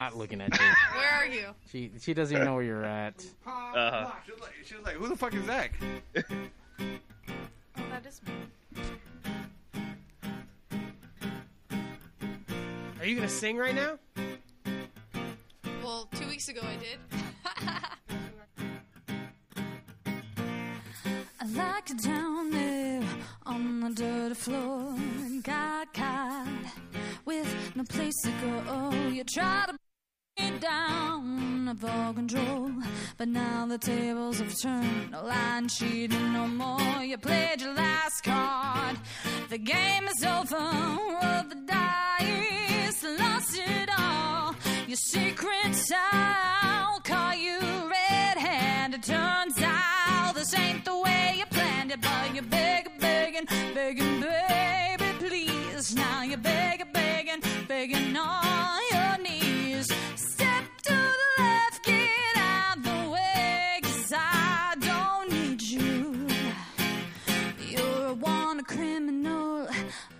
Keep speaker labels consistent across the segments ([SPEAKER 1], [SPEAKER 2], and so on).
[SPEAKER 1] not looking at you.
[SPEAKER 2] Where are you?
[SPEAKER 1] she she doesn't even know where you're at.
[SPEAKER 3] Uh-huh.
[SPEAKER 4] She was like, she was like, who the fuck is Zach?
[SPEAKER 2] Oh, that is me.
[SPEAKER 5] Are you gonna sing right now?
[SPEAKER 2] Well, two weeks ago I did.
[SPEAKER 6] I like it down there on the dirty floor. Got caught with no place to go. You try to bring me down of all control, but now the tables have turned. No line cheating no more. You played your last card. The game is over. Roll the dice, lost it all. Your secret's out. Call you red-handed. Turns out this ain't the way you planned it, but you're begging, begging, begging, baby, please. Now you're begging, begging, begging on your knees. Step to the left, get out the way, 'cause I don't need you. You're a wanna criminal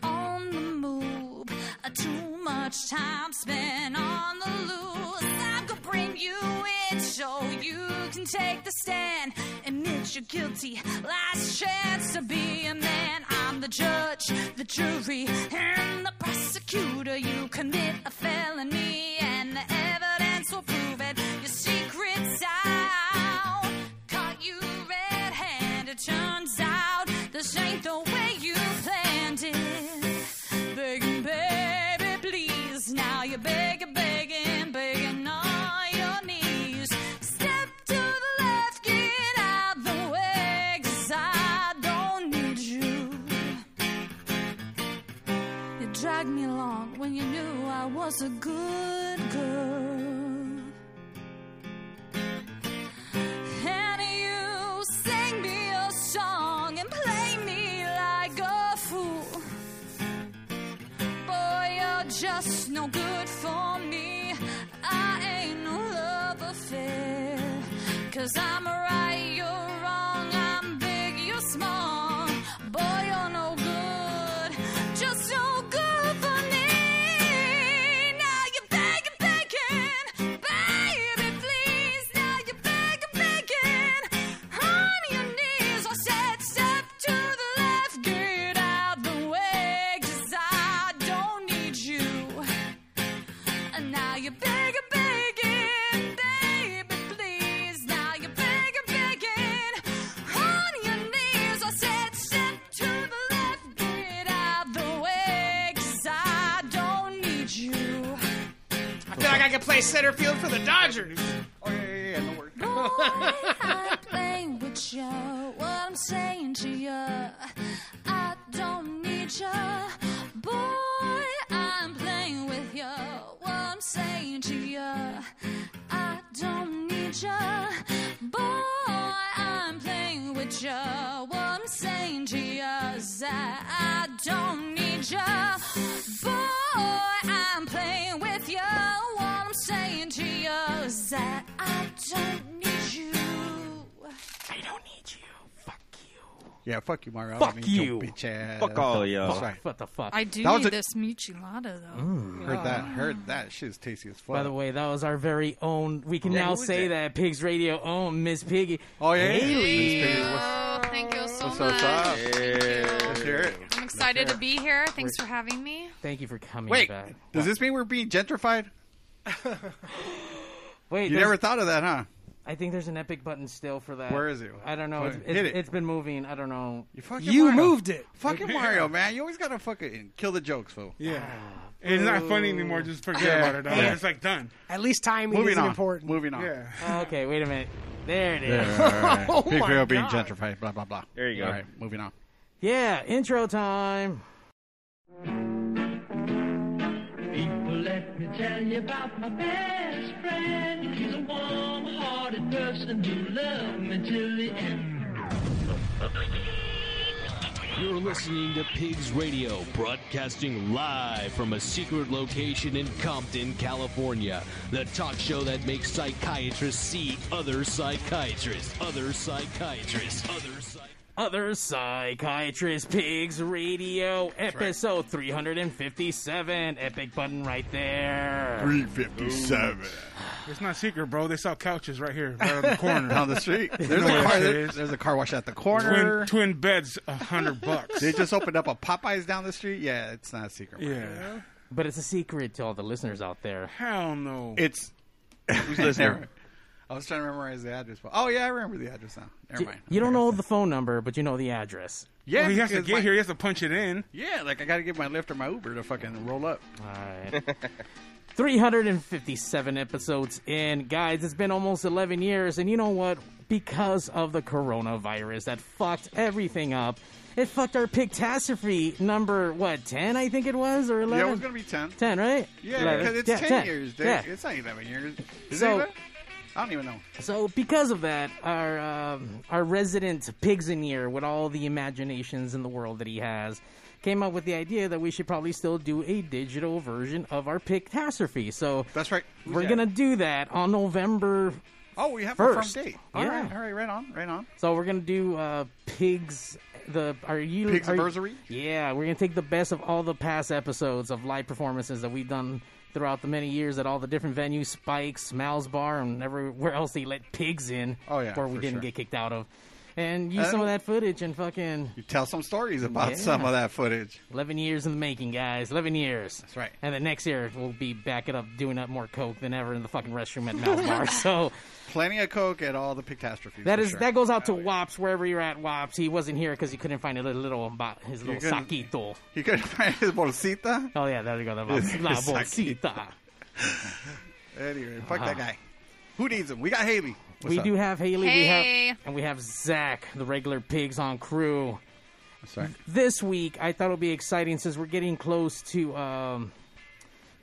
[SPEAKER 6] on the move. Uh, Too much time spent on the loose. I could bring you in so you can take the stand. Admit you're guilty. Last chance to be a man. I'm the judge, the jury, and the prosecutor. You commit a felony, and the evidence will prove it. Your secret's out. Caught you red-handed. Turns out this ain't the way you planned it. Begging, baby, please. Now you're begging, begging, begging on your knees. Step to the left, get out the way, 'cause I don't need you. You dragged me along when you knew I was a good girl. And you sang me a song and play me like a fool. Boy, you're just no good for me. I ain't no love affair. Cause I'm right, you're wrong. I'm big, you're small. Boy, you're no good. Just no good for me. Now you're begging, begging. Baby, please. Now you're begging, begging. On your knees. I said, step to the left. Get out the way. 'cause I don't need you. And now you're bigger, begging, baby, please. Now you're bigger, begging. On your knees, I said, step to the left, get out the way, 'cause I don't need you.
[SPEAKER 5] I feel like I could play center field for the Dodgers.
[SPEAKER 4] Oh, yeah, yeah, yeah, no worries.
[SPEAKER 6] Boy, I ain't with you. What I'm saying to you, I don't need you. Boy, I'm playing with you. What I'm saying to you, I don't need you. Boy, I'm playing with you. What I'm saying to you is that I don't need you. Boy, I'm playing with you. What I'm saying to you is that I don't need you.
[SPEAKER 1] I don't need you. Fuck you.
[SPEAKER 4] Yeah, fuck you, Mario. I
[SPEAKER 1] Fuck
[SPEAKER 4] don't need your
[SPEAKER 1] you.
[SPEAKER 4] bitch ass.
[SPEAKER 3] Fuck all y'all.
[SPEAKER 4] That's right.
[SPEAKER 1] What the fuck?
[SPEAKER 2] I do
[SPEAKER 4] That was
[SPEAKER 2] need
[SPEAKER 4] a-
[SPEAKER 2] this michelada though.
[SPEAKER 4] Heard that. Heard that. Shit is tasty as fuck.
[SPEAKER 1] By the way, that was our very own. We can
[SPEAKER 4] Yeah,
[SPEAKER 1] now
[SPEAKER 4] who is
[SPEAKER 1] say
[SPEAKER 4] that?
[SPEAKER 1] that? Pigs Radio own Miss Piggy.
[SPEAKER 4] Oh, yeah, yeah.
[SPEAKER 1] Haley.
[SPEAKER 4] Miss Piggy.
[SPEAKER 2] Oh, thank you so
[SPEAKER 4] What's
[SPEAKER 2] much.
[SPEAKER 4] up, Bob?
[SPEAKER 2] Thank you.
[SPEAKER 4] Let's hear it.
[SPEAKER 2] I'm excited to be here. Thanks for having me.
[SPEAKER 1] Thank you for coming
[SPEAKER 4] Wait,
[SPEAKER 1] back.
[SPEAKER 4] does this mean we're being gentrified?
[SPEAKER 1] Wait,
[SPEAKER 4] You
[SPEAKER 1] there's-
[SPEAKER 4] never thought of that, huh?
[SPEAKER 1] I think there's an epic button still for that.
[SPEAKER 4] Where is it?
[SPEAKER 1] I don't know. It's,
[SPEAKER 4] Hit
[SPEAKER 1] it's,
[SPEAKER 4] it.
[SPEAKER 1] has been moving. I don't know.
[SPEAKER 4] You, fucking
[SPEAKER 5] You
[SPEAKER 4] Mario.
[SPEAKER 5] moved it.
[SPEAKER 4] Fucking Mario, man. You always gotta fucking kill the jokes, fool.
[SPEAKER 7] Yeah. It's not funny anymore. Just forget about it. dog. It's like done.
[SPEAKER 5] At least timing
[SPEAKER 4] Moving
[SPEAKER 5] isn't
[SPEAKER 4] on.
[SPEAKER 5] important.
[SPEAKER 4] Moving on.
[SPEAKER 7] Yeah.
[SPEAKER 1] Oh, Okay, wait a minute. There it is.
[SPEAKER 5] Oh
[SPEAKER 4] Big
[SPEAKER 5] my
[SPEAKER 4] Rio being
[SPEAKER 5] God.
[SPEAKER 4] gentrified, blah, blah, blah.
[SPEAKER 3] There you go.
[SPEAKER 4] All right, moving on.
[SPEAKER 1] Yeah, intro time.
[SPEAKER 8] People, let me tell you about my best friend. He's a warm-hearted person who loved me till the end.
[SPEAKER 9] You're listening to Pigs Radio, broadcasting live from a secret location in Compton, California. The talk show that makes psychiatrists see other psychiatrists, other psychiatrists, other psychiatrists.
[SPEAKER 1] Other Psychiatrist Pigs Radio, episode 357. Epic button right there.
[SPEAKER 4] 357.
[SPEAKER 7] It's not secret, bro. They sell couches right here, right on the corner.
[SPEAKER 4] Down the street. There's
[SPEAKER 7] know
[SPEAKER 4] a
[SPEAKER 7] where
[SPEAKER 4] car.
[SPEAKER 7] it
[SPEAKER 4] there-
[SPEAKER 7] is.
[SPEAKER 4] there's a car wash at the
[SPEAKER 7] twin,
[SPEAKER 4] corner.
[SPEAKER 7] twin beds, a hundred bucks.
[SPEAKER 4] They just opened up a Popeyes down the street. Yeah, it's not a secret. market.
[SPEAKER 7] Yeah.
[SPEAKER 1] But it's a secret to all the listeners out there.
[SPEAKER 7] Hell no.
[SPEAKER 4] It's. Who's listening? I was trying to memorize the address. But, oh yeah, I remember the address now. Never mind.
[SPEAKER 1] You don't know the phone number, but you know the address.
[SPEAKER 4] Yeah,
[SPEAKER 7] well, he has to
[SPEAKER 4] because
[SPEAKER 7] get
[SPEAKER 4] my-
[SPEAKER 7] here. He has to punch it in.
[SPEAKER 4] Yeah, like I got to get my Lyft or my Uber to fucking roll up.
[SPEAKER 1] All right. 357 episodes in. Guys, it's been almost 11 years, and you know what? Because of the coronavirus that fucked everything up, it fucked our pictastrophe number, what, 10, I think it was, or 11?
[SPEAKER 4] Yeah, it was gonna be ten.
[SPEAKER 1] 10, right?
[SPEAKER 4] Yeah,
[SPEAKER 1] 11.
[SPEAKER 4] because it's
[SPEAKER 1] Yeah,
[SPEAKER 4] ten, years, dude.
[SPEAKER 1] Yeah.
[SPEAKER 4] It's not eleven years. Is
[SPEAKER 1] So-
[SPEAKER 4] it? 11? I don't even know.
[SPEAKER 1] So because of that, our um, our resident pigs in here, with all the imaginations in the world that he has, came up with the idea that we should probably still do a digital version of our pictastrophe. So
[SPEAKER 4] That's right.
[SPEAKER 1] we're
[SPEAKER 4] Yeah.
[SPEAKER 1] gonna do that on November.
[SPEAKER 4] Oh, we have a
[SPEAKER 1] first.
[SPEAKER 4] firm date.
[SPEAKER 1] Yeah.
[SPEAKER 4] All right, all right, right on, right on.
[SPEAKER 1] So we're gonna do uh, pigs. The are you
[SPEAKER 4] Pigs
[SPEAKER 1] are you-
[SPEAKER 4] anniversary?
[SPEAKER 1] Yeah, we're gonna take the best of all the past episodes of live performances that we've done throughout the many years at all the different venues, Spikes, Mal's Bar, and everywhere else they let pigs in.
[SPEAKER 4] Oh, yeah,
[SPEAKER 1] where we
[SPEAKER 4] for
[SPEAKER 1] didn't
[SPEAKER 4] sure.
[SPEAKER 1] get kicked out of, and use
[SPEAKER 4] Uh,
[SPEAKER 1] some of that footage and fucking
[SPEAKER 4] You tell some stories about
[SPEAKER 1] Yeah.
[SPEAKER 4] some of that footage.
[SPEAKER 1] eleven years in the making, guys. Eleven years.
[SPEAKER 4] That's right.
[SPEAKER 1] And the next year we'll be back it up, doing up more coke than ever in the fucking restroom at Mal's Bar. So.
[SPEAKER 4] Plenty of coke at all the pictastrophes.
[SPEAKER 1] That
[SPEAKER 4] for
[SPEAKER 1] is
[SPEAKER 4] sure.
[SPEAKER 1] that goes out to Wops wherever you're at. Wops. He wasn't here because he couldn't find a little, little um, bo- his little
[SPEAKER 4] couldn't-
[SPEAKER 1] saquito.
[SPEAKER 4] He could find his bolsita.
[SPEAKER 1] Oh yeah, there you go. That was la
[SPEAKER 4] Saquito.
[SPEAKER 1] bolsita.
[SPEAKER 4] Anyway, fuck
[SPEAKER 1] Ah.
[SPEAKER 4] that guy. Who needs him? We got Haley. What's
[SPEAKER 1] We
[SPEAKER 4] up?
[SPEAKER 1] do have Haley. We
[SPEAKER 2] Hey.
[SPEAKER 1] have and we have Zach, the regular pigs on crew.
[SPEAKER 4] Sorry.
[SPEAKER 1] This week, I thought it would be exciting since we're getting close to um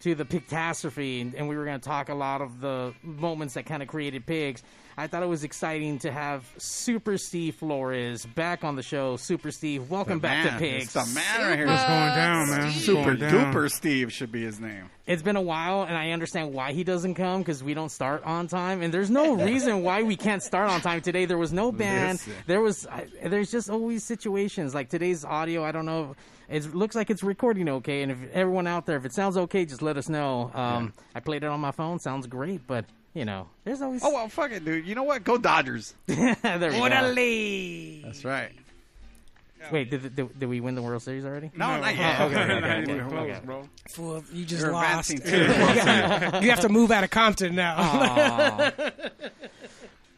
[SPEAKER 1] to the pictastrophe, and, and we were going to talk a lot of the moments that kind of created pigs. I thought it was exciting to have Super Steve Flores back on the show. Super Steve, welcome back
[SPEAKER 4] Man,
[SPEAKER 1] to
[SPEAKER 4] It's
[SPEAKER 1] Pigs.
[SPEAKER 4] the man right here.
[SPEAKER 7] What's going down, man? What's
[SPEAKER 4] Super
[SPEAKER 7] going down?
[SPEAKER 4] duper Steve should be his name.
[SPEAKER 1] it's been a while and i understand why he doesn't come because we don't start on time and there's no reason why we can't start on time today there was no band
[SPEAKER 4] Listen.
[SPEAKER 1] there was I, there's just always situations like today's audio i don't know it looks like it's recording okay and if everyone out there if it sounds okay just let us know um, i played it on my phone sounds great but you know there's always
[SPEAKER 4] Oh well, fuck it, dude. You know what? Go Dodgers.
[SPEAKER 1] there we go.
[SPEAKER 4] That's right.
[SPEAKER 1] wait did, did, did we win the world series already Oh,
[SPEAKER 4] No, not yet.
[SPEAKER 1] okay,
[SPEAKER 7] Not
[SPEAKER 1] okay.
[SPEAKER 7] even close, bro.
[SPEAKER 5] Fool, you just
[SPEAKER 4] You're
[SPEAKER 5] lost.
[SPEAKER 4] advancing to the World Series.
[SPEAKER 5] You have to move out of Compton now.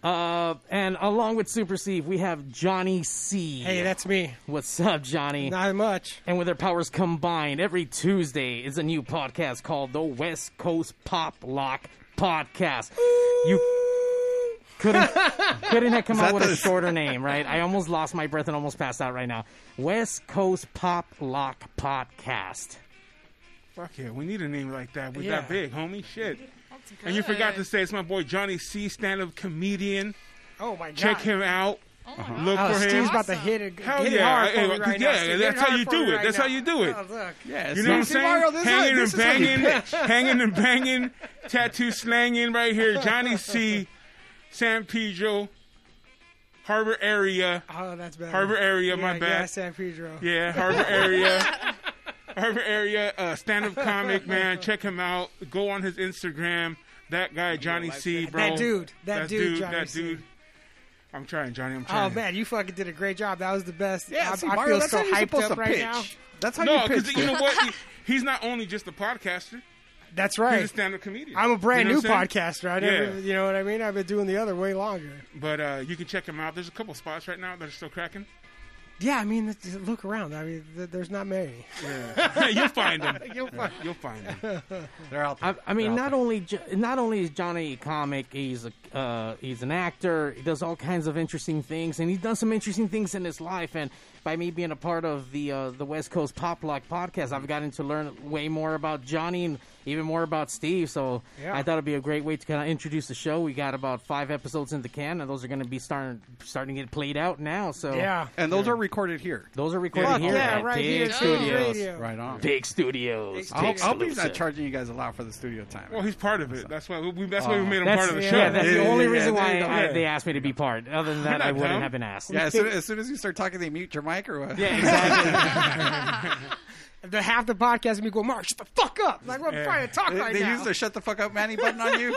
[SPEAKER 1] Uh, and along with super steve we have johnny c
[SPEAKER 5] hey, that's me.
[SPEAKER 1] what's up johnny
[SPEAKER 5] Not much.
[SPEAKER 1] And with their powers combined, every Tuesday is a new podcast called the West Coast Pop Lock Podcast. You couldn't couldn't have come
[SPEAKER 4] that
[SPEAKER 1] up with
[SPEAKER 4] the-
[SPEAKER 1] a shorter name, right? I almost lost my breath and almost passed out right now. West Coast Pop Lock Podcast.
[SPEAKER 7] Fuck yeah, we need a name like that. We're
[SPEAKER 5] Yeah.
[SPEAKER 7] that big, homie. Shit. And you forgot to say it's my boy Johnny C, stand-up comedian.
[SPEAKER 5] Oh my god.
[SPEAKER 7] Check him out. Look
[SPEAKER 5] Oh,
[SPEAKER 7] for him.
[SPEAKER 5] Steve's about to hit it.
[SPEAKER 7] Hell
[SPEAKER 5] hit it
[SPEAKER 7] yeah.
[SPEAKER 5] hard for
[SPEAKER 7] Hey,
[SPEAKER 5] me right
[SPEAKER 7] yeah,
[SPEAKER 5] now. Steve, hit
[SPEAKER 7] that's
[SPEAKER 5] hard
[SPEAKER 7] how you
[SPEAKER 5] for
[SPEAKER 7] do
[SPEAKER 5] me
[SPEAKER 7] it.
[SPEAKER 5] right
[SPEAKER 7] That's
[SPEAKER 5] now.
[SPEAKER 7] how you do it.
[SPEAKER 5] Oh, look.
[SPEAKER 4] Yeah,
[SPEAKER 7] You know what I'm
[SPEAKER 4] see,
[SPEAKER 7] saying?
[SPEAKER 4] Mario, this is how-
[SPEAKER 7] hanging
[SPEAKER 4] this is
[SPEAKER 7] and
[SPEAKER 4] how you
[SPEAKER 7] banging, hanging and banging, tattoo slanging right here. Johnny C, San Pedro, Harbor area.
[SPEAKER 5] Oh, that's bad.
[SPEAKER 7] Harbor area,
[SPEAKER 5] yeah,
[SPEAKER 7] my bad.
[SPEAKER 5] Yeah, San Pedro.
[SPEAKER 7] Yeah, Harbor area. Harbor area, uh, stand up comic, man. Check him out. Go on his Instagram. That guy, Johnny C, bro.
[SPEAKER 5] That dude. That dude, Johnny
[SPEAKER 7] that
[SPEAKER 5] C.
[SPEAKER 7] dude. I'm trying, Johnny. I'm
[SPEAKER 5] Oh
[SPEAKER 7] trying.
[SPEAKER 5] man, you fucking did a great job. That was the best.
[SPEAKER 4] Yeah,
[SPEAKER 5] I,
[SPEAKER 4] see,
[SPEAKER 5] I
[SPEAKER 4] Mario,
[SPEAKER 5] feel
[SPEAKER 4] that's
[SPEAKER 5] so
[SPEAKER 4] how you're
[SPEAKER 5] hyped
[SPEAKER 4] supposed
[SPEAKER 5] up
[SPEAKER 4] to
[SPEAKER 5] right
[SPEAKER 4] pitch.
[SPEAKER 5] now.
[SPEAKER 4] That's how
[SPEAKER 7] No,
[SPEAKER 4] you pitch.
[SPEAKER 7] because you know
[SPEAKER 4] dude.
[SPEAKER 7] what? He- he's not only just a podcaster,
[SPEAKER 5] That's
[SPEAKER 7] he's a
[SPEAKER 5] right.
[SPEAKER 7] stand up comedian.
[SPEAKER 5] I'm a brand
[SPEAKER 7] You know
[SPEAKER 5] new
[SPEAKER 7] what I'm saying?
[SPEAKER 5] podcaster. I never,
[SPEAKER 7] Yeah.
[SPEAKER 5] you know what I mean. I've been doing the other way longer.
[SPEAKER 7] But uh, you can check him out. There's a couple spots right now that are still cracking.
[SPEAKER 5] Yeah, I mean, th- th- look around. I mean, th- there's not many.
[SPEAKER 7] You'll find him. You'll find, him.
[SPEAKER 4] They're out there.
[SPEAKER 1] I, I mean, not only Jo- not only is Johnny a comic, he's a uh, he's an actor. He does all kinds of interesting things, and he's done some interesting things in his life. And by me being a part of the uh, the West Coast Pop Lock podcast, I've gotten to learn way more about Johnny and even more about Steve. So I thought it'd be a great way to kind of introduce the show. We got about five episodes in the can, and those are going to be starting starting to get played out now. So
[SPEAKER 5] Yeah.
[SPEAKER 4] And those are recorded here.
[SPEAKER 1] those are recorded
[SPEAKER 4] Fuck
[SPEAKER 1] here
[SPEAKER 5] Yeah,
[SPEAKER 1] at
[SPEAKER 5] right
[SPEAKER 1] Big
[SPEAKER 5] here. at Sirius
[SPEAKER 1] Studios.
[SPEAKER 5] Radio.
[SPEAKER 4] Right on.
[SPEAKER 1] Big Studios.
[SPEAKER 4] I hope, I hope he's not
[SPEAKER 1] Exclusive.
[SPEAKER 4] charging you guys a lot for the studio time. Oh.
[SPEAKER 7] Well, he's part of it. That's why we, that's why we made him
[SPEAKER 1] That's,
[SPEAKER 7] part of the
[SPEAKER 1] yeah,
[SPEAKER 7] show.
[SPEAKER 1] that's the
[SPEAKER 4] Yeah,
[SPEAKER 1] only
[SPEAKER 4] yeah,
[SPEAKER 1] reason
[SPEAKER 4] yeah,
[SPEAKER 1] why
[SPEAKER 4] yeah.
[SPEAKER 1] I, they asked me to be part. Other than that, I
[SPEAKER 7] not
[SPEAKER 1] wouldn't
[SPEAKER 7] dumb.
[SPEAKER 1] have been asked.
[SPEAKER 4] yeah, as soon, as soon as you start talking, they mute your mic or what?
[SPEAKER 1] Yeah, exactly.
[SPEAKER 5] The half the podcast me go, Mark, shut the fuck up. Like we're trying to talk
[SPEAKER 4] They,
[SPEAKER 5] right
[SPEAKER 4] they
[SPEAKER 5] now.
[SPEAKER 4] use the shut the fuck up Manny button on you?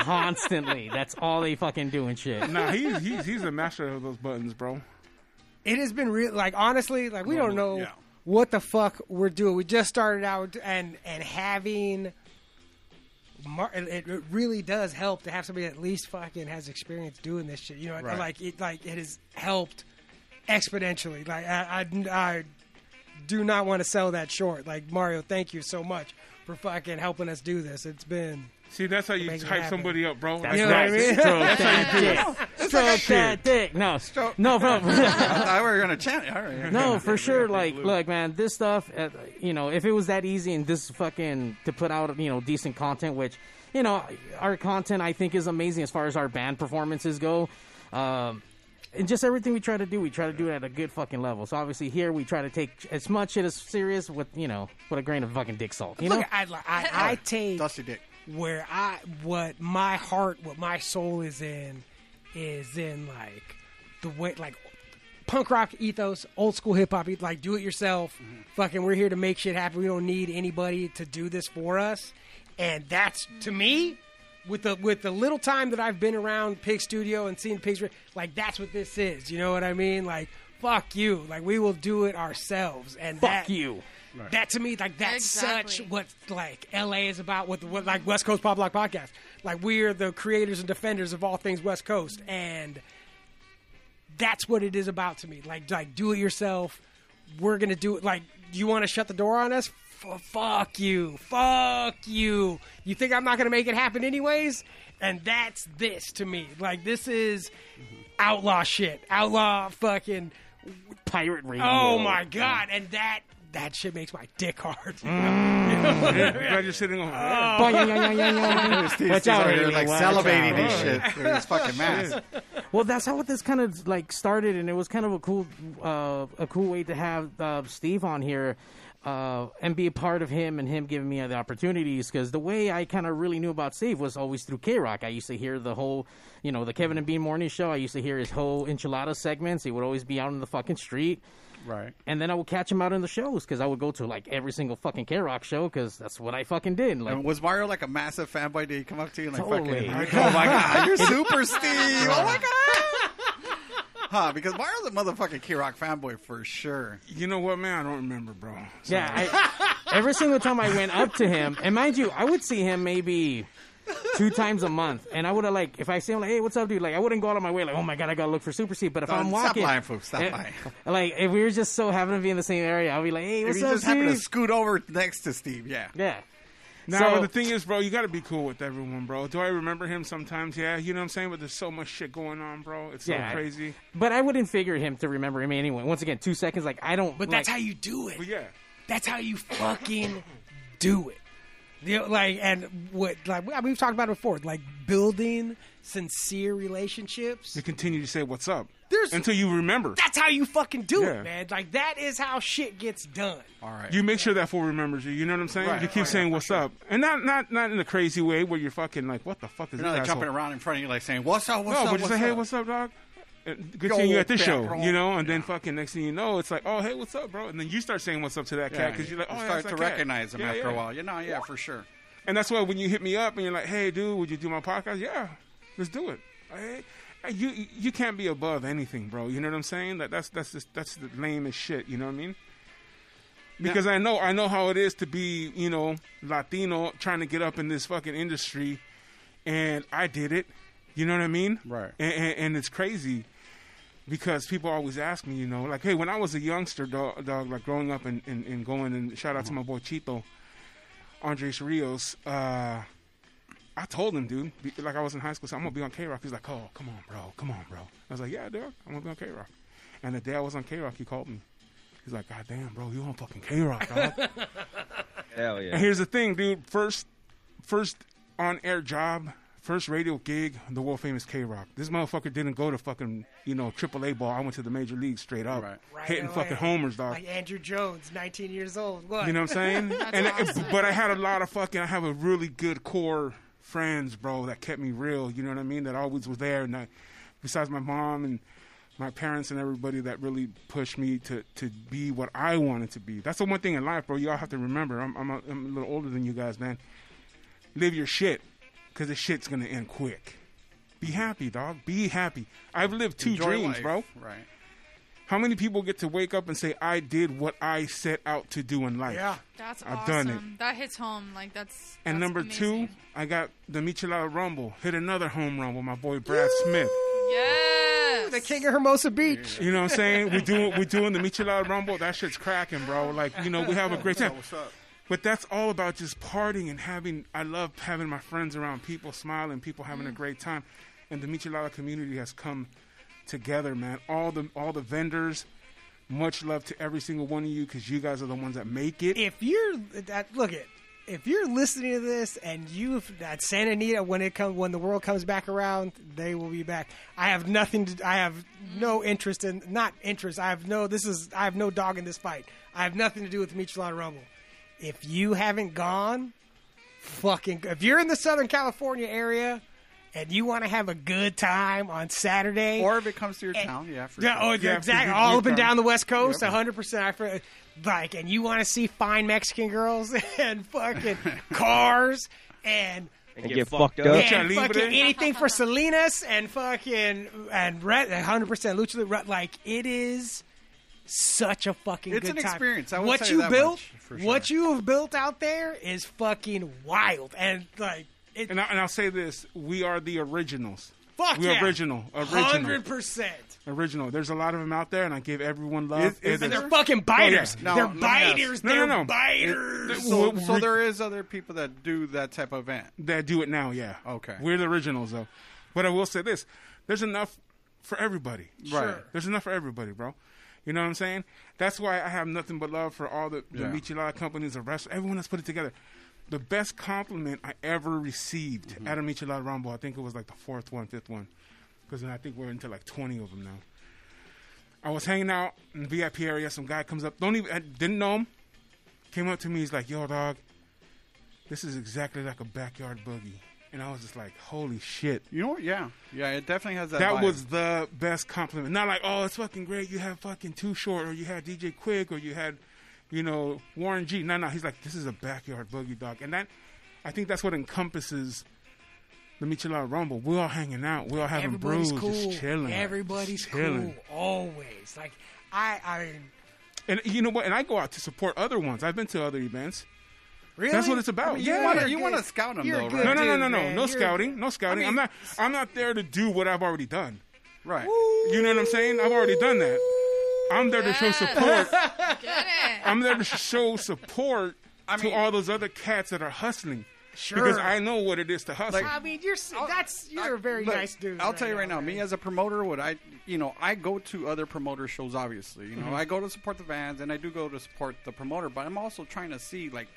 [SPEAKER 1] Constantly. That's all they fucking do and shit.
[SPEAKER 7] Nah, he's, he's he's a master of those buttons, bro.
[SPEAKER 5] it has been real. Like honestly, like we don't know
[SPEAKER 7] yeah.
[SPEAKER 5] what the fuck we're doing. We just started out, and and having, mar- it, it it really does help to have somebody that at least fucking has experience doing this shit. You know,
[SPEAKER 4] Right.
[SPEAKER 5] like it like it has helped exponentially. Like I I, I do not want to sell that short. Like Mario, thank you so much for fucking helping us do this. It's been
[SPEAKER 7] See, that's how you
[SPEAKER 5] Make it
[SPEAKER 7] hype
[SPEAKER 5] happen.
[SPEAKER 7] somebody up, bro.
[SPEAKER 1] That's
[SPEAKER 5] You know
[SPEAKER 7] Like,
[SPEAKER 5] what I
[SPEAKER 1] right.
[SPEAKER 5] mean?
[SPEAKER 1] Stroke that dick. Stroke that dick. No, no, no,
[SPEAKER 4] I thought we were going to chant it. All right.
[SPEAKER 1] no, for sure. Like, look, man, this stuff. Uh, you know, if it was that easy and this fucking to put out, you know, decent content, which you know, our content I think is amazing as far as our band performances go. Um, and just everything we try to do, we try to do it at a good fucking level. So obviously here we try to take as much shit as serious with you know with a grain of fucking dick salt. You know,
[SPEAKER 5] look. I, li- I I take
[SPEAKER 4] Dusty dick.
[SPEAKER 5] where I what my heart, what my soul is in, is in like the way like punk rock ethos, old school hip hop, like do it yourself.
[SPEAKER 1] Mm-hmm.
[SPEAKER 5] Fucking, we're here to make shit happen. We don't need anybody to do this for us, and that's to me. With the with the little time that I've been around Pig Studio and seen Pigs, like that's what this is. You know what I mean? Like fuck you. Like we will do it ourselves. And
[SPEAKER 1] fuck
[SPEAKER 5] that-
[SPEAKER 1] you.
[SPEAKER 5] that to me, like that's
[SPEAKER 2] Exactly.
[SPEAKER 5] such what like LA is about with what like West Coast Pop Lock Podcast. Like we're the creators and defenders of all things West Coast, and that's what it is about to me. Like like do it yourself. We're gonna do it. Like you want to shut the door on us? F- fuck you, fuck you. You think I'm not gonna make it happen anyways? And that's this to me. Like this is outlaw shit, outlaw fucking.
[SPEAKER 1] Pirate radio.
[SPEAKER 5] Oh my god! And that that shit makes my dick hard.
[SPEAKER 7] I'm glad you're sitting over there.
[SPEAKER 1] Watch out,
[SPEAKER 4] They're
[SPEAKER 1] Amy,
[SPEAKER 4] like
[SPEAKER 1] watch
[SPEAKER 4] salivating
[SPEAKER 1] out.
[SPEAKER 4] this shit through his fucking mask.
[SPEAKER 1] Well, that's how this kind of like started, and it was kind of a cool, uh, a cool way to have uh, Steve on here uh, and be a part of him and him giving me the opportunities. Because the way I kind of really knew about Steve was always through K Rock. I used to hear the whole, you know, the Kevin and Bean morning show. I used to hear his whole enchilada segments. He would always be out in the fucking street.
[SPEAKER 4] Right.
[SPEAKER 1] And then I would catch him out in the shows because I would go to like every single fucking K Rock show because that's what I fucking did. Like,
[SPEAKER 4] And was Mario like a massive fanboy? Did he come up to you and like
[SPEAKER 1] Totally.
[SPEAKER 4] fucking? Oh my god, you're super Steve! Oh my god! Huh? Because Mario's a motherfucking Key Rock fanboy for sure.
[SPEAKER 7] You know what, man? I don't remember, bro. So,
[SPEAKER 1] Yeah, I, every single time I went up to him, and mind you, I would see him maybe two times a month, and I would have like if I see him like, hey, what's up, dude? Like I wouldn't go out of my way like, oh my god, I gotta look for Super C. But if
[SPEAKER 4] Don't-
[SPEAKER 1] I'm
[SPEAKER 4] stop
[SPEAKER 1] walking,
[SPEAKER 4] lying, folks, stop
[SPEAKER 1] eh,
[SPEAKER 4] lying.
[SPEAKER 1] Like if we were just so happen to be in the same area, I'll be like, hey,
[SPEAKER 4] If
[SPEAKER 1] what's
[SPEAKER 4] you
[SPEAKER 1] up,
[SPEAKER 4] just happen to
[SPEAKER 1] dude?
[SPEAKER 4] scoot over next to Steve, yeah.
[SPEAKER 1] Yeah.
[SPEAKER 7] Now
[SPEAKER 1] So-
[SPEAKER 7] the thing is, bro, you got to be cool with everyone, bro. Do I remember him sometimes? Yeah, you know what I'm saying. But there's so much shit going on, bro. It's so
[SPEAKER 1] Yeah.
[SPEAKER 7] crazy.
[SPEAKER 1] But I wouldn't figure him to remember him anyway. Once again, two seconds. Like I don't.
[SPEAKER 5] But
[SPEAKER 1] like,
[SPEAKER 5] that's how you do it.
[SPEAKER 7] But yeah,
[SPEAKER 5] That's how you fucking do it. You know, like and what like we- we've talked about it before, like building sincere relationships.
[SPEAKER 7] to continue to say what's up
[SPEAKER 5] There's-
[SPEAKER 7] until you remember.
[SPEAKER 5] That's how you fucking do
[SPEAKER 7] Yeah.
[SPEAKER 5] it, man. Like that is how shit gets done.
[SPEAKER 4] All right.
[SPEAKER 7] You make sure that fool remembers you. You know what I'm saying?
[SPEAKER 4] Right,
[SPEAKER 7] you keep
[SPEAKER 4] right,
[SPEAKER 7] saying what's up, and not not not in a crazy way where you're fucking like, what the fuck is
[SPEAKER 4] you're not
[SPEAKER 7] this
[SPEAKER 4] like,
[SPEAKER 7] asshole?
[SPEAKER 4] jumping around in front of you like saying, "What's up? What's
[SPEAKER 7] no,
[SPEAKER 4] up?
[SPEAKER 7] but just say,
[SPEAKER 4] what's
[SPEAKER 7] hey,
[SPEAKER 4] up?"
[SPEAKER 7] what's up, dog? And Good
[SPEAKER 4] Yo,
[SPEAKER 7] seeing you at this
[SPEAKER 4] fat
[SPEAKER 7] show,
[SPEAKER 4] bro.
[SPEAKER 7] you know. And then fucking next thing you know, it's like, oh, hey, what's up, bro? And then you start saying what's up to that cat because you're like, oh,
[SPEAKER 4] You
[SPEAKER 7] yeah,
[SPEAKER 4] start
[SPEAKER 7] that's
[SPEAKER 4] to
[SPEAKER 7] that cat.
[SPEAKER 4] recognize him
[SPEAKER 7] Yeah,
[SPEAKER 4] after a
[SPEAKER 7] yeah.
[SPEAKER 4] while. You know, yeah, for sure.
[SPEAKER 7] And that's why when you hit me up and you're like, "Hey, dude, would you do my podcast?" Yeah, let's do it. Hey, you you can't be above anything, bro. You know what I'm saying? That that's that's just, that's the lamest shit. You know what I mean? Because I know I know how it is to be you know Latino trying to get up in this fucking industry, and I did it. You know what I mean?
[SPEAKER 4] Right.
[SPEAKER 7] And, and, and it's crazy because people always ask me, you know, like, hey, when I was a youngster, dog, dog like growing up and, and, and going, and shout out to my boy Chito, Andres Rios, uh, I told him, dude, be, like I was in high school, so I'm gonna be on K Rock. He's like, oh, come on, bro, come on, bro. I was like, yeah, dude, I'm gonna be on K Rock. And the day I was on K Rock, he called me. He's like, God damn, bro, you on fucking K Rock, dog.
[SPEAKER 3] Hell
[SPEAKER 7] And
[SPEAKER 3] yeah.
[SPEAKER 7] here's the thing, dude. First, first on air job, first radio gig, the world famous K Rock. This motherfucker didn't go to fucking you know AAA ball. I went to the major league straight up,
[SPEAKER 4] Right.
[SPEAKER 5] Right
[SPEAKER 7] hitting
[SPEAKER 5] away.
[SPEAKER 7] fucking homers, dog.
[SPEAKER 5] Like Andrew Jones, 19 years old. Look.
[SPEAKER 7] You know what I'm saying? and but I had a lot of fucking. I have a really good core friends, bro, that kept me real. You know what I mean? That always was there. And I, besides my mom and my parents and everybody that really pushed me to to be what I wanted to be. That's the one thing in life, bro. Y'all have to remember. I'm I'm a, I'm a little older than you guys, man. Live your shit, cause the shit's gonna end quick. Be happy, dog. Be happy. I've lived two
[SPEAKER 4] Enjoy
[SPEAKER 7] dreams,
[SPEAKER 4] life.
[SPEAKER 7] bro.
[SPEAKER 4] Right.
[SPEAKER 7] How many people get to wake up and say, "I did what I set out to do in life"?
[SPEAKER 5] Yeah.
[SPEAKER 2] That's
[SPEAKER 7] I've
[SPEAKER 2] awesome.
[SPEAKER 7] done
[SPEAKER 2] That hits home. Like that's.
[SPEAKER 7] And
[SPEAKER 2] that's
[SPEAKER 7] number
[SPEAKER 2] amazing.
[SPEAKER 7] two, I got the Michelada Rumble. Hit another home run with my boy Brad Smith.
[SPEAKER 2] Yes.
[SPEAKER 5] The king of Hermosa Beach.
[SPEAKER 7] You know what I'm saying? We're doing we're doing the Michelada Rumble. That shit's cracking, bro. Like you know, we have a great time.
[SPEAKER 4] What's up?
[SPEAKER 7] But that's all about just partying and having. I love having my friends around, people smiling, people having
[SPEAKER 5] Mm-hmm.
[SPEAKER 7] a great time, and the Michelada community has come together, man. All the all the vendors. Much love to every single one of you because you guys are the ones that make it.
[SPEAKER 5] If you're that, look at if you're listening to this and you at Santa Anita when it comes when the world comes back around, they will be back. I have nothing to. I have no interest in not interest. I have no. This is I have no dog in this fight. I have nothing to do with the Michelada Rumble. If you haven't gone, fucking. If you're in the Southern California area. And you want to have a good time on Saturday,
[SPEAKER 4] Or if it comes to your town, yeah. For
[SPEAKER 5] Yeah,
[SPEAKER 4] sure.
[SPEAKER 5] oh,
[SPEAKER 7] Yeah,
[SPEAKER 5] exactly.
[SPEAKER 7] you-
[SPEAKER 5] All
[SPEAKER 7] you
[SPEAKER 5] up and
[SPEAKER 7] found-
[SPEAKER 5] down the West Coast,
[SPEAKER 7] Yep.
[SPEAKER 5] hundred percent. I feel like, and you want to see fine Mexican girls and fucking cars and
[SPEAKER 3] And get fucked up.
[SPEAKER 7] Yeah.
[SPEAKER 5] and
[SPEAKER 7] Lucha Libre.
[SPEAKER 5] fucking anything for Salinas and fucking and hundred percent Lucha Libre. Like it is such a fucking.
[SPEAKER 4] It's
[SPEAKER 5] good
[SPEAKER 4] an
[SPEAKER 5] time.
[SPEAKER 4] experience, I will
[SPEAKER 5] what
[SPEAKER 4] tell you
[SPEAKER 5] you
[SPEAKER 4] that
[SPEAKER 5] built,
[SPEAKER 4] much, for
[SPEAKER 5] what you have built out there is fucking wild and like it.
[SPEAKER 7] And, I, and I'll say this: we are the originals.
[SPEAKER 5] fuck
[SPEAKER 7] we
[SPEAKER 5] yeah.
[SPEAKER 7] original, original,
[SPEAKER 5] Hundred percent.
[SPEAKER 7] original. There's a lot of them out there, and I give everyone love.
[SPEAKER 4] Is- is
[SPEAKER 7] It
[SPEAKER 5] And
[SPEAKER 7] is- Oh,
[SPEAKER 5] they're fucking biters.
[SPEAKER 4] No,
[SPEAKER 5] they're
[SPEAKER 4] let me ask.
[SPEAKER 5] biters.
[SPEAKER 7] No, no,
[SPEAKER 5] they're
[SPEAKER 7] no.
[SPEAKER 5] biters.
[SPEAKER 4] So,
[SPEAKER 7] Well,
[SPEAKER 4] so
[SPEAKER 7] re-
[SPEAKER 4] there is other people that do that type of event.
[SPEAKER 7] that do it now, yeah.
[SPEAKER 4] Okay.
[SPEAKER 7] We're the originals, though. But I will say this: there's enough for everybody.
[SPEAKER 4] Right.
[SPEAKER 7] There's enough for everybody, bro. You know what I'm saying? That's why I have nothing but love for all the, the
[SPEAKER 4] Yeah.
[SPEAKER 7] Michelada companies, the rest, everyone that's put it together. The best compliment I ever received
[SPEAKER 4] Mm-hmm.
[SPEAKER 7] at a Michelada Rumble, I think it was like the fourth one, fifth one, because I think we're into like 20 of them now. I was hanging out in the VIP area. Some guy comes up, don't even I didn't know him. Came up to me, he's like, "Yo, dog, this is exactly like a backyard boogie," and I was just like, "Holy shit!"
[SPEAKER 4] You know what? Yeah. Yeah, it definitely has that
[SPEAKER 7] That
[SPEAKER 4] vibe.
[SPEAKER 7] was the best compliment. Not like, oh, it's fucking great. You had fucking Too Short, or you had DJ Quick, or you had, you know, Warren G. No, no. He's like, this is a backyard boogie dog, and that, I think that's what encompasses the Michelada Rumble. We're all hanging out. We're all having
[SPEAKER 5] Everybody's
[SPEAKER 7] brews,
[SPEAKER 5] cool.
[SPEAKER 7] just chilling.
[SPEAKER 5] Everybody's
[SPEAKER 7] just chilling.
[SPEAKER 5] cool. Always. Like I, I mean,
[SPEAKER 7] And you know what? And I go out to support other ones. I've been to other events.
[SPEAKER 5] really.
[SPEAKER 7] That's what it's about.
[SPEAKER 5] mean,
[SPEAKER 7] Yeah.
[SPEAKER 5] you're
[SPEAKER 4] You wanna-
[SPEAKER 5] a
[SPEAKER 4] you
[SPEAKER 5] good-
[SPEAKER 4] wanna scout 'em
[SPEAKER 5] you're a
[SPEAKER 4] though,
[SPEAKER 5] good
[SPEAKER 7] No,
[SPEAKER 4] right?
[SPEAKER 7] no, no,
[SPEAKER 5] dude,
[SPEAKER 7] no, no,
[SPEAKER 5] man.
[SPEAKER 7] no
[SPEAKER 5] You're-
[SPEAKER 7] scouting, no scouting. I
[SPEAKER 5] mean-
[SPEAKER 7] am not. I'm not there to do what I've already done.
[SPEAKER 4] Right.
[SPEAKER 7] You know what I'm saying? I've already done that. I'm there to show support.
[SPEAKER 2] Get it.
[SPEAKER 7] I'm there to show support
[SPEAKER 4] mean-
[SPEAKER 7] to all those other cats that are hustling.
[SPEAKER 5] Sure.
[SPEAKER 7] Because I know what it is to hustle.
[SPEAKER 5] I mean, you're s- that's you're a very
[SPEAKER 4] Look,
[SPEAKER 5] nice dude.
[SPEAKER 4] I'll tell you right now, me
[SPEAKER 5] man.
[SPEAKER 4] as a promoter, what I you know, I go to other promoter shows. Obviously, you
[SPEAKER 5] Mm-hmm.
[SPEAKER 4] know, I go to support the bands and I do go to support the promoter, but I'm also trying to see like,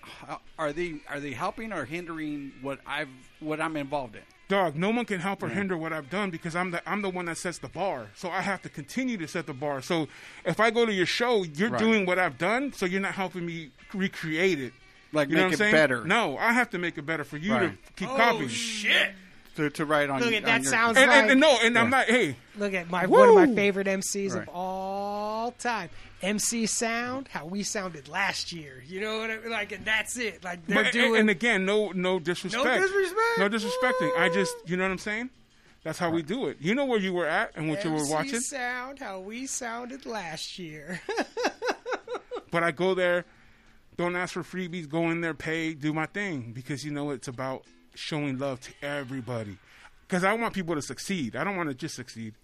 [SPEAKER 4] how, are they are they helping or hindering what I've what I'm involved in?
[SPEAKER 7] Dog, no one can help or
[SPEAKER 4] Mm.
[SPEAKER 7] hinder what I've done because I'm the I'm the one that sets the bar. So I have to continue to set the bar. So if I go to your show, you're
[SPEAKER 4] Right.
[SPEAKER 7] doing what I've done, so you're not helping me recreate it.
[SPEAKER 4] Like,
[SPEAKER 7] you know
[SPEAKER 4] make
[SPEAKER 7] what I'm
[SPEAKER 4] it
[SPEAKER 7] saying?
[SPEAKER 4] better.
[SPEAKER 7] No, I have to make it better for you to
[SPEAKER 4] Right.
[SPEAKER 7] keep
[SPEAKER 5] oh
[SPEAKER 7] copying.
[SPEAKER 5] shit!
[SPEAKER 4] To, to write on.
[SPEAKER 5] Look at
[SPEAKER 4] on
[SPEAKER 5] that
[SPEAKER 4] your-
[SPEAKER 5] sounds-
[SPEAKER 7] and, and,
[SPEAKER 5] Like-
[SPEAKER 7] and no, and I'm not. Hey,
[SPEAKER 5] Look at my one of
[SPEAKER 7] Woo!
[SPEAKER 5] my favorite MCs
[SPEAKER 4] Right.
[SPEAKER 5] of all time. MC Sound, how we sounded last year. You know what I mean? Like, and that's it. Like they're
[SPEAKER 7] But- and-
[SPEAKER 5] doing
[SPEAKER 7] and again, no, no disrespect.
[SPEAKER 5] disrespect.
[SPEAKER 7] No disrespecting. I just, you know what I'm saying? That's how we do it. You know where you were at and what you were
[SPEAKER 5] MC
[SPEAKER 7] watching.
[SPEAKER 5] Sound, how we sounded last year.
[SPEAKER 7] But I go there, don't ask for freebies. Go in there, pay, do my thing because you know it's about showing love to everybody. Because I want people to succeed. I don't want to just succeed.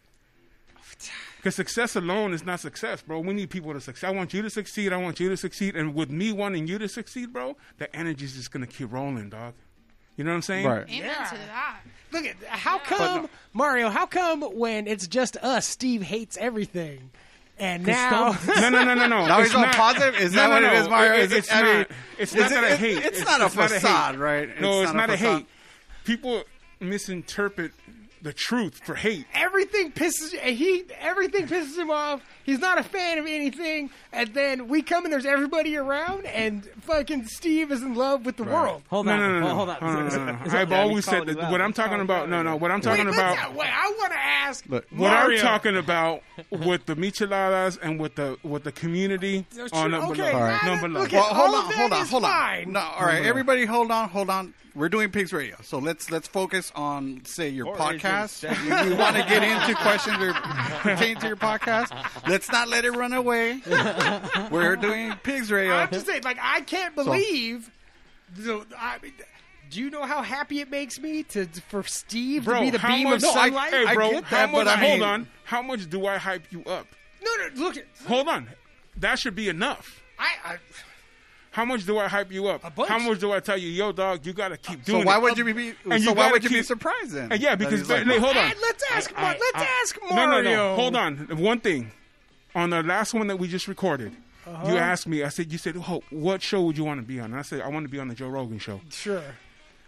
[SPEAKER 7] Because success alone is not success, bro. We need people to succeed. I want you to succeed. I want you to succeed. And with me wanting you to succeed, bro, the energy's just gonna keep rolling, dog. You know what I'm saying?
[SPEAKER 4] Right.
[SPEAKER 2] Amen to that.
[SPEAKER 5] Look at how come Mario? How come when it's just us, Steve hates everything, and now
[SPEAKER 7] No, no, no, no, no.
[SPEAKER 4] Now
[SPEAKER 7] It's
[SPEAKER 4] he's all
[SPEAKER 7] not-
[SPEAKER 4] positive? Is that what it is, Mario?
[SPEAKER 7] It-
[SPEAKER 4] Is it-
[SPEAKER 7] it's
[SPEAKER 4] I
[SPEAKER 7] not.
[SPEAKER 4] mean,
[SPEAKER 7] it's
[SPEAKER 4] is
[SPEAKER 7] not
[SPEAKER 4] it-
[SPEAKER 7] that I
[SPEAKER 4] it-
[SPEAKER 7] hate.
[SPEAKER 4] it's not a
[SPEAKER 7] hate.
[SPEAKER 4] facade, right?
[SPEAKER 7] No,
[SPEAKER 4] It's
[SPEAKER 7] it's
[SPEAKER 4] not
[SPEAKER 7] not
[SPEAKER 4] a
[SPEAKER 7] a
[SPEAKER 4] facade.
[SPEAKER 7] hate. People misinterpret the truth for hate.
[SPEAKER 5] everything pisses and he everything pisses him off. He's not a fan of anything, and then we come and there's everybody around, and fucking Steve is in love with the world.
[SPEAKER 1] Hold
[SPEAKER 7] No,
[SPEAKER 1] on,
[SPEAKER 7] no, no,
[SPEAKER 1] hold-
[SPEAKER 7] no.
[SPEAKER 1] hold on.
[SPEAKER 7] No, no, no, no.
[SPEAKER 1] Is- is-
[SPEAKER 7] I've
[SPEAKER 3] Yeah, we
[SPEAKER 7] always said
[SPEAKER 3] called
[SPEAKER 7] that
[SPEAKER 3] you out.
[SPEAKER 7] what
[SPEAKER 3] We
[SPEAKER 7] I'm talking
[SPEAKER 3] called
[SPEAKER 7] about.
[SPEAKER 3] you
[SPEAKER 7] No,
[SPEAKER 3] out.
[SPEAKER 7] no. What I'm talking
[SPEAKER 5] Wait,
[SPEAKER 7] about.
[SPEAKER 5] let's- wait, I want to ask.
[SPEAKER 4] Look.
[SPEAKER 7] What
[SPEAKER 5] Mario.
[SPEAKER 7] I'm talking about with the micheladas and with the with the community
[SPEAKER 5] There's
[SPEAKER 7] on
[SPEAKER 5] two-
[SPEAKER 7] number
[SPEAKER 5] okay,
[SPEAKER 7] left.
[SPEAKER 5] now that-
[SPEAKER 7] number left.
[SPEAKER 5] look
[SPEAKER 4] Well,
[SPEAKER 5] at-
[SPEAKER 4] hold
[SPEAKER 5] all of
[SPEAKER 7] Oh,
[SPEAKER 4] on,
[SPEAKER 5] that
[SPEAKER 4] hold on,
[SPEAKER 5] is
[SPEAKER 4] hold on.
[SPEAKER 5] fine.
[SPEAKER 4] No, all
[SPEAKER 5] Mm-hmm.
[SPEAKER 4] right, everybody, hold on, hold on. We're doing Pigs Radio, so let's let's focus on say your
[SPEAKER 3] Or
[SPEAKER 4] podcast.
[SPEAKER 3] Agent
[SPEAKER 4] If you want to get into questions or pertain to your podcast, let's not let it run away. We're doing Pigs Radio.
[SPEAKER 5] I'm just saying, like, I can't believe. the, I mean, do you know how happy it makes me to for Steve to
[SPEAKER 7] Bro,
[SPEAKER 5] be the
[SPEAKER 7] how
[SPEAKER 5] beam
[SPEAKER 7] much?
[SPEAKER 5] of sunlight?
[SPEAKER 7] hey, bro,
[SPEAKER 4] I get
[SPEAKER 7] how
[SPEAKER 4] that,
[SPEAKER 7] much?
[SPEAKER 4] but I mean-
[SPEAKER 7] hold on. How much do I hype you up?
[SPEAKER 5] no, no, look, at-
[SPEAKER 7] Hold on. That should be enough.
[SPEAKER 5] I, I
[SPEAKER 7] How much do I hype you up?
[SPEAKER 5] A bunch.
[SPEAKER 7] How much do I tell you, yo, dog, you gotta keep
[SPEAKER 4] so
[SPEAKER 7] doing
[SPEAKER 4] why
[SPEAKER 7] it.
[SPEAKER 4] would um, you be?
[SPEAKER 7] And
[SPEAKER 4] so
[SPEAKER 7] you
[SPEAKER 4] why
[SPEAKER 7] gotta
[SPEAKER 4] would you be
[SPEAKER 7] keep-
[SPEAKER 4] surprised then?
[SPEAKER 7] And yeah,
[SPEAKER 4] That
[SPEAKER 7] because
[SPEAKER 4] he's like,
[SPEAKER 7] wait, hold on.
[SPEAKER 5] Hey, Ah, let's ask, Mar-
[SPEAKER 1] I-
[SPEAKER 5] let's
[SPEAKER 1] I-
[SPEAKER 5] ask
[SPEAKER 7] No,
[SPEAKER 5] Mario.
[SPEAKER 7] no, no. Hold on. One thing. On the last one that we just recorded,
[SPEAKER 5] Uh-huh.
[SPEAKER 7] you asked me. I said, you said, oh, what show would you want to be on? And I said, I want to be on the Joe Rogan show.
[SPEAKER 5] Sure.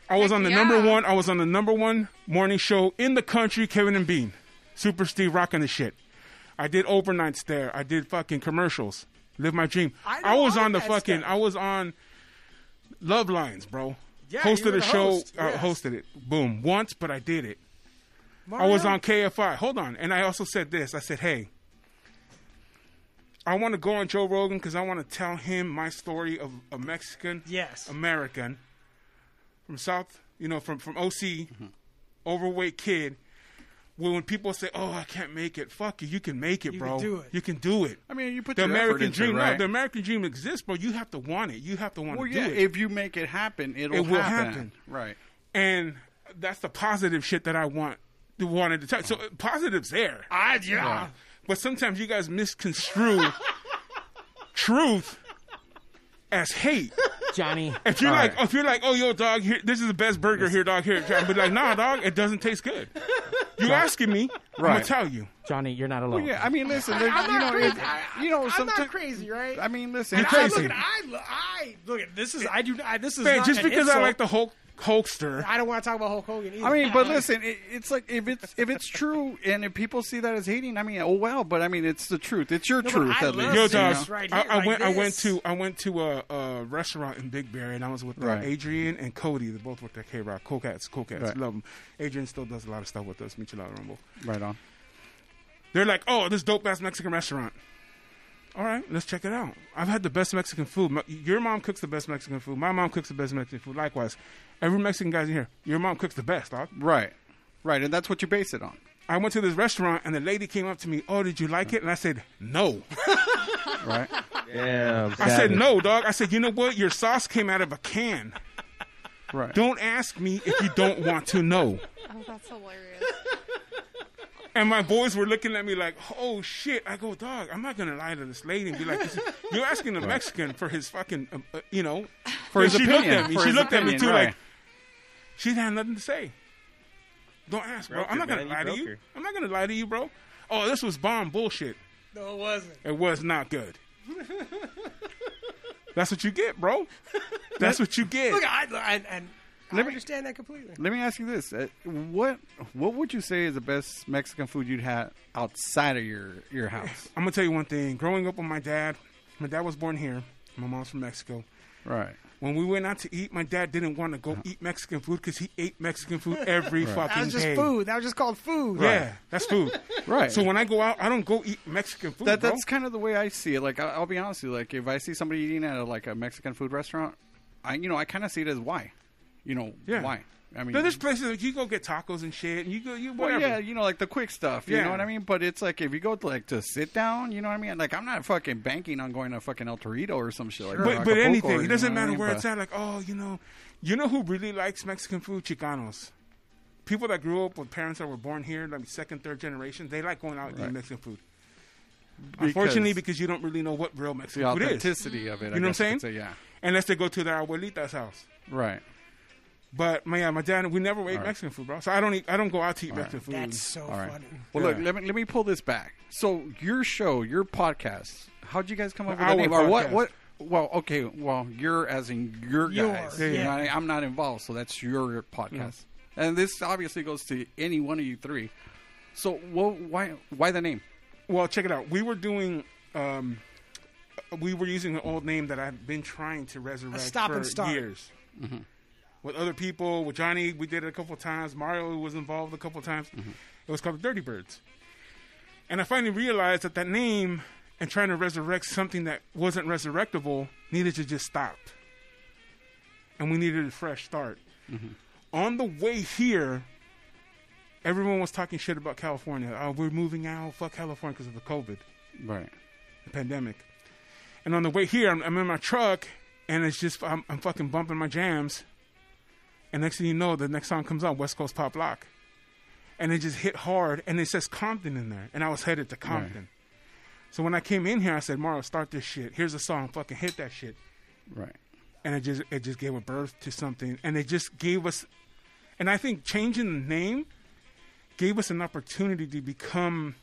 [SPEAKER 7] I was on the
[SPEAKER 2] yeah.
[SPEAKER 7] number one. I was on the number one morning show in the country. Kevin and Bean, Super Steve, rocking the shit. I did overnights there. I did fucking commercials. Live my dream.
[SPEAKER 5] I know
[SPEAKER 7] I, was
[SPEAKER 5] all
[SPEAKER 7] on the
[SPEAKER 5] of that
[SPEAKER 7] fucking.
[SPEAKER 5] stuff.
[SPEAKER 7] I was on Love Lines, bro.
[SPEAKER 5] Yeah, you were
[SPEAKER 7] hosted
[SPEAKER 5] the
[SPEAKER 7] a show.
[SPEAKER 5] host,
[SPEAKER 7] Uh,
[SPEAKER 5] yes.
[SPEAKER 7] Hosted it. Boom. Once, but I did it. I was on KFI. Hold on. And I also said this. I said, hey, I want to go on Joe Rogan because I want to tell him my story of a Mexican
[SPEAKER 5] Yes.
[SPEAKER 7] American from South, you know, from, from OC,
[SPEAKER 5] Mm-hmm.
[SPEAKER 7] overweight kid. Well, when people say, oh, I can't make it, fuck you. You can make it,
[SPEAKER 5] You
[SPEAKER 7] bro.
[SPEAKER 5] can do it.
[SPEAKER 7] You can do it.
[SPEAKER 4] I mean, you put
[SPEAKER 7] the
[SPEAKER 4] your effort
[SPEAKER 7] American
[SPEAKER 4] into it,
[SPEAKER 7] dream.
[SPEAKER 4] right?
[SPEAKER 7] No, the American dream exists, bro. You have to want it. You have to want
[SPEAKER 4] Well,
[SPEAKER 7] to
[SPEAKER 4] yeah,
[SPEAKER 7] do it.
[SPEAKER 4] if you make it happen, it'll
[SPEAKER 7] It will happen.
[SPEAKER 4] Right.
[SPEAKER 7] and that's the positive shit that I want wanted to touch.
[SPEAKER 4] Uh-huh.
[SPEAKER 7] So uh, positives there.
[SPEAKER 5] I, yeah.
[SPEAKER 7] But sometimes you guys misconstrue truth as hate.
[SPEAKER 1] Johnny.
[SPEAKER 7] If you're
[SPEAKER 4] All
[SPEAKER 7] like,
[SPEAKER 4] right.
[SPEAKER 7] if you're like, oh yo, dog, here, this is the best burger here, dog. Here, I'd be like, nah, dog, it doesn't taste good. You asking me? I'm gonna
[SPEAKER 4] Right.
[SPEAKER 7] tell you.
[SPEAKER 1] Johnny, you're not alone.
[SPEAKER 4] Oh, Yeah, I mean, listen, there-
[SPEAKER 5] I'm
[SPEAKER 4] you
[SPEAKER 5] not
[SPEAKER 4] know,
[SPEAKER 5] crazy.
[SPEAKER 4] it- you know,
[SPEAKER 5] I'm
[SPEAKER 4] sometimes
[SPEAKER 5] not crazy, right?
[SPEAKER 4] I mean, listen,
[SPEAKER 7] You're
[SPEAKER 4] it's
[SPEAKER 5] I
[SPEAKER 7] crazy.
[SPEAKER 5] look at I, lo- I look at this is I do I this is
[SPEAKER 7] Man,
[SPEAKER 5] not
[SPEAKER 7] just
[SPEAKER 5] an
[SPEAKER 7] because I
[SPEAKER 5] insult.
[SPEAKER 7] like the Hulk Hulkster,
[SPEAKER 5] I don't want to talk about Hulk Hogan either.
[SPEAKER 4] I mean, but listen, it, it's like if it's if it's true and if people see that as hating, I mean, oh well, but I mean, it's the truth. It's your
[SPEAKER 5] but
[SPEAKER 4] truth
[SPEAKER 5] I
[SPEAKER 4] at
[SPEAKER 5] love
[SPEAKER 4] least.
[SPEAKER 7] Yo,
[SPEAKER 5] Let's see,
[SPEAKER 7] dog,
[SPEAKER 5] it's right
[SPEAKER 7] I,
[SPEAKER 5] here,
[SPEAKER 7] I
[SPEAKER 5] like
[SPEAKER 7] went. I went
[SPEAKER 5] this.
[SPEAKER 7] to. I went to a, a restaurant in Big Bear, and I was with uh,
[SPEAKER 4] Right.
[SPEAKER 7] Adrian and Cody. They both worked at K Rock. Cool cats. Cool cats.
[SPEAKER 4] Right.
[SPEAKER 7] Love them. Adrian still does a lot of stuff with us. Michelada Rumble.
[SPEAKER 4] Right on.
[SPEAKER 7] They're like, oh, this dope ass Mexican restaurant. All right, let's check it out. I've had the best Mexican food. My- Your mom cooks the best Mexican food. My mom cooks the best Mexican food. Likewise, every Mexican guy's in here. Your mom cooks the best, dog.
[SPEAKER 4] Right, right, and that's what you base it on.
[SPEAKER 7] I went to this restaurant, and the lady came up to me. Oh, did you like it? And I said, no.
[SPEAKER 4] Right.
[SPEAKER 3] Yeah.
[SPEAKER 7] I said, no, dog. I said, you know what? Your sauce came out of a can.
[SPEAKER 4] Right.
[SPEAKER 7] Don't ask me if you don't want to know.
[SPEAKER 2] Oh, that's hilarious.
[SPEAKER 7] And my boys were looking at me like, oh shit. I go, dog, I'm not going to lie to this lady and be like, this is- you're asking a Mexican for his fucking, uh, uh, you know.
[SPEAKER 4] for
[SPEAKER 7] And
[SPEAKER 4] his
[SPEAKER 7] she
[SPEAKER 4] opinion.
[SPEAKER 7] looked at me.
[SPEAKER 4] for
[SPEAKER 7] She
[SPEAKER 4] his
[SPEAKER 7] looked at me
[SPEAKER 4] opinion,
[SPEAKER 7] too,
[SPEAKER 4] right.
[SPEAKER 7] like, she had nothing to say. Don't ask, bro.
[SPEAKER 3] Broke
[SPEAKER 7] I'm
[SPEAKER 3] her,
[SPEAKER 7] not
[SPEAKER 3] man.
[SPEAKER 7] going to
[SPEAKER 3] You
[SPEAKER 7] lie to
[SPEAKER 3] broke
[SPEAKER 7] you.
[SPEAKER 3] her.
[SPEAKER 7] I'm not going to lie to you, bro. Oh, this was bomb bullshit.
[SPEAKER 5] no, it wasn't.
[SPEAKER 7] It was not good. That's what you get, bro. That's what you get.
[SPEAKER 5] Look, I, I and I
[SPEAKER 4] Let me-
[SPEAKER 5] understand that completely.
[SPEAKER 4] Let me ask you this: uh, what what would you say is the best Mexican food you'd had outside of your your house?
[SPEAKER 7] I'm gonna tell you one thing. Growing up with my dad, my dad was born here. My mom's from Mexico.
[SPEAKER 4] Right. Uh-huh.
[SPEAKER 7] When we went out to eat, my dad didn't want to go eat Mexican food because he ate Mexican food every fucking
[SPEAKER 5] That was just
[SPEAKER 7] day.
[SPEAKER 5] food. That was just called food.
[SPEAKER 7] Yeah, that's food.
[SPEAKER 4] Right.
[SPEAKER 7] So when I go out, I don't go eat Mexican food.
[SPEAKER 4] That
[SPEAKER 7] bro.
[SPEAKER 4] that's kind of the way I see it. Like I, I'll be honest with you, like if I see somebody eating at a, like a Mexican food restaurant, I you know I kind of see it as why, you know
[SPEAKER 7] Yeah.
[SPEAKER 4] why. I mean,
[SPEAKER 7] Now, there's places that you go get tacos and shit, and you go you
[SPEAKER 4] well,
[SPEAKER 7] whatever.
[SPEAKER 4] yeah, you know like the quick stuff, you
[SPEAKER 7] Yeah.
[SPEAKER 4] know what I mean. But it's like if you go to like to sit down, you know what I mean. Like I'm not fucking banking on going to fucking El Torito or some shit like that.
[SPEAKER 7] But,
[SPEAKER 4] or
[SPEAKER 7] but
[SPEAKER 4] Acapulco
[SPEAKER 7] anything,
[SPEAKER 4] or,
[SPEAKER 7] it
[SPEAKER 4] you
[SPEAKER 7] doesn't
[SPEAKER 4] know what I
[SPEAKER 7] matter
[SPEAKER 4] mean,
[SPEAKER 7] where
[SPEAKER 4] but-
[SPEAKER 7] it's at. Like, oh, you know, you know who really likes Mexican food? Chicanos. People that grew up with parents that were born here, like second, third generation, they like going out and eating Mexican food. Unfortunately, because you don't really know what real
[SPEAKER 4] the
[SPEAKER 7] Mexican food is.
[SPEAKER 4] authenticity of it.
[SPEAKER 7] You know what I'm
[SPEAKER 4] I guess you
[SPEAKER 7] saying?
[SPEAKER 4] could Say, yeah,
[SPEAKER 7] Unless they go to their abuelita's house.
[SPEAKER 4] right.
[SPEAKER 7] But my, yeah, my dad, we never ate
[SPEAKER 4] right.
[SPEAKER 7] Mexican food, bro. So I don't eat, I don't go out to eat Mexican food.
[SPEAKER 5] That's so
[SPEAKER 4] All right.
[SPEAKER 5] funny.
[SPEAKER 4] Well, look,
[SPEAKER 7] Yeah.
[SPEAKER 4] let me let me pull this back. So your show, your podcast, how'd you guys come up with
[SPEAKER 7] Our
[SPEAKER 4] that name? Or what?
[SPEAKER 7] podcast.
[SPEAKER 4] What? Well, okay. Well, your as in your
[SPEAKER 5] Your,
[SPEAKER 4] guys.
[SPEAKER 5] yeah.
[SPEAKER 4] You know, I, am not involved, so that's your podcast. And this obviously goes to any one of you three. So, well, why why the name?
[SPEAKER 7] Well, check it out. We were doing, um, we were using an old name that I've been trying to resurrect
[SPEAKER 5] stop
[SPEAKER 7] for
[SPEAKER 5] and start.
[SPEAKER 7] years. With other people, with Johnny, we did it a couple of times. Mario was involved a couple of times. It was called the Dirty Birds. And I finally realized that that name and trying to resurrect something that wasn't resurrectable needed to just stop. And we needed a fresh start. On the way here, everyone was talking shit about California. Oh, we're moving out. Fuck California because of the COVID
[SPEAKER 4] Right.
[SPEAKER 7] the pandemic. And on the way here, I'm, I'm in my truck, and it's just I'm, I'm fucking bumping my jams. And next thing you know, the next song comes on, West Coast Pop Lock, and it just hit hard, and it says Compton in there, and I was headed to Compton. So when I came in here, I said, "Mario, start this shit. Here's a song. Fucking hit that shit."
[SPEAKER 4] Right.
[SPEAKER 7] and it just it just gave a birth to something and it just gave us and i think changing the name gave us an opportunity to become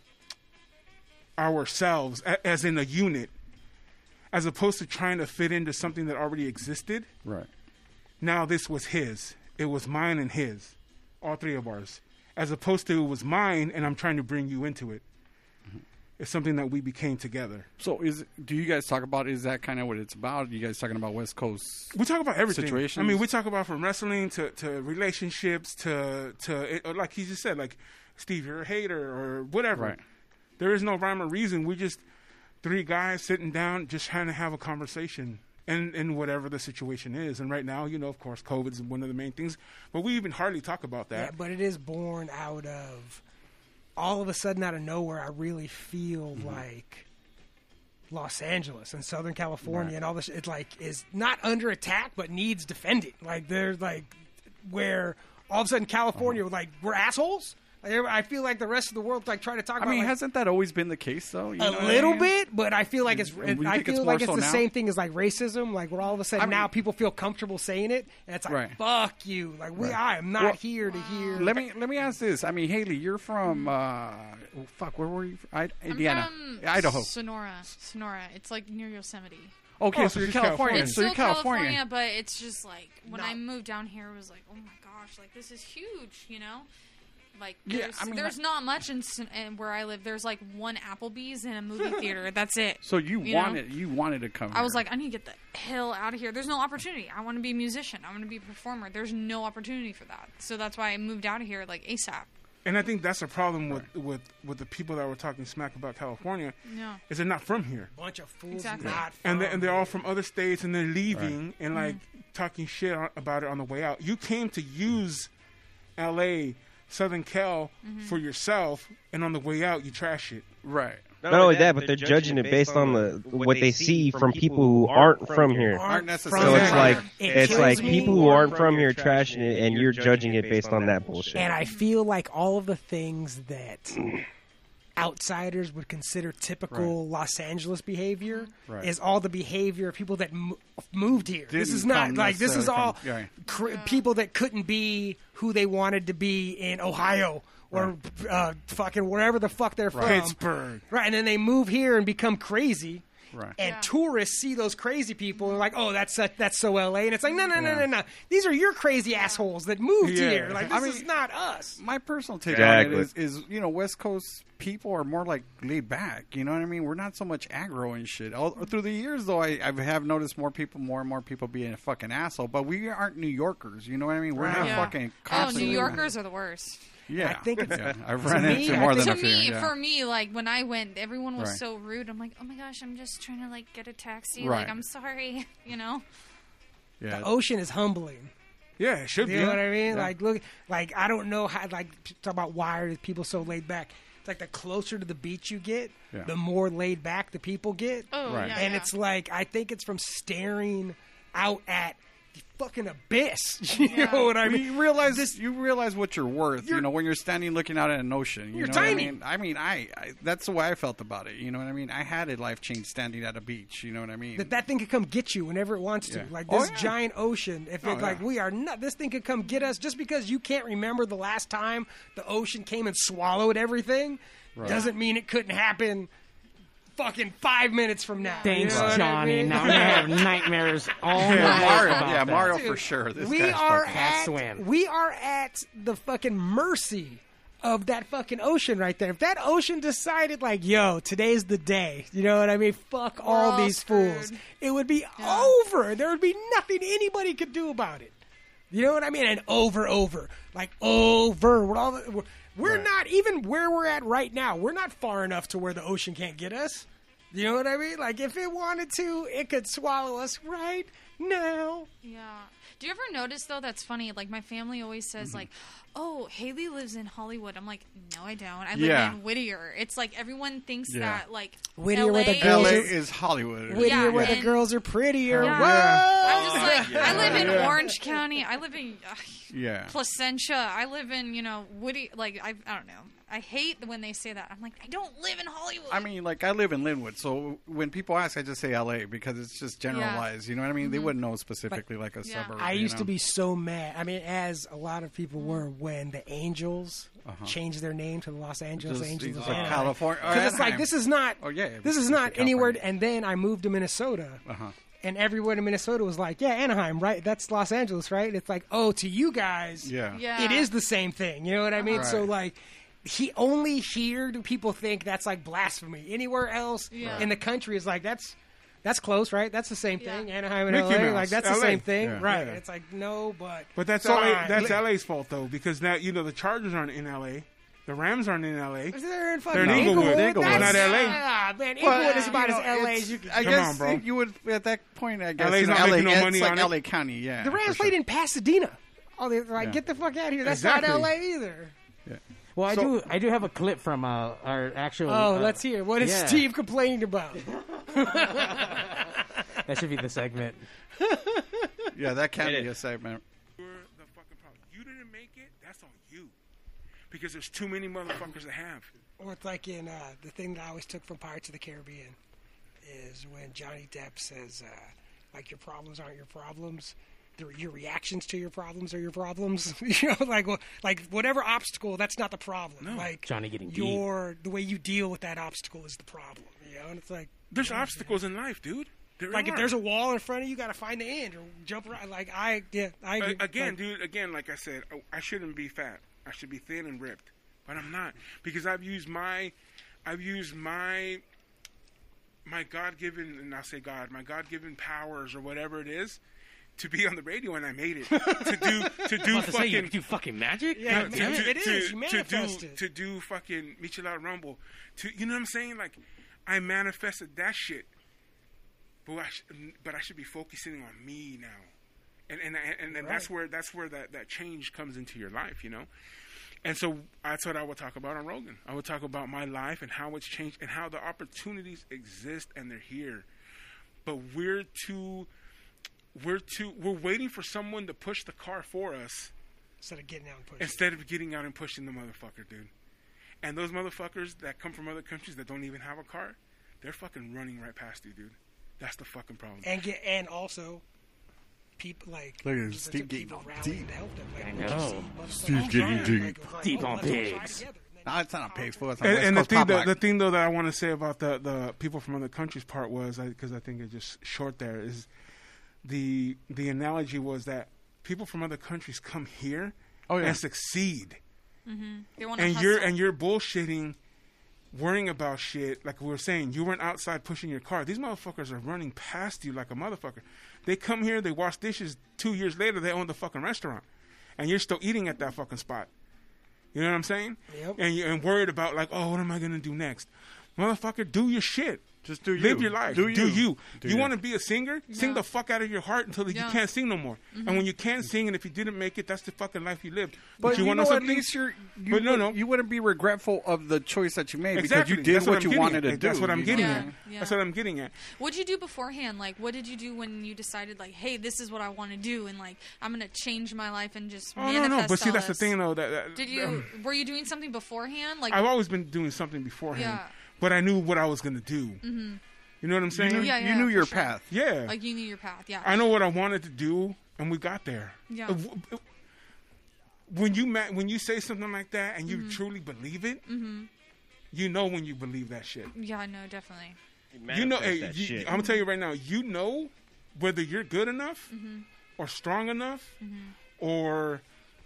[SPEAKER 7] ourselves a- as in a unit as opposed to trying to fit into something that already existed
[SPEAKER 4] Right.
[SPEAKER 7] now this was his it was mine and his all three of ours as opposed to it was mine and i'm trying to bring you into it it's something that we became together
[SPEAKER 4] So, is do you guys talk about? Is that kind of what it's about? you guys talking about West Coast?
[SPEAKER 7] we talk about everything.
[SPEAKER 4] Situations.
[SPEAKER 7] I mean, we talk about from wrestling to, to relationships to to it, or like he just said, like Steve, you're a hater or whatever.
[SPEAKER 4] Right.
[SPEAKER 7] There is no rhyme or reason. We just three guys sitting down, just trying to have a conversation, and and whatever the situation is. And right now, you know, of course, COVID's one of the main things, but we even hardly talk about
[SPEAKER 5] Yeah,
[SPEAKER 7] that.
[SPEAKER 5] but it is born out of all of a sudden out of nowhere. I really feel
[SPEAKER 4] Mm-hmm.
[SPEAKER 5] like Los Angeles and Southern California and all this. It like is not under attack, but needs defending. Like there's like where all of a sudden California
[SPEAKER 4] Uh-huh.
[SPEAKER 5] like we're assholes. Like, I feel like the rest of the world like trying to talk
[SPEAKER 4] I
[SPEAKER 5] about
[SPEAKER 4] mean,
[SPEAKER 5] like,
[SPEAKER 4] hasn't that always been the case though? You
[SPEAKER 5] a
[SPEAKER 4] know what I
[SPEAKER 5] little
[SPEAKER 4] mean?
[SPEAKER 5] bit, but I feel like it's.
[SPEAKER 4] And we
[SPEAKER 5] I
[SPEAKER 4] think it's
[SPEAKER 5] feel
[SPEAKER 4] more
[SPEAKER 5] like it's
[SPEAKER 4] so
[SPEAKER 5] the
[SPEAKER 4] now?
[SPEAKER 5] same thing as like racism. Like where all of a sudden
[SPEAKER 4] I mean-
[SPEAKER 5] now people feel comfortable saying it, and it's like
[SPEAKER 4] Right.
[SPEAKER 5] fuck you. Like we, I am not
[SPEAKER 4] Well,
[SPEAKER 5] here to hear.
[SPEAKER 4] Let me let me ask this. I mean, Haley, you're from uh, oh, fuck. Where were you? From? I, Indiana,
[SPEAKER 2] I'm from
[SPEAKER 4] Idaho.
[SPEAKER 2] Sonora. Sonora. It's like near Yosemite.
[SPEAKER 4] Okay,
[SPEAKER 7] Oh,
[SPEAKER 4] so
[SPEAKER 7] so
[SPEAKER 4] you're
[SPEAKER 7] she's
[SPEAKER 4] California.
[SPEAKER 7] Californian.
[SPEAKER 2] It's
[SPEAKER 4] So you're
[SPEAKER 2] still California.
[SPEAKER 4] California.
[SPEAKER 2] but it's just like when I
[SPEAKER 5] No.
[SPEAKER 2] moved down here, it was like, oh my gosh, like this is huge, you know. Like
[SPEAKER 4] Yeah,
[SPEAKER 2] there's,
[SPEAKER 4] I mean,
[SPEAKER 2] there's
[SPEAKER 4] I-
[SPEAKER 2] not much in, Sin- and where I live. There's like one Applebee's and a movie theater. That's it.
[SPEAKER 4] So you,
[SPEAKER 2] You know?
[SPEAKER 4] wanted you wanted to come.
[SPEAKER 2] I was
[SPEAKER 4] here.
[SPEAKER 2] like, I need to get the hell out of here. There's no opportunity. I want to be a musician. I want to be a performer. There's no opportunity for that. So that's why I moved out of here like ASAP.
[SPEAKER 7] And I think that's a problem with, with, with the people that were talking smack about California.
[SPEAKER 2] Yeah.
[SPEAKER 7] Is they're not from here.
[SPEAKER 5] bunch of fools
[SPEAKER 2] Exactly.
[SPEAKER 5] not
[SPEAKER 7] and they,
[SPEAKER 5] from
[SPEAKER 7] and they're all from other states and they're leaving and like talking shit on, about it on the way out. You came to use L.A. Southern Cal for yourself, and on the way out you trash it.
[SPEAKER 4] right.
[SPEAKER 3] Not,
[SPEAKER 10] Not only that, but they're judging it based on the what they see from people who aren't from here.
[SPEAKER 4] Aren't
[SPEAKER 10] So
[SPEAKER 4] necessarily.
[SPEAKER 10] it's
[SPEAKER 5] here.
[SPEAKER 10] like
[SPEAKER 5] It
[SPEAKER 10] it's
[SPEAKER 5] kills
[SPEAKER 10] like
[SPEAKER 5] me.
[SPEAKER 10] people who aren't from here trashing it, and you're judging it based on that
[SPEAKER 5] And
[SPEAKER 10] bullshit.
[SPEAKER 5] I feel like all of the things that outsiders would consider typical Los Angeles behavior
[SPEAKER 4] Right.
[SPEAKER 5] is all the behavior of people that m- moved here. this
[SPEAKER 4] Didn't
[SPEAKER 5] is not
[SPEAKER 4] come
[SPEAKER 5] like this is
[SPEAKER 4] necessarily
[SPEAKER 5] all
[SPEAKER 4] from- yeah.
[SPEAKER 5] cr- people that couldn't be who they wanted to be in Ohio or uh, fucking wherever the fuck they're from.
[SPEAKER 7] Pittsburgh.
[SPEAKER 5] Right, and then they move here and become crazy.
[SPEAKER 4] Right.
[SPEAKER 5] And
[SPEAKER 2] Yeah.
[SPEAKER 5] tourists see those crazy people and like, oh, that's such, that's so LA, and it's like, no, no, no, no, no. These are your crazy assholes that moved
[SPEAKER 7] Yeah.
[SPEAKER 5] here. Like, this
[SPEAKER 4] I mean-
[SPEAKER 5] is not us.
[SPEAKER 4] My personal take on
[SPEAKER 10] Exactly.
[SPEAKER 4] it is, is, you know, West Coast people are more like laid back. You know what I mean? We're not so much aggro and shit. All, through the years, though, I, I have noticed more people, more and more people being a fucking asshole. But we aren't New Yorkers. You know what I mean? We're not
[SPEAKER 2] Yeah.
[SPEAKER 4] fucking.
[SPEAKER 2] Oh,
[SPEAKER 4] Constantly.
[SPEAKER 2] New Yorkers are the worst.
[SPEAKER 4] Yeah,
[SPEAKER 5] I think it's-
[SPEAKER 4] yeah. I've
[SPEAKER 5] to
[SPEAKER 4] run
[SPEAKER 5] me,
[SPEAKER 4] into
[SPEAKER 5] I
[SPEAKER 4] more
[SPEAKER 5] think-
[SPEAKER 4] than
[SPEAKER 2] to
[SPEAKER 4] a few.
[SPEAKER 2] me,
[SPEAKER 4] yeah.
[SPEAKER 2] for me, like when I went, everyone was
[SPEAKER 4] Right.
[SPEAKER 2] so rude. I'm like, oh my gosh, I'm just trying to like get a taxi.
[SPEAKER 4] Right.
[SPEAKER 2] Like I'm sorry, you know.
[SPEAKER 4] yeah.
[SPEAKER 5] Ocean is humbling.
[SPEAKER 7] Yeah, it should
[SPEAKER 5] You
[SPEAKER 7] be.
[SPEAKER 5] know what I mean?
[SPEAKER 4] Yeah.
[SPEAKER 5] Like, look, like I don't know how. Like, p- talk about why are people so laid back? It's like the closer to the beach you get,
[SPEAKER 4] Yeah.
[SPEAKER 5] the more laid back the people get.
[SPEAKER 2] Oh
[SPEAKER 4] Right.
[SPEAKER 2] yeah,
[SPEAKER 5] and
[SPEAKER 2] yeah.
[SPEAKER 5] it's like I think it's from staring out at the fucking abyss. You know what I mean?
[SPEAKER 4] You realize this. You realize what you're worth. you
[SPEAKER 5] You're-
[SPEAKER 4] know when you're standing looking out at an ocean. You
[SPEAKER 5] You're
[SPEAKER 4] know what
[SPEAKER 5] tiny.
[SPEAKER 4] I mean, I, mean I, I. That's the way I felt about it. You know what I mean? I had a life change standing at a beach. You know what I mean?
[SPEAKER 5] that that thing could come get you whenever it wants to.
[SPEAKER 4] Yeah.
[SPEAKER 5] Like
[SPEAKER 4] Oh,
[SPEAKER 5] this
[SPEAKER 4] yeah.
[SPEAKER 5] giant ocean. If
[SPEAKER 4] Oh,
[SPEAKER 5] it, like
[SPEAKER 4] yeah.
[SPEAKER 5] we are not, this thing could come get us just because you can't remember the last time the ocean came and swallowed everything.
[SPEAKER 4] Right.
[SPEAKER 5] Doesn't mean it couldn't happen. Fucking five minutes from now. You
[SPEAKER 1] Thanks,
[SPEAKER 5] know what I
[SPEAKER 1] Johnny.
[SPEAKER 5] mean?
[SPEAKER 1] Now I'm gonna have nightmares all
[SPEAKER 4] yeah,
[SPEAKER 1] night.
[SPEAKER 4] Mario,
[SPEAKER 1] about
[SPEAKER 4] yeah,
[SPEAKER 1] that.
[SPEAKER 4] Mario for sure. This
[SPEAKER 5] we
[SPEAKER 4] guy's
[SPEAKER 5] are
[SPEAKER 4] fucking-
[SPEAKER 1] Can't
[SPEAKER 5] at
[SPEAKER 1] swim.
[SPEAKER 5] we are at the fucking mercy of that fucking ocean right there. If that ocean decided like, yo, today's the day, you know what I mean? Fuck all,
[SPEAKER 2] all
[SPEAKER 5] these fools.
[SPEAKER 2] screwed.
[SPEAKER 5] It would be over. There would be nothing anybody could do about it. You know what I mean? And over, over, like over. We're all we're, we're not even where we're at right now. We're not far enough to where the ocean can't get us. You know what I mean? Like if it wanted to, it could swallow us right now.
[SPEAKER 2] Yeah. Do you ever notice though? That's funny. Like my family always says, like,
[SPEAKER 4] Mm-hmm.
[SPEAKER 2] "Oh, Haley lives in Hollywood." I'm like, "No, I don't. I live
[SPEAKER 4] Yeah.
[SPEAKER 2] in Whittier." It's like everyone thinks
[SPEAKER 4] Yeah.
[SPEAKER 2] that like
[SPEAKER 5] Whittier
[SPEAKER 2] LA
[SPEAKER 5] where the
[SPEAKER 4] LA
[SPEAKER 5] girls are-
[SPEAKER 4] is Hollywood.
[SPEAKER 5] Whittier
[SPEAKER 2] Yeah,
[SPEAKER 5] where the
[SPEAKER 2] and-
[SPEAKER 5] girls are prettier.
[SPEAKER 2] Yeah.
[SPEAKER 5] Whoa!
[SPEAKER 2] I'm just like, I live in
[SPEAKER 4] Yeah.
[SPEAKER 2] Orange County. I live in ugh,
[SPEAKER 4] Yeah.
[SPEAKER 2] Placentia. I live in you know Woody. Like I, I don't know. I hate when they say that. I'm like, I don't live in Hollywood.
[SPEAKER 4] I mean, like I live in Linwood, so when people ask, I just say L.A. because it's just generalized. You know what I mean? They wouldn't know specifically like, a
[SPEAKER 2] Yeah.
[SPEAKER 4] suburb.
[SPEAKER 5] Mm-hmm. I
[SPEAKER 4] you
[SPEAKER 5] used to
[SPEAKER 4] know?
[SPEAKER 5] be so mad. I mean, as a lot of people were when the Angels changed their name to the Los Angeles
[SPEAKER 4] Uh-huh. Just-
[SPEAKER 5] Angels.
[SPEAKER 4] it's
[SPEAKER 5] of
[SPEAKER 4] like
[SPEAKER 5] Anaheim.
[SPEAKER 4] California- or
[SPEAKER 5] 'Cause it's like
[SPEAKER 4] Anaheim.
[SPEAKER 5] this is not.
[SPEAKER 4] Oh, yeah, it
[SPEAKER 5] this
[SPEAKER 4] was
[SPEAKER 5] is
[SPEAKER 4] just
[SPEAKER 5] not
[SPEAKER 4] California.
[SPEAKER 5] anywhere. And then I moved to Minnesota.
[SPEAKER 4] Uh-huh.
[SPEAKER 5] And everyone in Minnesota was like, "Yeah, Anaheim, right? That's Los Angeles, right?" It's like, "Oh, to you guys,
[SPEAKER 4] Yeah.
[SPEAKER 2] Yeah.
[SPEAKER 5] it is the same thing. You know what I mean? So
[SPEAKER 4] Right.
[SPEAKER 5] like, he only here do people think that's like blasphemy. Anywhere else
[SPEAKER 2] Yeah.
[SPEAKER 5] in the country is like that's that's close, right? That's the same
[SPEAKER 2] Yeah.
[SPEAKER 5] thing. Anaheim and
[SPEAKER 7] Mickey
[SPEAKER 5] LA,
[SPEAKER 7] Mouse,
[SPEAKER 5] like that's the
[SPEAKER 7] LA.
[SPEAKER 5] same thing,
[SPEAKER 4] Yeah.
[SPEAKER 5] right?
[SPEAKER 7] Yeah.
[SPEAKER 5] It's like no, but
[SPEAKER 7] But that's
[SPEAKER 5] Sorry.
[SPEAKER 7] LA, that's LA's fault though, because now you know the Chargers aren't in LA, the Rams aren't in LA.
[SPEAKER 5] They're in fucking
[SPEAKER 7] in
[SPEAKER 5] Inglewood.
[SPEAKER 7] Inglewood.
[SPEAKER 4] Inglewood.
[SPEAKER 5] That's-
[SPEAKER 7] Not LA.
[SPEAKER 5] Ah, man,
[SPEAKER 4] Well,
[SPEAKER 5] Inglewood is
[SPEAKER 4] you
[SPEAKER 5] about
[SPEAKER 4] know,
[SPEAKER 5] as LA
[SPEAKER 4] it's-
[SPEAKER 5] as you can.
[SPEAKER 4] I
[SPEAKER 7] Come
[SPEAKER 4] guess
[SPEAKER 7] on, bro.
[SPEAKER 4] you would at that point. I guess
[SPEAKER 7] LA's
[SPEAKER 4] you know,
[SPEAKER 7] not
[SPEAKER 4] LA,
[SPEAKER 7] making no
[SPEAKER 4] it's
[SPEAKER 7] money
[SPEAKER 4] like
[SPEAKER 7] on it.
[SPEAKER 4] LA County. Yeah,
[SPEAKER 5] The Rams
[SPEAKER 4] for sure.
[SPEAKER 5] played in Pasadena. Oh, they're like,
[SPEAKER 4] Yeah.
[SPEAKER 5] get the fuck out of here. That's
[SPEAKER 7] Exactly.
[SPEAKER 5] not LA either.
[SPEAKER 1] Well, I
[SPEAKER 4] So-
[SPEAKER 1] do. I do have a clip from uh, our actual.
[SPEAKER 5] Oh,
[SPEAKER 1] uh,
[SPEAKER 5] let's hear. What is
[SPEAKER 1] yeah.
[SPEAKER 5] Steve complaining about?
[SPEAKER 1] That should be the segment.
[SPEAKER 4] Yeah, that can
[SPEAKER 3] It
[SPEAKER 4] be a
[SPEAKER 3] is.
[SPEAKER 4] segment.
[SPEAKER 7] You're the fucking problem. You didn't make it. That's on you, because there's too many motherfuckers that have.
[SPEAKER 5] Or it's like in uh, the thing that I always took from Pirates of the Caribbean is when Johnny Depp says, uh, like, your problems aren't your problems. They're- Your reactions to your problems are your problems. you know, like wha- like whatever obstacle, that's not the problem. Like
[SPEAKER 1] Johnny getting deep.
[SPEAKER 5] your the way you deal with that obstacle is the problem. You know, and it's like
[SPEAKER 7] There's obstacles in life, dude. There
[SPEAKER 5] like
[SPEAKER 7] are.
[SPEAKER 5] if there's a wall in front of you, you got to find the end or jump around. Like I yeah I
[SPEAKER 7] A-
[SPEAKER 5] agree.
[SPEAKER 7] again,
[SPEAKER 5] Like,
[SPEAKER 7] dude. Again, like I said, I- I shouldn't be fat. I should be thin and ripped, but I'm not because I've used my, I've used my, my God-given, and I say God, my God-given powers or whatever it is, to be on the radio, and I made it to do to do fucking
[SPEAKER 1] do fucking magic.
[SPEAKER 5] Yeah,
[SPEAKER 7] to,
[SPEAKER 5] man,
[SPEAKER 7] to-
[SPEAKER 5] it
[SPEAKER 7] to-
[SPEAKER 5] is. You
[SPEAKER 7] to do
[SPEAKER 5] manifest it.
[SPEAKER 7] to do fucking Michelada Rumble. To you know what I'm saying? Like I manifested that shit, but I sh- but I should be focusing on me now, and and and, and, that's where that's where that that change comes into your life, you know. And so that's what I would talk about on Rogan. I would talk about my life and how it's changed and how the opportunities exist and they're here, but we're too. We're too. We're waiting for someone to push the car for us,
[SPEAKER 5] instead of getting out and pushing.
[SPEAKER 7] instead of getting out and pushing the motherfucker, dude. And those motherfuckers that come from other countries that don't even have a car, they're fucking running right past you, dude. That's the fucking problem.
[SPEAKER 5] and get and also people like
[SPEAKER 4] Look at
[SPEAKER 5] just
[SPEAKER 4] Steve
[SPEAKER 5] bunch of
[SPEAKER 4] getting
[SPEAKER 5] people
[SPEAKER 4] all
[SPEAKER 5] rallying
[SPEAKER 4] deep.
[SPEAKER 5] to help them. Like, I
[SPEAKER 1] know.
[SPEAKER 5] Steve
[SPEAKER 7] getting deep.
[SPEAKER 1] Deep on pigs.
[SPEAKER 4] No, it's not a paid for. It's on
[SPEAKER 7] And,
[SPEAKER 4] West
[SPEAKER 7] and the
[SPEAKER 4] Coast
[SPEAKER 7] thing,
[SPEAKER 4] Pop
[SPEAKER 7] that,
[SPEAKER 4] Lock.
[SPEAKER 7] the thing though that I want to say about the, the people from other countries part was because I think it's just short there is the the analogy was that people from other countries come here
[SPEAKER 4] Oh, yeah.
[SPEAKER 7] and succeed.
[SPEAKER 4] Mm-hmm.
[SPEAKER 2] they want
[SPEAKER 7] and you're and you're bullshitting, worrying about shit. Like we were saying, you weren't outside pushing your car. These motherfuckers are running past you like a motherfucker. They come here, they wash dishes. Two years later, they own the fucking restaurant, and you're still eating at that fucking spot. You know what I'm saying?
[SPEAKER 5] Yep.
[SPEAKER 7] And you and worried about like, oh, what am I gonna do next? Motherfucker, do your shit.
[SPEAKER 4] Just do you.
[SPEAKER 7] Live your life.
[SPEAKER 4] Do you.
[SPEAKER 7] Do you.
[SPEAKER 4] Do
[SPEAKER 7] you
[SPEAKER 4] you.
[SPEAKER 7] want to be a singer? Sing
[SPEAKER 2] Yeah.
[SPEAKER 7] the fuck out of your heart until
[SPEAKER 2] Yeah.
[SPEAKER 7] you can't sing no more.
[SPEAKER 2] Mhm.
[SPEAKER 7] And when you can sing, and if you didn't make it, that's the fucking life you lived.
[SPEAKER 4] But
[SPEAKER 7] you,
[SPEAKER 4] you,
[SPEAKER 7] want
[SPEAKER 4] know,
[SPEAKER 7] to
[SPEAKER 4] at least you're. You,
[SPEAKER 7] But no,
[SPEAKER 4] would-
[SPEAKER 7] no.
[SPEAKER 4] You wouldn't be regretful of the choice that you made
[SPEAKER 7] exactly.
[SPEAKER 4] because you did
[SPEAKER 7] that's
[SPEAKER 4] what,
[SPEAKER 7] I'm
[SPEAKER 4] you
[SPEAKER 7] getting
[SPEAKER 4] wanted
[SPEAKER 7] at.
[SPEAKER 4] to do.
[SPEAKER 7] That's what I'm
[SPEAKER 4] you know?
[SPEAKER 7] getting
[SPEAKER 2] Yeah,
[SPEAKER 7] at.
[SPEAKER 2] yeah.
[SPEAKER 7] That's what I'm getting at.
[SPEAKER 2] What'd you do beforehand? Like, what did you do when you decided, like, hey, this is what I want to do, and like, I'm gonna change my life and just
[SPEAKER 7] Oh
[SPEAKER 2] manifest
[SPEAKER 7] no, no. But see,
[SPEAKER 2] all
[SPEAKER 7] that's the
[SPEAKER 2] this?
[SPEAKER 7] thing, though. That, that um,
[SPEAKER 2] Did you? Were you doing something beforehand? Like,
[SPEAKER 7] I've always been doing something beforehand,
[SPEAKER 2] Yeah.
[SPEAKER 7] but I knew what I was gonna do.
[SPEAKER 2] hmm
[SPEAKER 7] You know
[SPEAKER 4] You
[SPEAKER 7] what I'm
[SPEAKER 4] knew,
[SPEAKER 7] saying?
[SPEAKER 2] Yeah,
[SPEAKER 4] you
[SPEAKER 2] yeah,
[SPEAKER 4] knew
[SPEAKER 2] for
[SPEAKER 4] your
[SPEAKER 2] sure.
[SPEAKER 4] path.
[SPEAKER 7] Yeah.
[SPEAKER 2] like you knew your path. Yeah.
[SPEAKER 7] I know what I wanted to do, and we got there.
[SPEAKER 2] Yeah.
[SPEAKER 7] Uh, w- uh, When you ma- when you say something like that and you
[SPEAKER 2] Mm-hmm.
[SPEAKER 7] truly believe it,
[SPEAKER 2] hmm
[SPEAKER 7] you know when you believe that shit.
[SPEAKER 2] Yeah, no, definitely.
[SPEAKER 7] you know,
[SPEAKER 10] Manifest
[SPEAKER 7] hey,
[SPEAKER 10] that
[SPEAKER 7] you-
[SPEAKER 10] shit.
[SPEAKER 7] I'm gonna tell you right now. You know whether you're good enough
[SPEAKER 2] Mm-hmm,
[SPEAKER 7] or strong enough or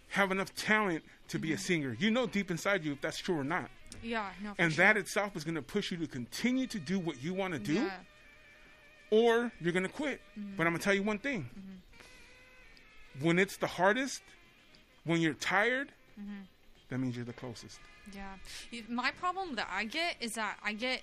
[SPEAKER 7] have enough talent to be a
[SPEAKER 2] Mm-hmm.
[SPEAKER 7] singer. You know deep inside you if that's true or not,
[SPEAKER 2] Yeah, no. Oh, For
[SPEAKER 7] and
[SPEAKER 2] sure.
[SPEAKER 7] that itself is gonna push you to continue to do what you want to do,
[SPEAKER 2] Yeah. Mm-hmm.
[SPEAKER 7] or you're gonna quit. But I'm gonna tell you one thing: when it's the hardest, when you're tired,
[SPEAKER 2] Mm-hmm.
[SPEAKER 7] that means you're the closest.
[SPEAKER 2] Yeah. You- My problem that I get is that I get.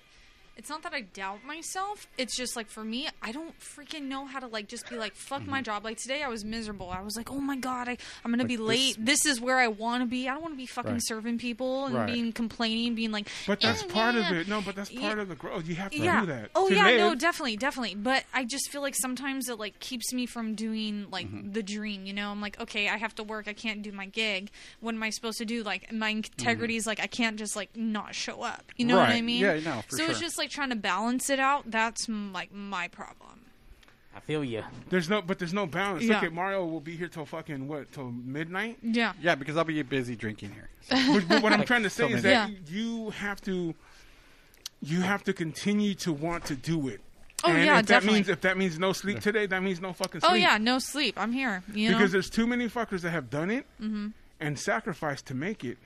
[SPEAKER 2] It's not that I doubt myself. It's just like for me, I don't freaking know how to like just be like, fuck
[SPEAKER 7] Mm-hmm.
[SPEAKER 2] my job. Like today, I was miserable. I was like, oh my god, I, I'm gonna be late. This, is where I want to be. I don't want to be fucking
[SPEAKER 4] Right.
[SPEAKER 2] serving people and
[SPEAKER 4] Right.
[SPEAKER 2] being complaining, being like.
[SPEAKER 7] But that's
[SPEAKER 2] "Eh,
[SPEAKER 7] part of
[SPEAKER 2] yeah."
[SPEAKER 7] it. No, but that's
[SPEAKER 2] Yeah.
[SPEAKER 7] part of the growth. You have to
[SPEAKER 2] yeah.
[SPEAKER 7] do that.
[SPEAKER 2] Oh
[SPEAKER 7] to
[SPEAKER 2] yeah, no,
[SPEAKER 7] live.
[SPEAKER 2] definitely, definitely. But I just feel like sometimes it like keeps me from doing like the dream. You know, I'm like, okay, I have to work. I can't do my gig. What am I supposed to do? Like my integrity is like I can't just like not show up. You know what I
[SPEAKER 4] Right.
[SPEAKER 2] mean?
[SPEAKER 4] Yeah, no, for
[SPEAKER 2] so it's
[SPEAKER 4] sure.
[SPEAKER 2] just like trying to balance it out. That's mm, like my problem.
[SPEAKER 1] I feel you.
[SPEAKER 7] There's no, but there's no balance. Look
[SPEAKER 2] Yeah.
[SPEAKER 7] at Mario. Will be here till fucking what? Till midnight.
[SPEAKER 2] Yeah.
[SPEAKER 4] Yeah, because I'll be busy drinking here.
[SPEAKER 7] but, but what I'm trying to say
[SPEAKER 4] so
[SPEAKER 7] is
[SPEAKER 2] many.
[SPEAKER 7] that you have to, you have to continue to want to do it.
[SPEAKER 2] Oh,
[SPEAKER 7] and
[SPEAKER 2] yeah,
[SPEAKER 7] if that
[SPEAKER 2] definitely.
[SPEAKER 7] means if that means no sleep today, that means no fucking sleep.
[SPEAKER 2] Oh yeah, no sleep. I'm here. You know. Mm-hmm,
[SPEAKER 7] because there's too many fuckers that have done it and sacrificed to make it.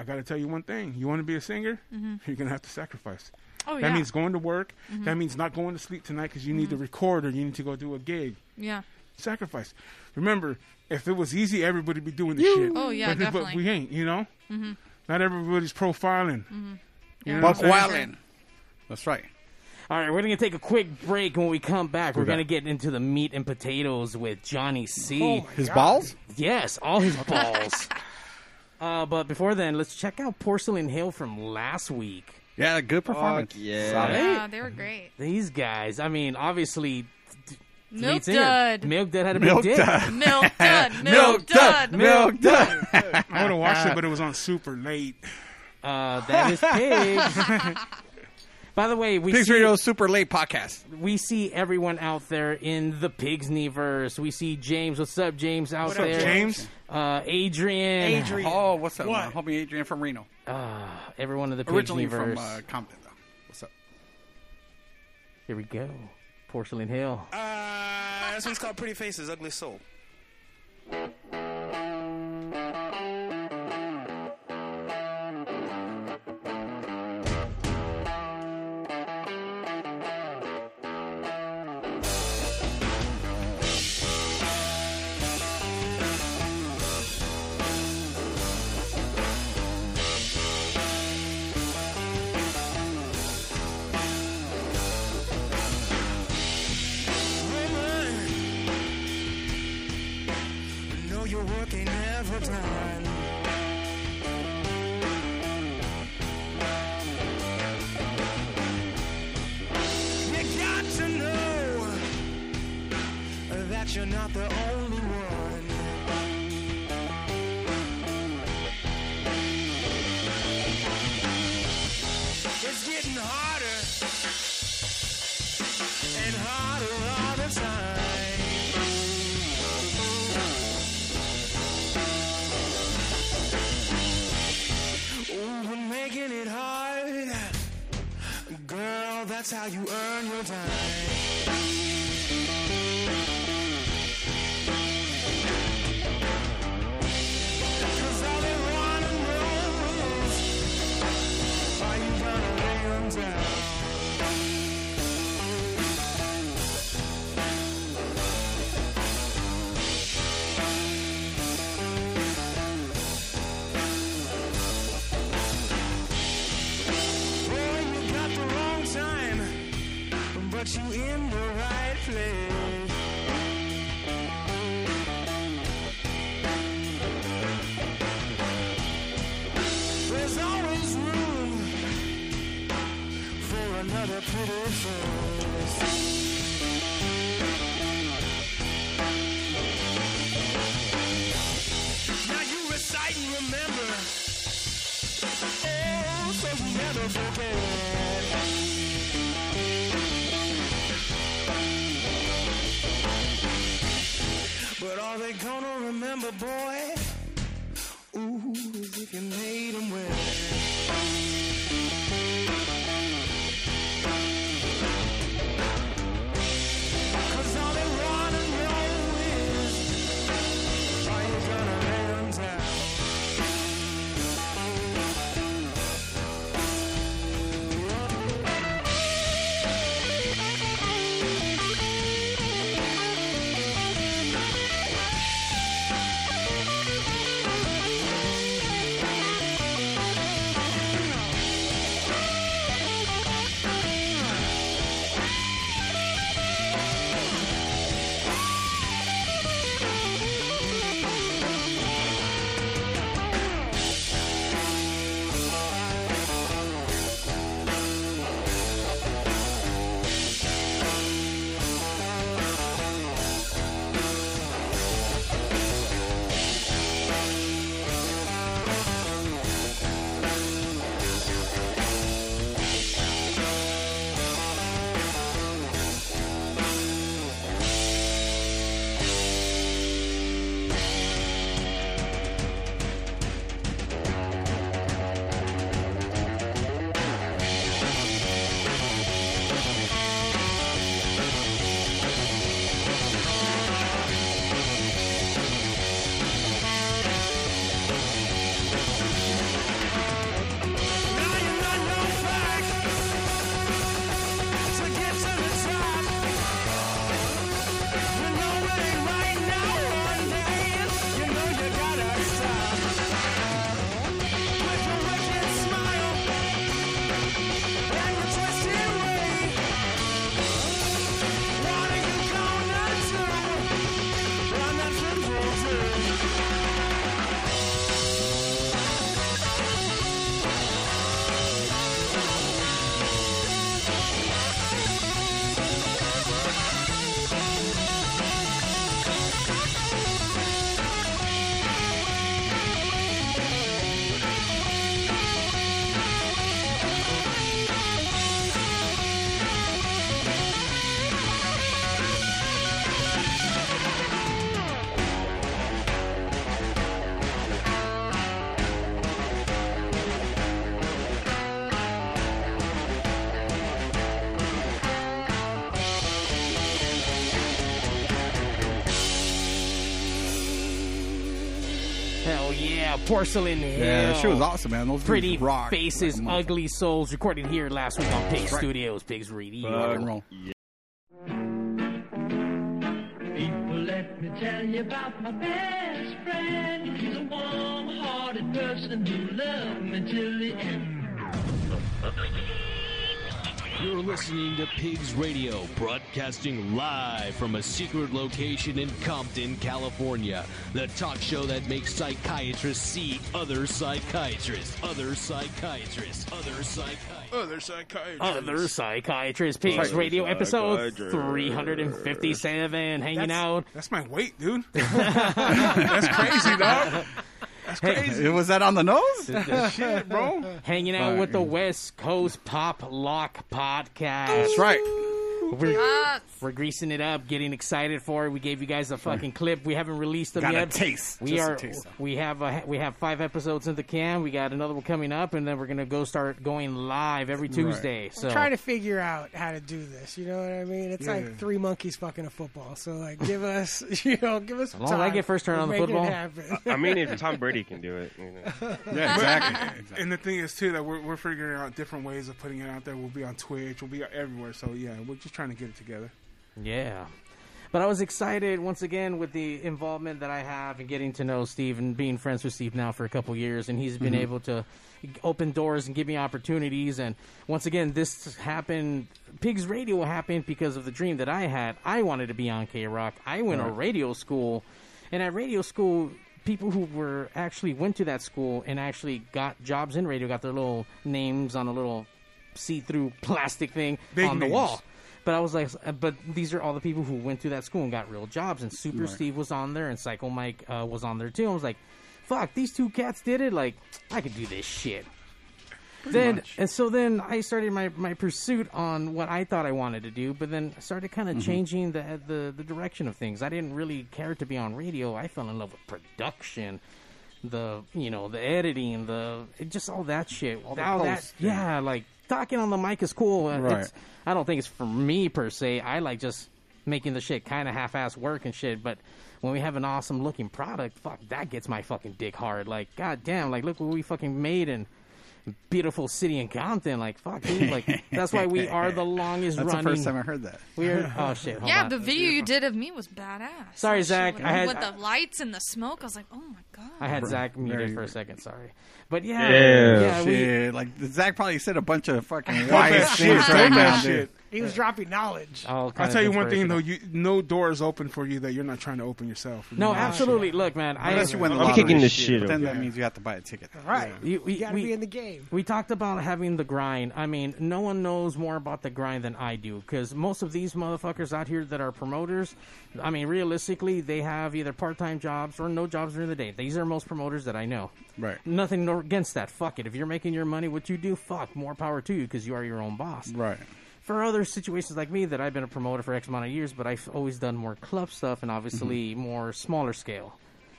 [SPEAKER 7] I got to tell you one thing: you want to be a singer, you're gonna have to sacrifice.
[SPEAKER 2] Mm-hmm. oh
[SPEAKER 7] That
[SPEAKER 2] yeah. Mm-hmm.
[SPEAKER 7] means going to work. That means not going to sleep tonight because you need to record or you need to go do a gig.
[SPEAKER 2] yeah.
[SPEAKER 7] Sacrifice. Remember, if it was easy, everybody be doing this shit.
[SPEAKER 2] Oh, yeah,
[SPEAKER 7] but,
[SPEAKER 2] definitely.
[SPEAKER 7] But
[SPEAKER 2] Mm-hmm.
[SPEAKER 7] we ain't, you know. Not everybody's profiling.
[SPEAKER 2] Yeah,
[SPEAKER 7] know what
[SPEAKER 2] no,
[SPEAKER 4] Buck
[SPEAKER 2] for sure.
[SPEAKER 4] Wallin. That's right.
[SPEAKER 1] All right, we're gonna take a quick break. When we come back, we're
[SPEAKER 4] Okay.
[SPEAKER 1] gonna get into the meat and potatoes with Johnny C.
[SPEAKER 5] Oh
[SPEAKER 4] His balls?
[SPEAKER 1] Yes, all his balls. Uh, but before then, let's check out Porcelain Hill from last week.
[SPEAKER 4] Yeah, good performance.
[SPEAKER 3] yeah.
[SPEAKER 1] Solid.
[SPEAKER 2] Yeah, they were great.
[SPEAKER 1] These guys, I mean, obviously, lead
[SPEAKER 2] Milk
[SPEAKER 1] singer,
[SPEAKER 2] dud.
[SPEAKER 1] Milk Dud had a
[SPEAKER 4] Milk
[SPEAKER 1] big dick.
[SPEAKER 4] dud.
[SPEAKER 2] Milk dud. Milk
[SPEAKER 4] Milk
[SPEAKER 2] dud.
[SPEAKER 4] dud. Milk dud.
[SPEAKER 7] I would have watched it, but it was on super late.
[SPEAKER 1] Uh, that is pigs. By the way, we
[SPEAKER 4] Pigs
[SPEAKER 1] see,
[SPEAKER 4] Radio Super Late Podcast.
[SPEAKER 1] we see everyone out there in the pigs verse. We see James. What's up, James? Out
[SPEAKER 7] up,
[SPEAKER 1] there,
[SPEAKER 7] James?
[SPEAKER 1] Uh, Adrian.
[SPEAKER 4] Oh, what's up? My homie Adrian from Reno.
[SPEAKER 1] Ah, everyone in the pigs
[SPEAKER 4] Originally from uh, Compton, though. What's up?
[SPEAKER 1] Here we go. Porcelain Hill.
[SPEAKER 4] Ah.
[SPEAKER 11] Uh, this one's called Pretty Faces, Ugly Soul. know you're working every time. You got to know that you're not the only one. It's getting harder and harder all the time. Ooh, we're making it hard. Girl, that's how you earn your time. Cause all they wanna know is, are you gonna lay 'em down? Well, you got the wrong time got a pretty face. Now you recite and remember. Oh, so we never forget. But are they gonna remember, boy? Ooh, as if you made 'em wet. Cause all they wanna know is, are you gonna let 'em down? To get to the top, you know it ain't right now. One day, you know you gotta stop. With your wicked smile and your twisty way, what are you gonna do? Well, nothing will do.
[SPEAKER 1] Hell yeah, porcelain.
[SPEAKER 4] Yeah, that
[SPEAKER 1] Hill.
[SPEAKER 4] shit was awesome, man. Those dudes
[SPEAKER 1] pretty
[SPEAKER 4] rocked
[SPEAKER 1] faces,
[SPEAKER 4] like a
[SPEAKER 1] ugly souls, recorded here last week on Pig
[SPEAKER 4] That's right.
[SPEAKER 1] Studios, Pigs Radio.
[SPEAKER 4] Rock and roll.
[SPEAKER 8] Well, let me tell you about my best friend. He's a warm-hearted person who loved me till the end.
[SPEAKER 9] You're listening to Pigs Radio, broadcasting live from a secret location in Compton, California. The talk show that makes psychiatrists see other psychiatrists, other psychiatrists, other psychiatrists.
[SPEAKER 7] Other psychiatrist.
[SPEAKER 1] Other Psychiatrist Pigs Radio episode 357. Hanging
[SPEAKER 7] That's-
[SPEAKER 1] out.
[SPEAKER 7] That's my weight, dude. that's crazy, dog. That's crazy.
[SPEAKER 4] Hey, was that on the nose?
[SPEAKER 7] Shit, bro.
[SPEAKER 1] Hanging out
[SPEAKER 4] Fuck.
[SPEAKER 1] with the West Coast Pop Lock Podcast.
[SPEAKER 4] That's right.
[SPEAKER 1] We're, we're greasing it up, getting excited for it. We gave you guys a fucking clip. We haven't released them
[SPEAKER 4] Got a
[SPEAKER 1] yet.
[SPEAKER 4] taste,
[SPEAKER 1] We
[SPEAKER 4] just a
[SPEAKER 1] are.
[SPEAKER 4] taste.
[SPEAKER 1] We have a, we have five episodes in the can. We got another one coming up, and then we're gonna go start going live every Tuesday. So
[SPEAKER 5] I'm trying to figure out how to do this. You know what I mean? It's
[SPEAKER 1] Yeah.
[SPEAKER 5] like three monkeys fucking a football. So like, give us, you know, give us.
[SPEAKER 10] As long as
[SPEAKER 5] time.
[SPEAKER 10] I get first turn
[SPEAKER 5] We'll
[SPEAKER 10] on the
[SPEAKER 5] make it
[SPEAKER 10] football.
[SPEAKER 5] happen.
[SPEAKER 10] I mean, if Tom Brady can do it, you know.
[SPEAKER 7] And the thing is too that we're, we're figuring out different ways of putting it out there. We'll be on Twitch. We'll be everywhere. So yeah, we're just trying to get it together.
[SPEAKER 1] Yeah. But I was excited once again with the involvement that I have in getting to know Steve and being friends with Steve now for a couple years, and he's been
[SPEAKER 7] Mm-hmm.
[SPEAKER 12] Mhm.
[SPEAKER 1] able to open doors and give me opportunities. And once again, this happened. Pigs Radio happened because of the dream that I had. I wanted to be on K Rock. I went to
[SPEAKER 12] Right.
[SPEAKER 1] radio school, and at radio school, people who were actually went to that school and actually got jobs in radio got their little names on a little see-through plastic thing
[SPEAKER 7] Big
[SPEAKER 1] on the
[SPEAKER 7] names.
[SPEAKER 1] wall. But I was like, uh, but these are all the people who went through that school and got real jobs. And Super
[SPEAKER 7] Right.
[SPEAKER 1] Steve was on there, and Psycho Mike uh, was on there too. I was like, fuck, these two cats did it. Like, I could do this shit.
[SPEAKER 7] Pretty
[SPEAKER 1] then
[SPEAKER 7] much.
[SPEAKER 1] and so then I started my, my pursuit on what I thought I wanted to do, but then I started kind of
[SPEAKER 7] Mhm.
[SPEAKER 1] changing the, the the direction of things. I didn't really care to be on radio. I fell in love with production, the you know the editing, the just all that shit.
[SPEAKER 7] the
[SPEAKER 1] All that-
[SPEAKER 7] posts,
[SPEAKER 1] yeah. like talking on the mic is cool. Uh,
[SPEAKER 7] Right.
[SPEAKER 1] it's- I don't think it's for me per se. I like just making the shit kind of half-ass work and shit, but. When we have an awesome looking product, fuck, that gets my fucking dick hard. Like, goddamn, like, look what we fucking made and beautiful city in Compton. Like, fuck, dude. Like, that's why we are the longest
[SPEAKER 4] That's the
[SPEAKER 1] running.
[SPEAKER 4] first time I heard that.
[SPEAKER 1] We are. Oh shit. Hold
[SPEAKER 2] yeah,
[SPEAKER 1] on.
[SPEAKER 2] the video you did of me was badass.
[SPEAKER 1] Sorry,
[SPEAKER 2] That shit
[SPEAKER 1] Zach,
[SPEAKER 2] With,
[SPEAKER 1] I had-
[SPEAKER 2] with the lights and the smoke, I was like, oh my god.
[SPEAKER 1] I had
[SPEAKER 4] Br-
[SPEAKER 1] Zach muted
[SPEAKER 4] very-
[SPEAKER 1] for a second. Sorry, but yeah,
[SPEAKER 4] yeah,
[SPEAKER 1] we-
[SPEAKER 4] shit. like Zach probably said a bunch of fucking wise things right
[SPEAKER 7] Don't
[SPEAKER 4] now,
[SPEAKER 7] that
[SPEAKER 4] dude.
[SPEAKER 7] shit.
[SPEAKER 5] He was dropping knowledge.
[SPEAKER 1] All
[SPEAKER 7] I'll
[SPEAKER 1] kinds
[SPEAKER 7] tell
[SPEAKER 1] of
[SPEAKER 7] you one thing
[SPEAKER 1] inspirational.
[SPEAKER 7] though: you no door is open for you that you're not trying to open yourself.
[SPEAKER 1] No,
[SPEAKER 7] Yeah.
[SPEAKER 1] absolutely. Look, man. I,
[SPEAKER 4] Unless you win the lottery, but then that means you have to buy a ticket.
[SPEAKER 5] Right.
[SPEAKER 1] You, we,
[SPEAKER 5] You gotta
[SPEAKER 1] we-
[SPEAKER 5] be in the game.
[SPEAKER 1] We talked about having the grind. I mean, no one knows more about the grind than I do because most of these motherfuckers out here that are promoters, I mean, realistically, they have either part time jobs or no jobs during the day. These are most promoters that I know.
[SPEAKER 4] Right.
[SPEAKER 1] Nothing nor- against that. Fuck it. If you're making your money, what you do, fuck, more power to you because you are your own boss
[SPEAKER 4] Right.
[SPEAKER 1] for other situations like me that I've been a promoter for X amount of years, but I've always done more club stuff and obviously more smaller scale.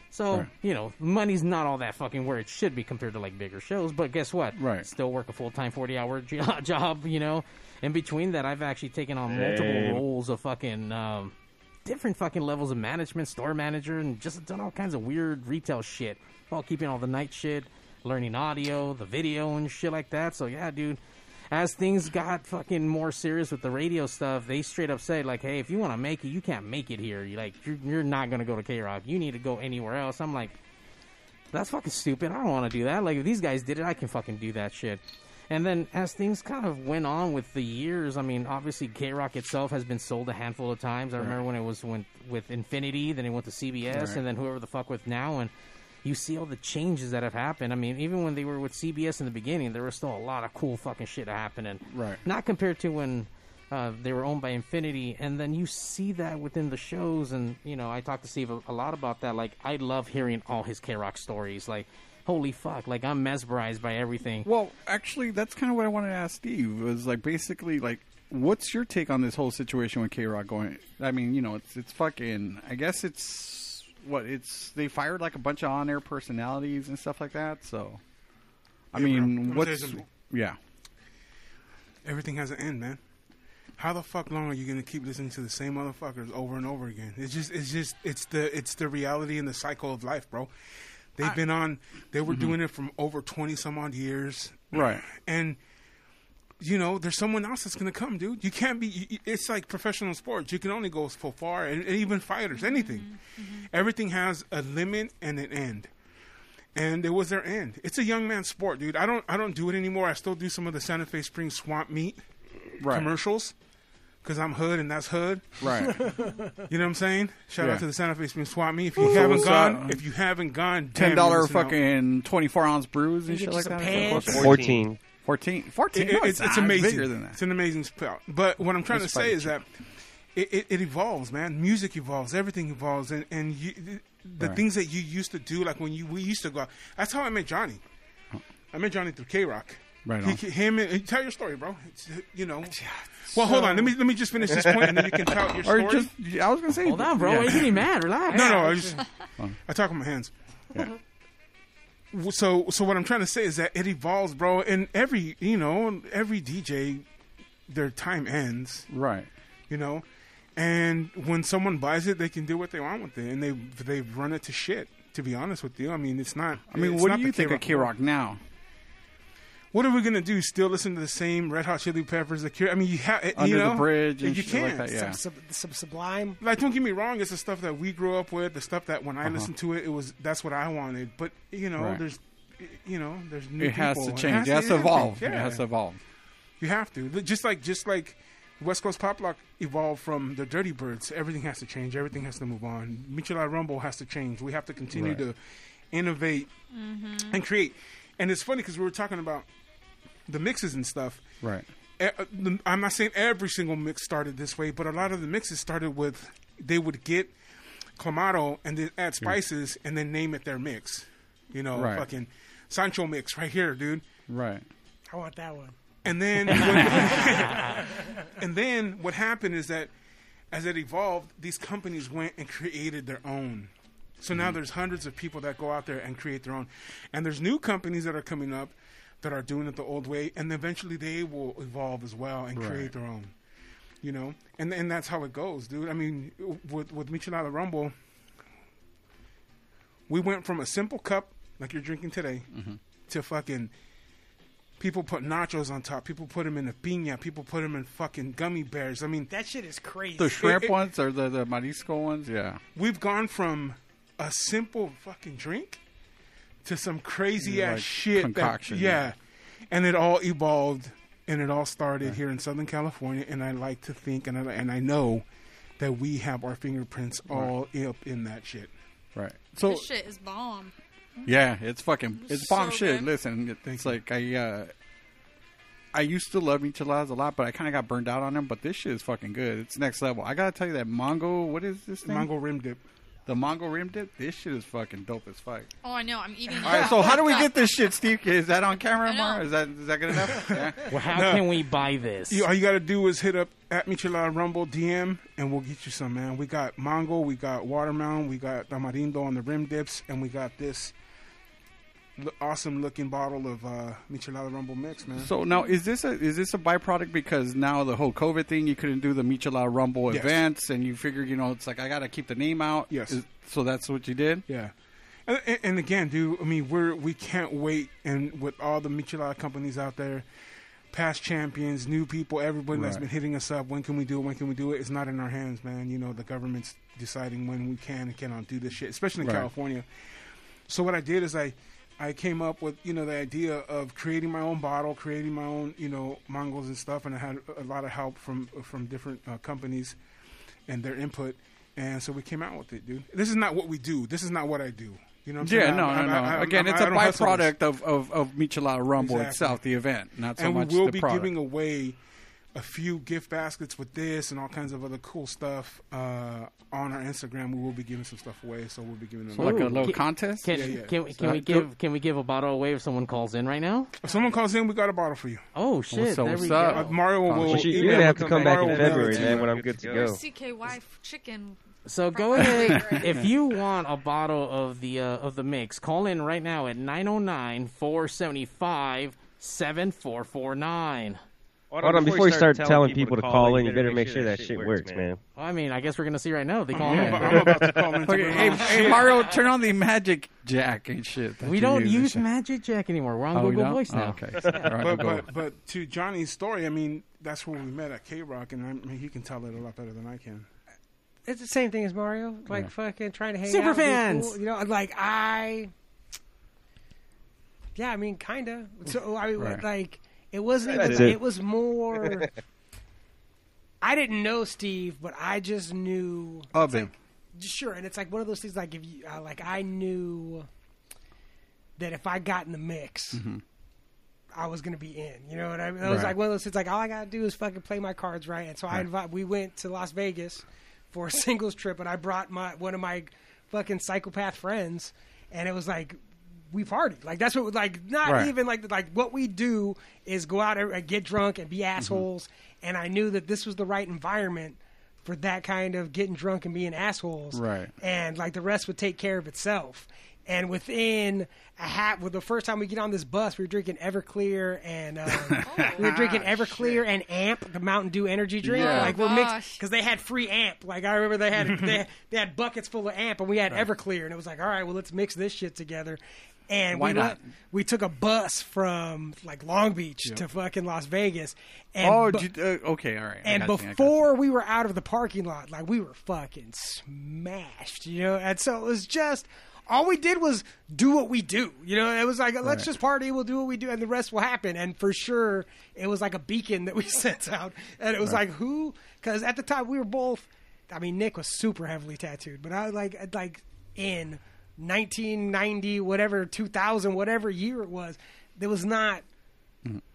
[SPEAKER 1] So
[SPEAKER 4] Mm-hmm. Right.
[SPEAKER 1] you know, money's not all that fucking where it should be compared to like bigger shows. But guess what?
[SPEAKER 4] Right.
[SPEAKER 1] Still work a full time forty hour jo- job. You know, in between that, I've actually taken on multiple
[SPEAKER 7] Same.
[SPEAKER 1] roles of fucking. Um, Different fucking levels of management, store manager, and just done all kinds of weird retail shit while keeping all the night shit, learning audio, the video, and shit like that. So, yeah, dude, as things got fucking more serious with the radio stuff, they straight up said like, "Hey, if you want to make it, you can't make it here. You like, you're, you're not gonna go to K Rock. You need to go anywhere else." I'm like, "That's fucking stupid. I don't want to do that. Like, if these guys did it, I can fucking do that shit." And then as things kind of went on with the years, I mean, obviously K Rock itself has been sold a handful of times. I
[SPEAKER 7] Right.
[SPEAKER 1] remember when it was went with Infinity, then it went to CBS,
[SPEAKER 7] Right.
[SPEAKER 1] and then whoever the fuck with now and. You see all the changes that have happened. I mean, even when they were with CBS in the beginning, there was still a lot of cool fucking shit happening.
[SPEAKER 4] Right.
[SPEAKER 1] Not compared to when uh, they were owned by Infinity, and then you see that within the shows. And you know, I talked to Steve a, a lot about that. Like, I love hearing all his K Rock stories. Like, holy fuck! Like, I'm mesmerized by everything.
[SPEAKER 4] Well, actually, that's kind of what I wanted to ask Steve. Was like basically like, what's your take on this whole situation with K Rock going? I mean, you know, it's it's fucking. I guess it's what it's. They fired like a bunch of on air personalities and stuff like that. So, I
[SPEAKER 7] Yeah, bro. Let me
[SPEAKER 4] mean,
[SPEAKER 7] tell you
[SPEAKER 4] what's
[SPEAKER 7] something.
[SPEAKER 4] yeah,
[SPEAKER 7] Everything has an end, man. How the fuck long are you gonna keep listening to the same motherfuckers over and over again? It's just, it's just, it's the, it's the reality and the cycle of life, bro. They've been on. They
[SPEAKER 10] Mm-hmm.
[SPEAKER 7] were doing it from over twenty some odd years,
[SPEAKER 4] Right.
[SPEAKER 7] And you know, there's someone else that's gonna come, dude. You can't be. you- you- It's like professional sports. You can only go so far, and, and even fighters, anything.
[SPEAKER 4] Mm-hmm.
[SPEAKER 7] Everything has a limit and an end and it was their end. It's a young man's sport, dude. I don't I don't do it anymore. I still do some of the Santa Fe Springs swamp meat
[SPEAKER 4] Right.
[SPEAKER 7] commercials because I'm hood and that's hood.
[SPEAKER 4] Right.
[SPEAKER 7] you know what I'm saying? Shout
[SPEAKER 4] Yeah.
[SPEAKER 7] out to the Santa Fe Springs swamp meat. If you
[SPEAKER 4] Ooh.
[SPEAKER 7] haven't
[SPEAKER 4] So,
[SPEAKER 7] gone,
[SPEAKER 4] uh,
[SPEAKER 7] if you haven't gone, damn,
[SPEAKER 4] ten
[SPEAKER 7] you're
[SPEAKER 4] dollar
[SPEAKER 7] missing out.
[SPEAKER 4] fucking twenty four ounce brews and
[SPEAKER 7] You
[SPEAKER 4] shit
[SPEAKER 7] get
[SPEAKER 4] like
[SPEAKER 7] some
[SPEAKER 4] that.
[SPEAKER 7] pants.
[SPEAKER 10] Fourteen.
[SPEAKER 4] Fourteen. Fourteen.
[SPEAKER 7] It-
[SPEAKER 4] No,
[SPEAKER 7] it-
[SPEAKER 4] it's, not.
[SPEAKER 7] it's, amazing.
[SPEAKER 4] bigger than that.
[SPEAKER 7] It's an amazing spell. But what I'm trying
[SPEAKER 4] It's
[SPEAKER 7] to say
[SPEAKER 4] probably
[SPEAKER 7] is that it, it, it evolves, man. Music evolves. Everything evolves, and and you, the
[SPEAKER 4] Right.
[SPEAKER 7] things that you used to do, like when you we used to go. out- That's how I met Johnny. I met Johnny through K Rock.
[SPEAKER 4] Right
[SPEAKER 7] He,
[SPEAKER 4] on.
[SPEAKER 7] he- him and tell your story, bro. It's, you know. Well, hold on. Let me let me just finish this point, and then you can tell your story.
[SPEAKER 4] Or just I was gonna say.
[SPEAKER 1] Hold on, bro.
[SPEAKER 4] yeah.
[SPEAKER 1] Ain't getting mad. Relax.
[SPEAKER 7] No, no. I just
[SPEAKER 4] Fun.
[SPEAKER 7] I talk with my hands. W- So, so what I'm trying to say is that it evolves, bro. And every you know, every DJ, their time ends,
[SPEAKER 4] Right.
[SPEAKER 7] you know. And when someone buys it, they can do what they want with it, and they they run it to shit. To be honest with you, I mean, it's not.
[SPEAKER 4] I mean,
[SPEAKER 7] it's
[SPEAKER 4] what
[SPEAKER 7] not
[SPEAKER 4] do
[SPEAKER 7] the
[SPEAKER 4] you think of K Rock now?
[SPEAKER 7] What are we gonna do? Still listen to the same Red Hot Chili Peppers? The Cure? I mean, you have
[SPEAKER 4] Under the Bridge and
[SPEAKER 7] you
[SPEAKER 4] shit like
[SPEAKER 7] can't.
[SPEAKER 4] that, yeah.
[SPEAKER 5] Some, some sublime.
[SPEAKER 7] like don't get me wrong it's the stuff that we grew up with the stuff that when i
[SPEAKER 4] Uh-huh.
[SPEAKER 7] listened to it it was that's what i wanted but you know
[SPEAKER 4] Right.
[SPEAKER 7] there's you know there's new
[SPEAKER 4] It has to
[SPEAKER 7] people.
[SPEAKER 4] change. It has to
[SPEAKER 7] yeah,
[SPEAKER 4] evolve. It
[SPEAKER 7] yeah.
[SPEAKER 4] has to evolve.
[SPEAKER 7] you have to just like just like west coast pop lock evolved from the dirty birds everything has to change everything has to move on Mitchell rumble has to change we have to continue
[SPEAKER 4] Right.
[SPEAKER 5] Mm-hmm.
[SPEAKER 7] to innovate and create and it's funny because we were talking about the mixes and stuff.
[SPEAKER 4] Right.
[SPEAKER 7] e- uh, the- I'm not saying every single mix started this way, but a lot of the mixes started with they would get clamato and then add spices and then name it their mix. You know,
[SPEAKER 4] Right.
[SPEAKER 7] fucking Sancho mix right here, dude.
[SPEAKER 4] Right.
[SPEAKER 5] I want that one.
[SPEAKER 7] And then, what, and then what happened is that as it evolved, these companies went and created their own. So now there's hundreds of people that go out there and create their own, and there's new companies that are coming up that are doing it the old way, and eventually they will evolve as well and
[SPEAKER 4] Right.
[SPEAKER 7] create their own. You know, and and that's how it goes, dude. I mean, with with Michelada Rumble, we went from a simple cup like you're drinking today to fucking people put nachos on top. People put them in a piña. People put them in fucking gummy bears. I mean,
[SPEAKER 5] that shit is crazy.
[SPEAKER 4] The shrimp
[SPEAKER 7] it-
[SPEAKER 4] ones or the the marisco ones? Yeah.
[SPEAKER 7] we've gone from a simple fucking drink to some crazy
[SPEAKER 4] Yeah,
[SPEAKER 7] ass
[SPEAKER 4] like
[SPEAKER 7] shit. that-
[SPEAKER 4] concoction,
[SPEAKER 7] yeah. And it all evolved and it all started here in Southern California. And I like to think and I, and I know that we have our fingerprints all up in that shit.
[SPEAKER 4] Right. So
[SPEAKER 2] this shit is bomb.
[SPEAKER 4] Yeah, it's fucking it's bomb
[SPEAKER 2] So
[SPEAKER 4] shit.
[SPEAKER 2] good.
[SPEAKER 4] Listen, it- it's like I uh I used to love enchiladas a lot, but I kind of got burned out on them. But this shit is fucking good. It's next level. I gotta tell you that mango. What is this thing?
[SPEAKER 7] Mango rim dip.
[SPEAKER 4] The mango rim dip. This shit is fucking dope as fuck.
[SPEAKER 2] Oh, I know. I'm eating.
[SPEAKER 4] All right, so how do we get this shit, Steve? Is that on camera,
[SPEAKER 2] I know.
[SPEAKER 4] Mar? Is that is that good enough? Yeah.
[SPEAKER 1] Well, how
[SPEAKER 7] No.
[SPEAKER 1] can we buy this?
[SPEAKER 7] You, all you got to do is hit up at Michelada Rumble DM, and we'll get you some, man. We got mango, we got watermelon, we got tamarindo on the rim dips, and we got this l- awesome looking bottle of uh, Michelada Rumble mix, man.
[SPEAKER 4] So now is this a is this a byproduct because now the whole COVID thing you couldn't do the Michelada Rumble
[SPEAKER 7] Yes.
[SPEAKER 4] events and you figured you know it's like I gotta keep the name out.
[SPEAKER 7] Yes.
[SPEAKER 4] Is- so that's what you did.
[SPEAKER 7] yeah. And, and- and again, dude, I mean, we're we can't wait, and with all the Michelada companies out there, past champions, new people, everybody that's
[SPEAKER 4] Right.
[SPEAKER 7] been hitting us up, when can we do it? When can we do it? It's not in our hands, man. You know, the government's deciding when we can and cannot do this shit, especially in
[SPEAKER 4] Right.
[SPEAKER 7] California. So what I did is I I came up with you know the idea of creating my own bottle, creating my own you know mangoes and stuff, and I had a lot of help from from different uh, companies and their input, and so we came out with it, dude. This is not what we do. This is not what I do. You know? What I'm
[SPEAKER 4] Yeah,
[SPEAKER 7] saying?
[SPEAKER 4] no,
[SPEAKER 7] I-
[SPEAKER 4] no,
[SPEAKER 7] I- I-
[SPEAKER 4] no.
[SPEAKER 7] I-
[SPEAKER 4] Again,
[SPEAKER 7] I-
[SPEAKER 4] it's
[SPEAKER 7] I
[SPEAKER 4] a
[SPEAKER 7] don't hustle this.
[SPEAKER 4] byproduct of, of, of Michelada Rumble
[SPEAKER 7] Exactly.
[SPEAKER 4] itself, the event, not so
[SPEAKER 7] and
[SPEAKER 4] much
[SPEAKER 7] we will
[SPEAKER 4] the
[SPEAKER 7] be
[SPEAKER 4] product.
[SPEAKER 7] giving away a few gift baskets with this and all kinds of other cool stuff uh, on our Instagram. We will be giving some stuff away, so we'll be giving them.
[SPEAKER 4] like a
[SPEAKER 1] Ooh,
[SPEAKER 4] little
[SPEAKER 1] can-
[SPEAKER 4] contest.
[SPEAKER 1] Can,
[SPEAKER 7] Yeah, yeah.
[SPEAKER 1] can, we- can
[SPEAKER 4] So-
[SPEAKER 1] we give can we give a bottle away if someone calls in right now?
[SPEAKER 7] If someone calls in, we got a bottle for you.
[SPEAKER 1] Oh shit!
[SPEAKER 4] so
[SPEAKER 1] there
[SPEAKER 4] what's
[SPEAKER 1] we
[SPEAKER 4] up?
[SPEAKER 7] Uh,
[SPEAKER 1] go.
[SPEAKER 7] Mario will.
[SPEAKER 10] But you,
[SPEAKER 7] email
[SPEAKER 10] you're gonna have
[SPEAKER 7] it
[SPEAKER 10] to come back
[SPEAKER 7] Mario
[SPEAKER 10] in
[SPEAKER 7] will mail
[SPEAKER 10] February,
[SPEAKER 7] it to
[SPEAKER 10] man,
[SPEAKER 7] you.
[SPEAKER 10] when I'm good to
[SPEAKER 2] Or
[SPEAKER 10] go.
[SPEAKER 2] CKY chicken.
[SPEAKER 1] So go ahead if you want a bottle of the uh, of the mix, call in right now at 909-475-7449.
[SPEAKER 10] Hold on, before you start telling people to call in, you better make sure that shit works, man.
[SPEAKER 1] Well, I mean, I guess we're gonna see right now. if They call
[SPEAKER 7] I'm
[SPEAKER 1] in.
[SPEAKER 7] about, I'm about to call in.
[SPEAKER 4] Okay,
[SPEAKER 7] tomorrow.
[SPEAKER 4] hey, hey, Mario, turn on the magic jack and shit. that
[SPEAKER 1] We
[SPEAKER 4] you
[SPEAKER 1] don't
[SPEAKER 4] and
[SPEAKER 1] use
[SPEAKER 4] shit.
[SPEAKER 1] Magic Jack anymore. We're on
[SPEAKER 4] Oh, we
[SPEAKER 1] Google
[SPEAKER 4] don't?
[SPEAKER 1] Voice
[SPEAKER 4] Oh,
[SPEAKER 1] now.
[SPEAKER 4] okay. All right,
[SPEAKER 7] but,
[SPEAKER 4] Google.
[SPEAKER 7] but but to Johnny's story, I mean, that's where we met at K Rock, and I mean, he can tell it a lot better than I can.
[SPEAKER 5] It's the same thing as Mario. Like fucking trying to hang
[SPEAKER 1] Super
[SPEAKER 5] out. be
[SPEAKER 1] fans!
[SPEAKER 5] cool, You know, like I. Yeah, I mean, kind of. So I mean,
[SPEAKER 4] Right.
[SPEAKER 5] like it wasn't.
[SPEAKER 10] That's
[SPEAKER 5] even,
[SPEAKER 10] it.
[SPEAKER 5] it. was more. I didn't know Steve, but I just knew.
[SPEAKER 4] Of
[SPEAKER 5] it's
[SPEAKER 4] him.
[SPEAKER 5] like- sure, and it's like one of those things. Like if you, uh, like I knew that if I got in the mix.
[SPEAKER 4] Mm-hmm.
[SPEAKER 5] I was gonna be in, you know what I mean. It was
[SPEAKER 4] Right.
[SPEAKER 5] like one of those things. Like all I gotta do is fucking play my cards right. And so I
[SPEAKER 4] Right.
[SPEAKER 5] invite. We went to Las Vegas, for a singles trip, and I brought my one of my fucking psychopath friends, and it was like we partied. Like that's what like not
[SPEAKER 4] Right.
[SPEAKER 5] even like like what we do is go out and uh, get drunk and be
[SPEAKER 4] Mm-hmm.
[SPEAKER 5] assholes. And I knew that this was the right environment for that kind of getting drunk and being assholes.
[SPEAKER 4] Right.
[SPEAKER 5] And like the rest would take care of itself. And within a hat, well, the first time we get on this bus, we were drinking Everclear and um,
[SPEAKER 4] Oh
[SPEAKER 5] we were drinking Everclear and Amp, the Mountain Dew energy drink.
[SPEAKER 4] Yeah.
[SPEAKER 5] Like we're mixed
[SPEAKER 2] Gosh.
[SPEAKER 5] because they had free amp. Like I remember they had they, they had buckets full of amp, and we had Everclear, and it was like, all right, well, let's mix this shit together. And
[SPEAKER 4] Why
[SPEAKER 5] we
[SPEAKER 4] not?
[SPEAKER 5] le- we took a bus from like Long Beach to fucking Las Vegas. And
[SPEAKER 4] oh,
[SPEAKER 5] bu-
[SPEAKER 4] did you- uh, okay, all right. I
[SPEAKER 5] and
[SPEAKER 4] got you, I got you.
[SPEAKER 5] before we were out of the parking lot, like we were fucking smashed, you know. And so it was just all we did was do what we do, you know. It was like let's
[SPEAKER 4] Right.
[SPEAKER 5] just party, we'll do what we do, and the rest will happen. And for sure, it was like a beacon that we sent out, and it was like who? Because at the time we were both. I mean, Nick was super heavily tattooed, but I was like like in 1990, whatever 2000, whatever year it was, there was not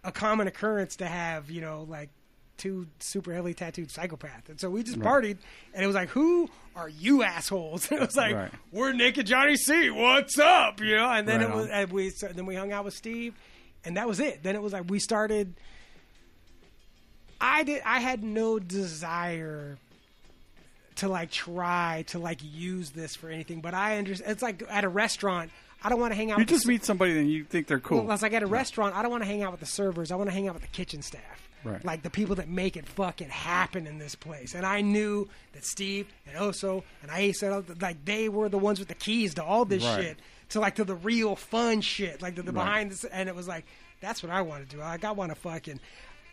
[SPEAKER 5] a common occurrence to have, you know, like two super heavily tattooed psychopaths. And so we just
[SPEAKER 4] Right.
[SPEAKER 5] partied, and it was like, who are you assholes? And it was like,
[SPEAKER 4] Right.
[SPEAKER 5] we're Nick and Johnny C. What's up? You know, and then
[SPEAKER 4] Right
[SPEAKER 5] it was,
[SPEAKER 4] on.
[SPEAKER 5] and we so then we hung out with Steve, and that was it. Then it was like we started. I did. I had no desire to like try to like use this for anything, but I understand. It's like at a restaurant. I don't want to hang out.
[SPEAKER 4] You
[SPEAKER 5] with the
[SPEAKER 4] just meet somebody and you think they're cool.
[SPEAKER 5] well, it's like at a restaurant, I don't want to hang out with the servers. I want to hang out with the kitchen staff.
[SPEAKER 4] Right.
[SPEAKER 5] Like the people that make it fucking happen in this place. And I knew that Steve and Oso and Aisa, like they were the ones with the keys to all this
[SPEAKER 4] Right.
[SPEAKER 5] shit. To like to the real fun shit. Like to the
[SPEAKER 4] Right.
[SPEAKER 5] behind this and it was like, that's what I want to do. Like I want to fucking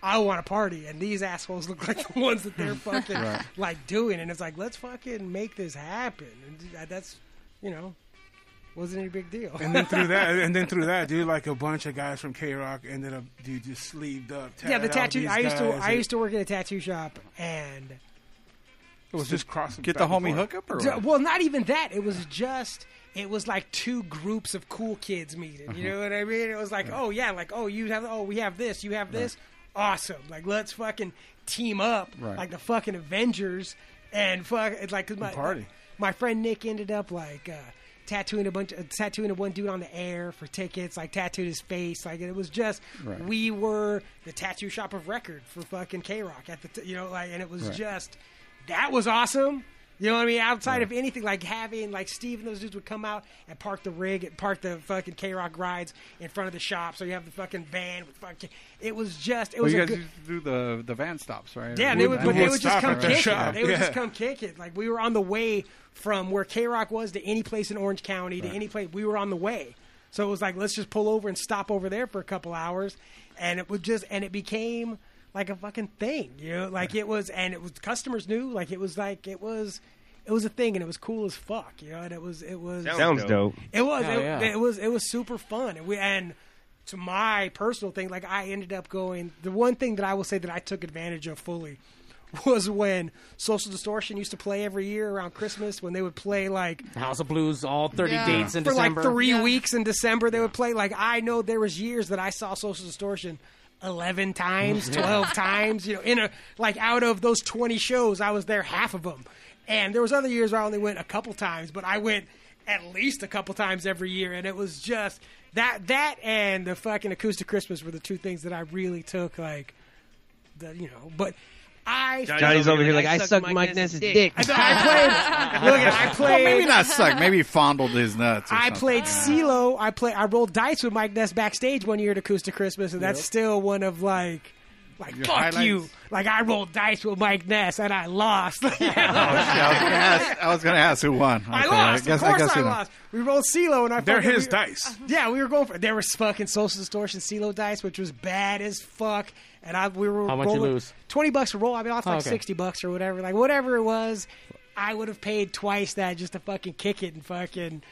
[SPEAKER 5] I want to party, and these assholes look like the ones that they're fucking
[SPEAKER 4] Right.
[SPEAKER 5] like doing, and it's like let's fucking make this happen. And uh, that's, you know, wasn't any big deal.
[SPEAKER 7] And then through that, and then through that, dude, like a bunch of guys from K Rock ended up, dude, just sleeved up.
[SPEAKER 5] yeah, the
[SPEAKER 7] tatted out
[SPEAKER 5] tattoo.
[SPEAKER 7] these
[SPEAKER 5] I used to.
[SPEAKER 7] guys,
[SPEAKER 5] I
[SPEAKER 7] and
[SPEAKER 5] used to work at a tattoo shop, and
[SPEAKER 7] It was just crossing.
[SPEAKER 4] Get the
[SPEAKER 7] back and
[SPEAKER 4] homie
[SPEAKER 7] forth.
[SPEAKER 4] hookup or
[SPEAKER 5] Ju-
[SPEAKER 4] what?
[SPEAKER 5] well, not even that. It was just. It was like two groups of cool kids meeting. You know what I mean? It was like,
[SPEAKER 4] Uh-huh.
[SPEAKER 5] oh yeah, like oh you have oh we have this, you have this, awesome. Like let's fucking team up,
[SPEAKER 4] Right.
[SPEAKER 5] like the fucking Avengers, and fuck it's like 'cause my
[SPEAKER 7] party.
[SPEAKER 5] My friend Nick ended up like. uh Tattooing a bunch, uh, tattooing a one dude on the air for tickets, like tattooed his face, like it was just
[SPEAKER 4] Right.
[SPEAKER 5] we were the tattoo shop of record for fucking K Rock at the, t- you know, like, and it was
[SPEAKER 4] Right.
[SPEAKER 5] just that was awesome. You know what I mean? Outside of anything, like having like Steve and those dudes would come out and park the rig and park the fucking K Rock rides in front of the shop, so you have the fucking van with fucking. It was just it
[SPEAKER 4] Well,
[SPEAKER 5] was
[SPEAKER 4] you
[SPEAKER 5] a
[SPEAKER 4] guys
[SPEAKER 5] good.
[SPEAKER 4] used to do the the van stops, right?
[SPEAKER 5] Yeah,
[SPEAKER 4] Or
[SPEAKER 5] they would,
[SPEAKER 4] van
[SPEAKER 5] but
[SPEAKER 7] we
[SPEAKER 5] they
[SPEAKER 7] would
[SPEAKER 5] would just
[SPEAKER 7] stop
[SPEAKER 5] come
[SPEAKER 7] at that
[SPEAKER 5] kick
[SPEAKER 7] shop.
[SPEAKER 5] it. They would just
[SPEAKER 7] Yeah.
[SPEAKER 5] come kick it. Like we were on the way from where K Rock was to any place in Orange County to any place. We were on the way, so it was like let's just pull over and stop over there for a couple hours, and it would just and it became like a fucking thing, you know. Like it was, and it was customers knew. Like it was like it was, it was a thing, and it was cool as fuck, you know. And it was it was
[SPEAKER 10] Sounds dope.
[SPEAKER 5] it was.
[SPEAKER 1] Hell
[SPEAKER 5] It,
[SPEAKER 1] yeah.
[SPEAKER 5] it was. It was super fun. And we and to my personal thing, like I ended up going. The one thing that I will say that I took advantage of fully was when Social Distortion used to play every year around Christmas when they would play like
[SPEAKER 1] House of Blues, all 30
[SPEAKER 2] Yeah.
[SPEAKER 1] dates in
[SPEAKER 5] for
[SPEAKER 1] December.
[SPEAKER 5] like three
[SPEAKER 2] Yeah.
[SPEAKER 5] weeks in December. They would play like I know there was years that I saw Social Distortion eleven times, twelve times. You know, in a like out of those twenty shows, I was there half of them, and there was other years where I only went a couple times, but I went at least a couple times every year, and it was just that that and the fucking acoustic Christmas were the two things that I really took like the you know, but. I,
[SPEAKER 10] Johnny's over here like, I sucked Mike Ness's dick.
[SPEAKER 5] I played. Look, at I played.
[SPEAKER 4] Maybe not suck. Maybe he fondled his nuts. or
[SPEAKER 5] I
[SPEAKER 4] something.
[SPEAKER 5] played CeeLo. I play. I rolled dice with Mike Ness backstage one year at Acoustic Christmas, and that's still one of like, like
[SPEAKER 4] Your
[SPEAKER 5] fuck
[SPEAKER 4] highlights?
[SPEAKER 5] you. Like I rolled dice with Mike Ness and I lost.
[SPEAKER 4] Oh, shit, I was gonna ask. I was gonna ask who won.
[SPEAKER 5] I
[SPEAKER 4] Okay,
[SPEAKER 5] lost.
[SPEAKER 4] guess-
[SPEAKER 5] of course, I,
[SPEAKER 4] guess we know.
[SPEAKER 5] lost. We rolled CeeLo and I.
[SPEAKER 7] They're
[SPEAKER 5] fucking-
[SPEAKER 7] his
[SPEAKER 5] we-
[SPEAKER 7] dice.
[SPEAKER 5] Yeah, we were going for. There was fucking social distortion CeeLo dice, which was bad as fuck. And I we were
[SPEAKER 1] How much you
[SPEAKER 5] rolling,
[SPEAKER 1] lose?
[SPEAKER 5] Twenty bucks a roll. I mean, off
[SPEAKER 1] Oh,
[SPEAKER 5] like
[SPEAKER 1] okay.
[SPEAKER 5] sixty bucks or whatever. Like whatever it was, I would have paid twice that just to fucking kick it and fucking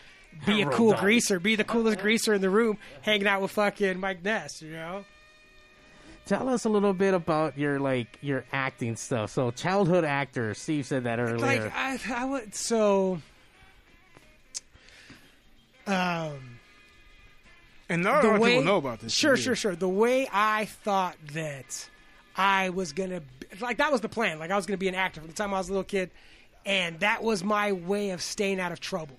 [SPEAKER 5] be a
[SPEAKER 1] Roll
[SPEAKER 5] cool
[SPEAKER 1] dice.
[SPEAKER 5] greaser, be the coolest greaser in the room, hanging out with fucking Mike Ness. You know.
[SPEAKER 1] Tell us a little bit about your like your acting stuff. So childhood actor, Steve said that earlier.
[SPEAKER 5] Like I, I would so. Um.
[SPEAKER 7] And not a lot of people know about this.
[SPEAKER 5] Sure,
[SPEAKER 7] dude.
[SPEAKER 5] sure, sure. The way I thought that I was gonna be- like that was the plan. Like I was gonna be an actor from the time I was a little kid, and that was my way of staying out of trouble.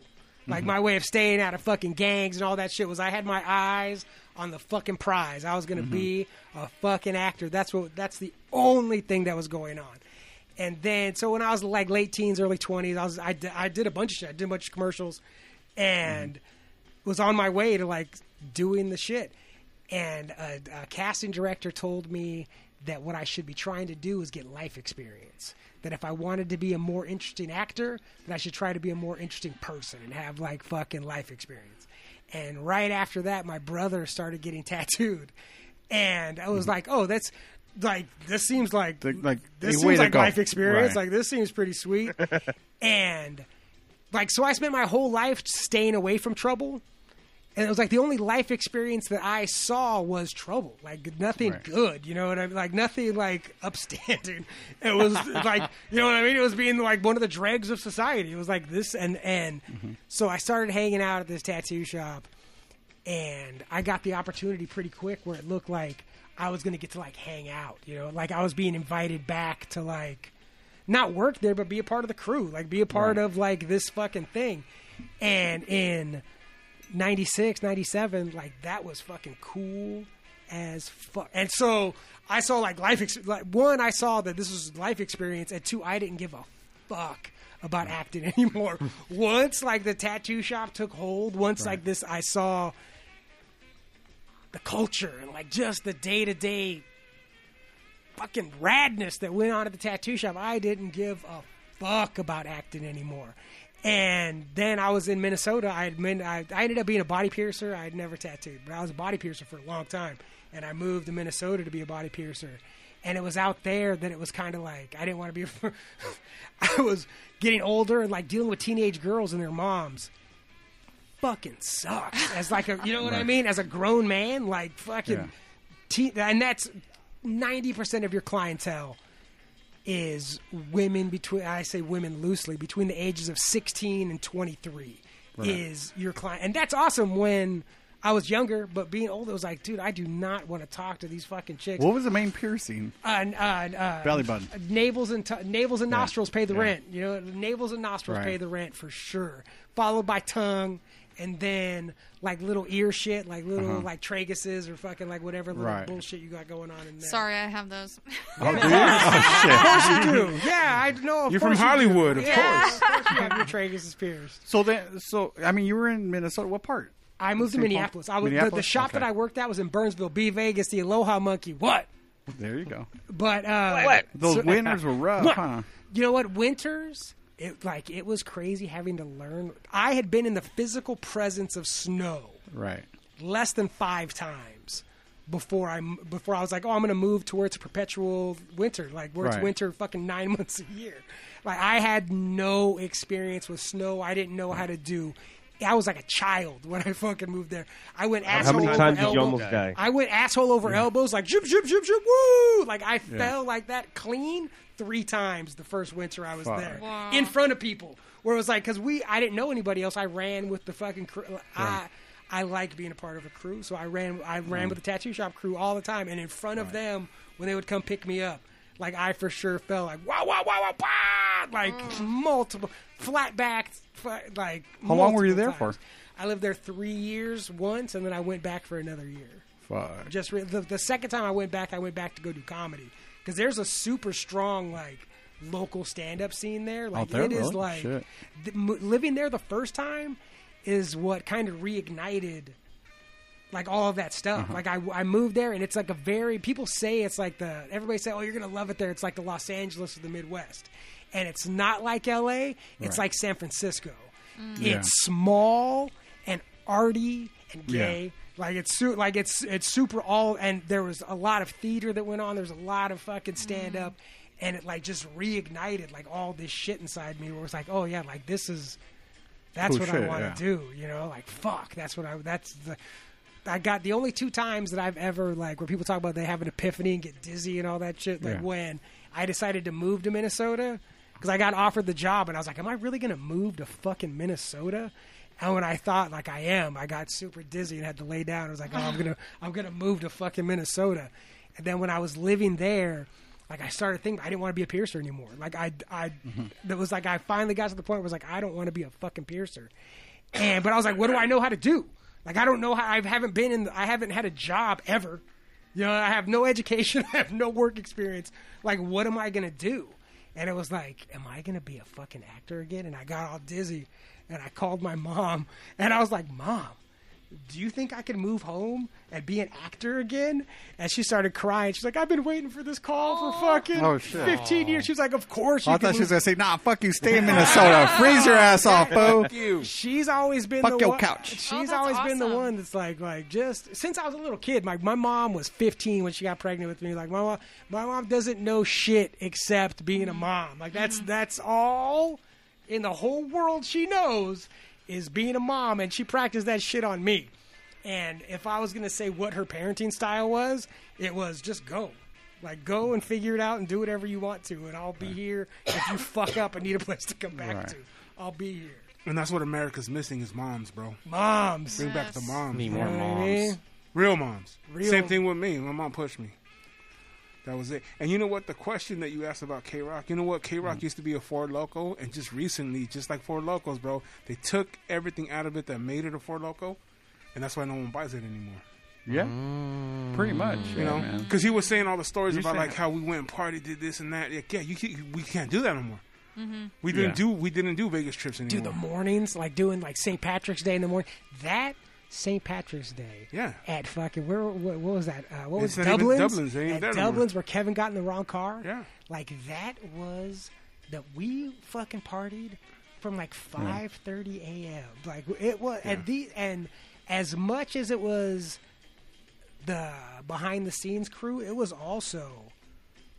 [SPEAKER 5] Like my way of staying out of fucking gangs and all that shit was I had my eyes on the fucking prize. I was gonna be a fucking actor. That's what. That's the only thing that was going on. And then, so when I was like late teens, early twenties, I was I, di- I did a bunch of shit. I did a bunch of commercials, and was on my way to like doing the shit, and a, a casting director told me that what I should be trying to do is get life experience. That if I wanted to be a more interesting actor, that I should try to be a more interesting person and have like fucking life experience. And right after that, my brother started getting tattooed, and I was
[SPEAKER 4] Mm-hmm.
[SPEAKER 5] like, oh, that's. Like this seems like
[SPEAKER 4] Like- like a
[SPEAKER 5] this
[SPEAKER 4] way
[SPEAKER 5] seems
[SPEAKER 4] to
[SPEAKER 5] like
[SPEAKER 4] go.
[SPEAKER 5] life experience.
[SPEAKER 4] Right.
[SPEAKER 5] Like this seems pretty sweet, and like so I spent my whole life staying away from trouble. And it was like the only life experience that I saw was trouble. Like nothing
[SPEAKER 4] Right.
[SPEAKER 5] good, you know what I mean? Like nothing like upstanding. It was like you know what I mean? It was being like one of the dregs of society. It was like this and and so I started hanging out at this tattoo shop and I got the opportunity pretty quick where it looked like I was going to get to like hang out, you know, like I was being invited back to like not work there, but be a part of the crew, like be a part of like this fucking thing. And in 96, 97, like that was fucking cool as fuck. And so I saw like life, ex- like one, I saw that this was life experience, and two, I didn't give a fuck about acting anymore. once like the tattoo shop took hold, once like this, I saw the culture and like just the day to day fucking radness that went on at the tattoo shop. I didn't give a fuck about acting anymore. And then I was in Minnesota. I had men, I, I ended up being a body piercer. I had never tattooed, but I was a body piercer for a long time. And I moved to Minnesota to be a body piercer. And it was out there that it was kind of like I didn't want to be. I was getting older and like dealing with teenage girls and their moms fucking sucks. As like a, you know what I
[SPEAKER 12] Right.
[SPEAKER 5] mean? As a grown man, like fucking,
[SPEAKER 12] Yeah.
[SPEAKER 5] teen, and that's ninety percent of your clientele is women between. I say women loosely between the ages of sixteen and twenty three
[SPEAKER 12] Right.
[SPEAKER 5] is your client, and that's awesome when. I was younger, but being older, I was like, dude, I do not want to talk to these fucking chicks.
[SPEAKER 4] What was the main piercing?
[SPEAKER 5] Uh, n- uh, n- uh,
[SPEAKER 4] Belly button.
[SPEAKER 5] Navels and t- navels and nostrils pay the
[SPEAKER 4] Yeah.
[SPEAKER 5] rent. You know, navels and nostrils
[SPEAKER 4] Right.
[SPEAKER 5] pay the rent for sure. Followed by tongue, and then like little ear shit, like little
[SPEAKER 4] Uh-huh.
[SPEAKER 5] like traguses or fucking like whatever little
[SPEAKER 4] Right.
[SPEAKER 5] bullshit you got going on in there.
[SPEAKER 2] Sorry, I have those.
[SPEAKER 4] Oh, do you? Oh, shit.
[SPEAKER 5] Of course you do. Yeah, I know. Of
[SPEAKER 4] You're from
[SPEAKER 5] course you do.
[SPEAKER 4] Hollywood, of
[SPEAKER 5] Yeah, Of course you have your traguses pierced.
[SPEAKER 4] So then, so I mean, you were in Minnesota. What part?
[SPEAKER 5] I moved to
[SPEAKER 4] St. Paul?
[SPEAKER 5] Minneapolis. I was the, the
[SPEAKER 4] Minneapolis?
[SPEAKER 5] shop
[SPEAKER 4] Okay.
[SPEAKER 5] that I worked at was in Burnsville, B Vegas, the Aloha Monkey. What?
[SPEAKER 4] There you go.
[SPEAKER 5] But uh,
[SPEAKER 4] Those
[SPEAKER 5] so-
[SPEAKER 4] winters were rough,
[SPEAKER 5] Look,
[SPEAKER 4] huh?
[SPEAKER 5] You know what? Winters, it like it was crazy having to learn. I had been in the physical presence of snow
[SPEAKER 4] Right.
[SPEAKER 5] less than five times before I before I was like, oh, I'm going to move to where it's perpetual winter, like where it's
[SPEAKER 12] Right.
[SPEAKER 5] winter fucking nine months a year. Like I had no experience with snow. I didn't know how to do. I was like a child when I fucking moved there. I went
[SPEAKER 10] How
[SPEAKER 5] asshole
[SPEAKER 10] many
[SPEAKER 5] over
[SPEAKER 10] times did you
[SPEAKER 5] elbow.
[SPEAKER 10] almost die?
[SPEAKER 5] I went asshole over elbows, like zoop zoop zoop zoop woo! Like I
[SPEAKER 10] Yeah.
[SPEAKER 5] fell like that clean three times the first winter I was
[SPEAKER 12] Fuck.
[SPEAKER 5] there
[SPEAKER 12] Wow.
[SPEAKER 5] in front of people. Where it was like, because we, I didn't know anybody else. I ran with the fucking crew. I, I like being a part of a crew, so I ran. I ran
[SPEAKER 4] Mm-hmm.
[SPEAKER 12] Mm.
[SPEAKER 5] with the tattoo shop crew all the time, and in front of them when they would come pick me up, like I for sure felt like wow wow wow wow wow, like multiple flat back, like.
[SPEAKER 4] Mm. How long were you
[SPEAKER 5] multiple
[SPEAKER 4] there
[SPEAKER 5] times.
[SPEAKER 4] for?
[SPEAKER 5] I lived there three years once, and then I went back for another year.
[SPEAKER 4] Fuck.
[SPEAKER 5] Just re- the, the second time I went back, I went back to go do comedy because there's a super strong like local stand up scene there. Like
[SPEAKER 4] there,
[SPEAKER 5] it is
[SPEAKER 4] really?
[SPEAKER 5] like
[SPEAKER 4] Shit.
[SPEAKER 5] th- m- living there the first time is what kind of reignited like all of that stuff. Like I, I moved there and it's like a very people say it's like the everybody say oh you're gonna love it there. It's like the Los Angeles of the Midwest, and it's not like L.A. It's
[SPEAKER 12] Right.
[SPEAKER 5] like San Francisco.
[SPEAKER 12] Mm.
[SPEAKER 5] It's
[SPEAKER 12] Yeah.
[SPEAKER 5] small and arty and
[SPEAKER 12] Yeah.
[SPEAKER 5] gay. Like it's su- like it's it's super all and there was a lot of theater that went on. There was a lot of fucking stand up, and it like just reignited like all this shit inside me. Where it was like, oh yeah, like this is that's
[SPEAKER 12] Cool
[SPEAKER 5] what I
[SPEAKER 12] shit,
[SPEAKER 5] want to
[SPEAKER 12] yeah.
[SPEAKER 5] do. You know, like fuck, that's what I that's the. I got the only two times that I've ever like where people talk about they have an epiphany and get dizzy and all that shit. Like
[SPEAKER 12] Yeah.
[SPEAKER 5] when I decided to move to Minnesota because I got offered the job and I was like, am I really gonna move to fucking Minnesota? And when I thought like I am, I got super dizzy and had to lay down. I was like, oh, I'm gonna I'm gonna move to fucking Minnesota. And then when I was living there, like I started thinking I didn't want to be a piercer anymore. Like I I that was like I finally got to the point where I was like I don't want to be a fucking piercer. And but I was like, what do I know how to do? Like I don't know how I haven't been in I haven't had a job ever. You know, I have no education, I have no work experience. Like what am I gonna do? And it was like, am I gonna be a fucking actor again? And I got all dizzy and I called my mom and I was like, Mom, do you think I could move home and be an actor again? And she started crying. She's like, I've been waiting for this call for fucking
[SPEAKER 4] Oh, shit. Oh,
[SPEAKER 5] 15 years. She was like, Of course you
[SPEAKER 4] I
[SPEAKER 5] can
[SPEAKER 4] thought she was
[SPEAKER 5] move-
[SPEAKER 4] gonna say, "Nah, fuck you, stay in Minnesota, freeze your ass off, fool."
[SPEAKER 5] She's always been
[SPEAKER 4] Fuck
[SPEAKER 5] the
[SPEAKER 4] your
[SPEAKER 5] one,
[SPEAKER 4] couch.
[SPEAKER 2] Oh,
[SPEAKER 5] She's
[SPEAKER 2] that's
[SPEAKER 5] always been the one that's like like just since I was a little kid. Like my mom was 15 when she got pregnant with me. Like my mom, my mom doesn't know shit except being a mom. Like
[SPEAKER 2] Mm-hmm.
[SPEAKER 5] that's that's all in the whole world she knows is being a mom, and she practiced that shit on me. And if I was gonna say what her parenting style was, it was just go. Like go and figure it out and do whatever you want to, and I'll be here if you fuck up and need a place to come back
[SPEAKER 4] Right.
[SPEAKER 5] to. I'll be here.
[SPEAKER 7] And that's what America's missing is moms, bro.
[SPEAKER 5] Moms.
[SPEAKER 7] Bring back the
[SPEAKER 5] Yes.
[SPEAKER 7] moms.
[SPEAKER 5] Need
[SPEAKER 7] bro.
[SPEAKER 5] more Know what I moms. mean?
[SPEAKER 7] Real moms.
[SPEAKER 5] Real-
[SPEAKER 7] Same thing with me. My mom pushed me. That was it. And you know what? The question that you asked about K Rock, you know what? K Rock
[SPEAKER 5] Mm.
[SPEAKER 7] used to be a Ford Loco, and just recently, just like Ford Locos, bro, they took everything out of it that made it a Ford Loco, and that's why no one buys it anymore.
[SPEAKER 4] Yeah, pretty much.
[SPEAKER 5] Mm.
[SPEAKER 7] You
[SPEAKER 4] yeah,
[SPEAKER 7] know,
[SPEAKER 4] man.
[SPEAKER 7] because he was saying all the stories
[SPEAKER 4] You
[SPEAKER 7] about
[SPEAKER 4] said-
[SPEAKER 7] like how we went and party, did this and that. Like, yeah, you can, we can't do that anymore.
[SPEAKER 5] Mm-hmm.
[SPEAKER 7] We didn't
[SPEAKER 5] Yeah.
[SPEAKER 7] do we didn't do Vegas trips anymore.
[SPEAKER 5] Dude, the mornings, like doing like St. Patrick's Day in the morning. That St. Patrick's Day.
[SPEAKER 7] Yeah.
[SPEAKER 5] At fucking where? What, what was that? Uh, what was
[SPEAKER 7] It's not even
[SPEAKER 5] Dublin's?
[SPEAKER 7] Dublin's, it ain't
[SPEAKER 5] At
[SPEAKER 7] there no more.
[SPEAKER 5] Dublin's, where Kevin got in the wrong car.
[SPEAKER 7] Yeah.
[SPEAKER 5] Like that was that we fucking partied from like
[SPEAKER 7] Hmm.
[SPEAKER 5] five thirty a.m. Like it was, and the and as much as it was the behind the scenes crew, it was also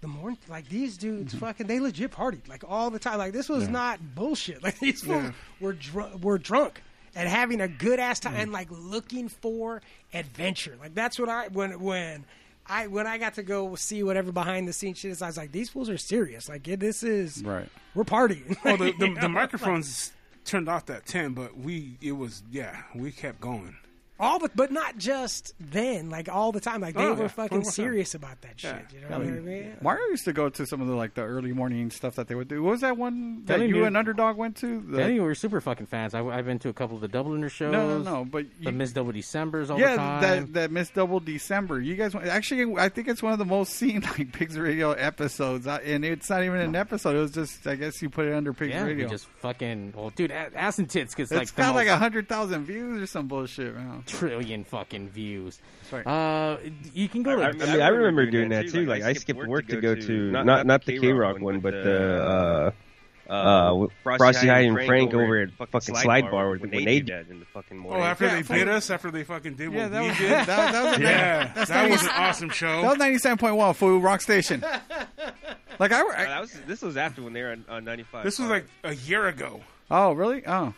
[SPEAKER 5] the morning. Like these dudes, fucking, they legit partied like all the time. Like this was
[SPEAKER 12] Yeah.
[SPEAKER 5] not bullshit. Like these fools
[SPEAKER 12] Yeah.
[SPEAKER 5] were drunk, were drunk and having a good ass time and like looking for adventure. Like that's what I when when. I when I got to go see whatever behind the scenes shit is, I was like, these fools are serious. Like yeah, this is
[SPEAKER 4] Right.
[SPEAKER 5] We're partying.
[SPEAKER 7] Oh, the, the,
[SPEAKER 5] You know?
[SPEAKER 7] the microphones turned off at ten, but we it was yeah we kept going.
[SPEAKER 5] all but but not just then, like all the time. Like they
[SPEAKER 7] Oh,
[SPEAKER 5] were
[SPEAKER 7] yeah.
[SPEAKER 5] fucking
[SPEAKER 7] 100%.
[SPEAKER 5] serious about that shit. You know
[SPEAKER 4] I
[SPEAKER 5] what I
[SPEAKER 4] mean,
[SPEAKER 5] mean?
[SPEAKER 4] Mario used to go to some of the like the early morning stuff that they would do. What was that one that
[SPEAKER 1] Telling
[SPEAKER 4] you
[SPEAKER 1] you-
[SPEAKER 4] and Underdog went to? The-
[SPEAKER 1] I think we were super fucking fans. I, I've been to a couple of the Dubliner shows.
[SPEAKER 4] no, but
[SPEAKER 1] the
[SPEAKER 4] you-
[SPEAKER 1] Miss Double December's all
[SPEAKER 4] yeah,
[SPEAKER 1] the time.
[SPEAKER 4] that that Miss Double December. You guys went- actually, I think it's one of the most seen like Pigs Radio episodes, I- and it's not even an episode. It was just, I guess, you put it under Pigs
[SPEAKER 1] yeah, we
[SPEAKER 4] Radio.
[SPEAKER 1] just fucking well, dude. a- Ass and tits gets
[SPEAKER 4] it's
[SPEAKER 1] like the
[SPEAKER 4] got like
[SPEAKER 1] most
[SPEAKER 4] a hundred thousand views or some bullshit. Man.
[SPEAKER 1] trillion fucking views.
[SPEAKER 4] That's
[SPEAKER 1] right. Uh, you can go. to,
[SPEAKER 10] I, I mean, I remember doing that too. Like, I skipped work to go to not not, the K Rock one, but the uh, uh, Frosty Hyde and Frank over at fucking Slide Bar when when they did that in the fucking morning.
[SPEAKER 7] Oh, after they bit us, after they fucking did
[SPEAKER 4] Yeah,
[SPEAKER 7] what
[SPEAKER 4] that
[SPEAKER 7] we
[SPEAKER 4] was- that-
[SPEAKER 7] did.
[SPEAKER 4] that was a-
[SPEAKER 7] yeah,
[SPEAKER 4] that's
[SPEAKER 7] that
[SPEAKER 4] not
[SPEAKER 7] was an
[SPEAKER 4] even-
[SPEAKER 7] awesome
[SPEAKER 4] That
[SPEAKER 7] show.
[SPEAKER 4] was ninety-seven point one Foo Rock Station. like I,
[SPEAKER 10] Oh, that was, this was after when they were on, on 95.
[SPEAKER 7] This was like a year ago.
[SPEAKER 4] oh really? Oh,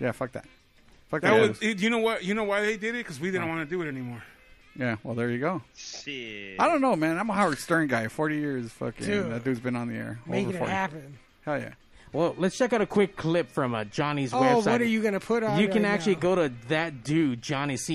[SPEAKER 4] yeah. Fuck that. Fuck
[SPEAKER 7] That
[SPEAKER 4] that.
[SPEAKER 7] was e- it, you know what you know why they did it because we
[SPEAKER 4] Oh.
[SPEAKER 7] didn't want to do it anymore.
[SPEAKER 4] yeah. Well, there you go.
[SPEAKER 10] Shit.
[SPEAKER 4] I don't know, man. I'm a Howard Stern guy. Forty years, fucking.
[SPEAKER 1] Dude.
[SPEAKER 4] that dude's been on the air.
[SPEAKER 1] Making
[SPEAKER 4] over
[SPEAKER 1] it
[SPEAKER 4] 40.
[SPEAKER 1] happen.
[SPEAKER 4] Hell yeah.
[SPEAKER 1] Well, let's check out a quick clip from uh, Johnny's
[SPEAKER 5] Oh,
[SPEAKER 1] website.
[SPEAKER 5] what are you gonna put on
[SPEAKER 1] You can
[SPEAKER 5] right
[SPEAKER 1] actually go to that dude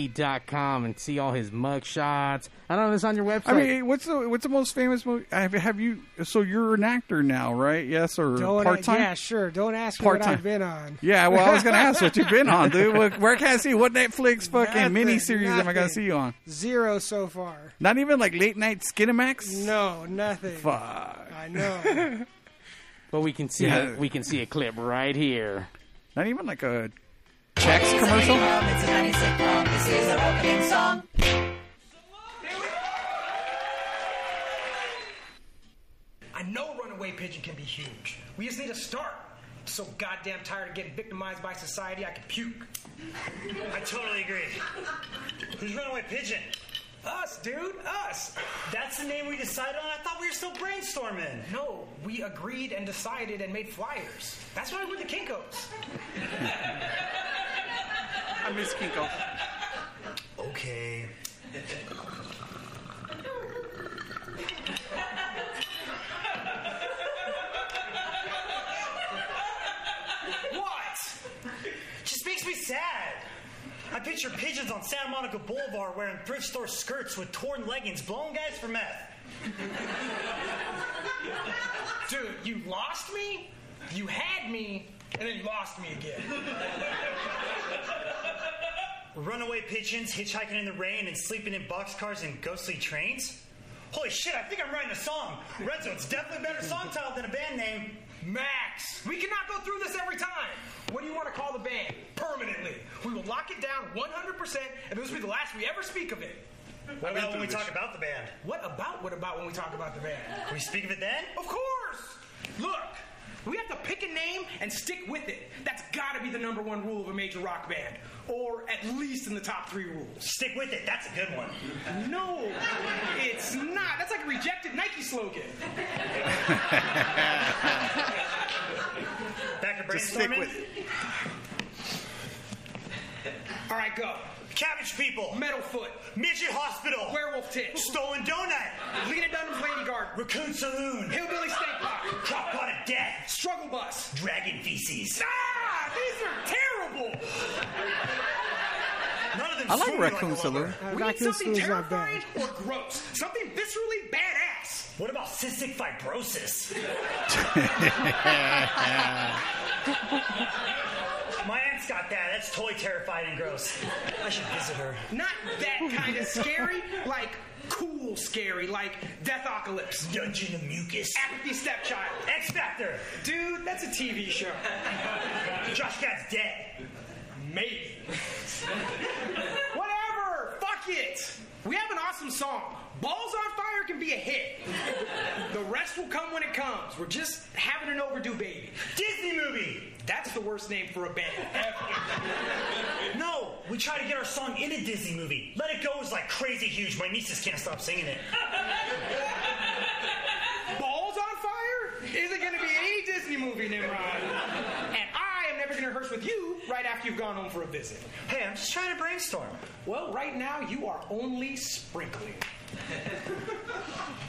[SPEAKER 1] johnnyc.com and see all his Uh, mug shots. I don't know if it's on your website.
[SPEAKER 4] I mean, what's the what's the most famous movie? Have, have you? So you're an actor now, right? Yes, or
[SPEAKER 5] Don't uh,
[SPEAKER 4] part time?
[SPEAKER 5] yeah, sure. Don't ask me what
[SPEAKER 4] Part-time.
[SPEAKER 5] I've been on.
[SPEAKER 4] Yeah, well, I was gonna ask what you've been on, dude. What, where can I see what Netflix fucking
[SPEAKER 5] Nothing,
[SPEAKER 4] miniseries am I gonna
[SPEAKER 5] nothing.
[SPEAKER 4] see you on?
[SPEAKER 5] Zero so far.
[SPEAKER 4] Not even like late night Skinamax.
[SPEAKER 5] No, nothing.
[SPEAKER 4] Fuck.
[SPEAKER 5] I know.
[SPEAKER 1] but we can see
[SPEAKER 4] Yeah.
[SPEAKER 1] we can see a clip right here.
[SPEAKER 4] Not even like a Chex commercial.
[SPEAKER 8] This is our opening song.
[SPEAKER 13] I know runaway pigeon can be huge. We just need a start. I'm so goddamn tired of getting victimized by society, I could puke.
[SPEAKER 14] I totally agree. Who's Runaway Pigeon?
[SPEAKER 13] Us, dude, us.
[SPEAKER 14] That's the name we decided on. I thought we were still brainstorming.
[SPEAKER 13] No, we agreed and decided and made flyers. That's why I went to Kinko's.
[SPEAKER 4] I miss Kinko.
[SPEAKER 14] Okay. what? Just makes me sad. I picture pigeons on Santa Monica Boulevard wearing thrift store skirts with torn leggings, blowing guys for meth.
[SPEAKER 13] Dude, you lost me, you had me, and then you lost me again.
[SPEAKER 14] Runaway pigeons hitchhiking in the rain and sleeping in boxcars and ghostly trains? Holy shit, I think I'm writing a song. Red Zone's definitely a better song title than a band name.
[SPEAKER 13] Max, we cannot go through this every time. What do you want to call the band? Permanently. We will lock it down 100%, and this will be the last we ever speak of it.
[SPEAKER 14] What about when we talk about the band?
[SPEAKER 13] What about what about when we talk about the band?
[SPEAKER 14] Can we speak of it then?
[SPEAKER 13] Of course! Look, we have to pick a name and stick with it. That's gotta be the number one rule of a major rock band. Or at least in the top three rules.
[SPEAKER 14] Stick with it, that's a good one.
[SPEAKER 13] No, it's not. That's like a rejected Nike slogan.
[SPEAKER 14] Back to brainstorming?
[SPEAKER 13] Just stick with All right, go.
[SPEAKER 14] Cabbage People.
[SPEAKER 13] Metalfoot.
[SPEAKER 14] Midget Hospital.
[SPEAKER 13] Werewolf Tit.
[SPEAKER 14] Stolen Donut.
[SPEAKER 13] Lena Dunham's Lady Garden.
[SPEAKER 14] Raccoon Saloon.
[SPEAKER 13] Hillbilly Steak Pot.
[SPEAKER 14] Crockpot of Death.
[SPEAKER 13] Struggle Bus.
[SPEAKER 14] Dragon Feces.
[SPEAKER 13] Ah, These are terrible. None of them
[SPEAKER 4] I like
[SPEAKER 13] swing
[SPEAKER 4] Raccoon
[SPEAKER 13] a
[SPEAKER 4] Saloon.
[SPEAKER 13] lover.
[SPEAKER 5] Uh,
[SPEAKER 13] We need
[SPEAKER 5] Raccoon
[SPEAKER 13] something
[SPEAKER 5] Saloon's not
[SPEAKER 13] terrifying or gross. Something viscerally badass. What about cystic fibrosis?
[SPEAKER 14] My aunt's got that. That's totally terrifying and gross. I should visit her.
[SPEAKER 13] Not that kind of scary, like cool scary, like Death Ocalypse. Dungeon of Mucus. Apathy Stepchild.
[SPEAKER 14] X Factor.
[SPEAKER 13] Dude, that's a TV show.
[SPEAKER 14] Josh Gad's dead.
[SPEAKER 13] Maybe. Whatever! Fuck it! We have an awesome song. Balls on Fire can be a hit. The rest will come when it comes. We're just having an overdue baby. Disney movie! That's the worst name for a band ever.
[SPEAKER 14] No, we try to get our song in a Disney movie. Let It Go is like crazy huge. My nieces can't stop singing it.
[SPEAKER 13] Balls on Fire isn't gonna be any Disney movie, Nimrod. And I am never gonna rehearse with you right after you've gone home for a visit. Hey, I'm just trying to brainstorm. Well, right now you are only sprinkling.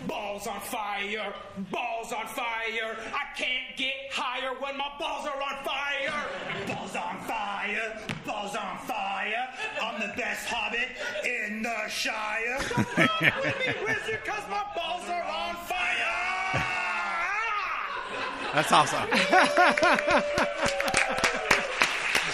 [SPEAKER 13] balls on fire, balls on fire. I can't get higher when my balls are on fire. Balls on fire, balls on fire. I'm the best hobbit in the Shire. Let me wizard, cause my balls are on fire.
[SPEAKER 4] That's awesome.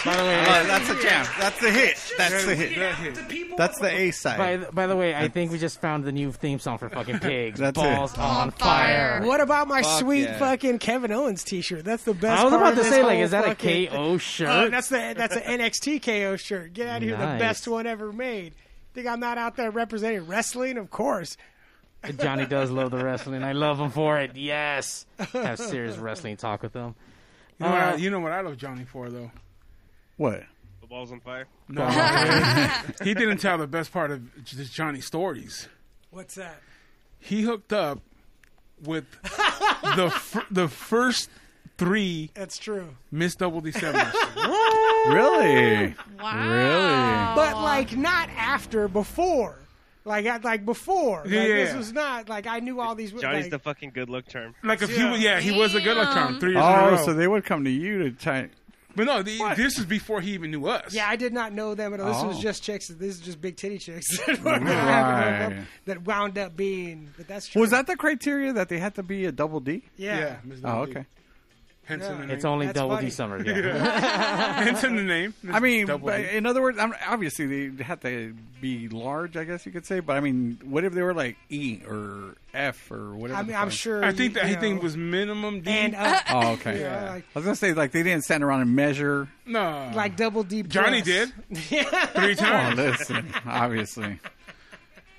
[SPEAKER 1] By the way,
[SPEAKER 4] Oh, that's a jam. That's the hit. That's the
[SPEAKER 1] hit.
[SPEAKER 4] That's the A side.
[SPEAKER 1] By, th- by the way, I think we just found the new theme song for fucking pigs.
[SPEAKER 4] That's it.
[SPEAKER 1] Balls on fire.
[SPEAKER 5] What about my
[SPEAKER 1] Fuck
[SPEAKER 5] sweet
[SPEAKER 1] yeah.
[SPEAKER 5] fucking Kevin Owens T-shirt? That's the best.
[SPEAKER 1] I was
[SPEAKER 5] part
[SPEAKER 1] about
[SPEAKER 5] of
[SPEAKER 1] to
[SPEAKER 5] this
[SPEAKER 1] say, like,
[SPEAKER 5] whole
[SPEAKER 1] is that a
[SPEAKER 5] fucking
[SPEAKER 1] KO
[SPEAKER 5] thing.
[SPEAKER 1] shirt?
[SPEAKER 5] Uh, that's the that's an NXT KO shirt. Get out of here, the
[SPEAKER 1] Nice.
[SPEAKER 5] best one ever made. Think I'm not out there representing wrestling? Of course.
[SPEAKER 1] Johnny does love the wrestling. I love him for it. Yes. Have serious wrestling talk with him.
[SPEAKER 7] You know, what
[SPEAKER 5] Oh.
[SPEAKER 7] I,
[SPEAKER 1] Uh,
[SPEAKER 7] you know what I love Johnny for though.
[SPEAKER 4] What?
[SPEAKER 10] The balls on fire.
[SPEAKER 7] No, he didn't tell the best part of J- Johnny's stories.
[SPEAKER 5] What's that?
[SPEAKER 7] He hooked up with the fir- the first three
[SPEAKER 5] That's true.
[SPEAKER 7] Miss Double December.
[SPEAKER 4] Really?
[SPEAKER 5] Wow. But like not after, before. Like I, like before. Like,
[SPEAKER 10] Yeah.
[SPEAKER 5] This was not like I knew all these.
[SPEAKER 10] Johnny's
[SPEAKER 5] like,
[SPEAKER 10] the fucking good luck charm.
[SPEAKER 7] Like if he was, yeah, he was a good luck charm three years in a
[SPEAKER 4] Oh,
[SPEAKER 7] row.
[SPEAKER 4] so they would come to you to try.
[SPEAKER 7] but no, the, this is before he even knew us.
[SPEAKER 5] Yeah, I did not know them at all. This was
[SPEAKER 4] Oh.
[SPEAKER 5] just chicks. This is just big titty chicks that, were-
[SPEAKER 4] Right.
[SPEAKER 5] that wound up being. But that's true.
[SPEAKER 4] Was that the criteria that they had to be a double D?
[SPEAKER 5] Yeah. Yeah, Miss
[SPEAKER 4] Oh,
[SPEAKER 5] Double D.
[SPEAKER 4] okay.
[SPEAKER 7] Hence
[SPEAKER 5] Yeah.
[SPEAKER 7] in the
[SPEAKER 1] It's
[SPEAKER 7] name.
[SPEAKER 1] only That's Double D funny. Summer, yeah.
[SPEAKER 7] Hence in the name.
[SPEAKER 4] I mean,
[SPEAKER 7] Double
[SPEAKER 4] but
[SPEAKER 7] D.
[SPEAKER 4] in other words, I'm, obviously they had to be large, I guess you could say. But I mean, what if they were like E or F or whatever?
[SPEAKER 5] I mean, I'm sure
[SPEAKER 7] I think
[SPEAKER 5] you-
[SPEAKER 7] that he
[SPEAKER 5] you
[SPEAKER 7] think
[SPEAKER 5] know.
[SPEAKER 7] was minimum D.
[SPEAKER 5] And up.
[SPEAKER 4] Oh, okay.
[SPEAKER 5] Yeah, like-
[SPEAKER 4] I was gonna say like they didn't stand around and measure.
[SPEAKER 7] No.
[SPEAKER 5] Like double D.
[SPEAKER 7] Johnny
[SPEAKER 5] plus.
[SPEAKER 7] Three times.
[SPEAKER 4] Well, Oh, listen, obviously,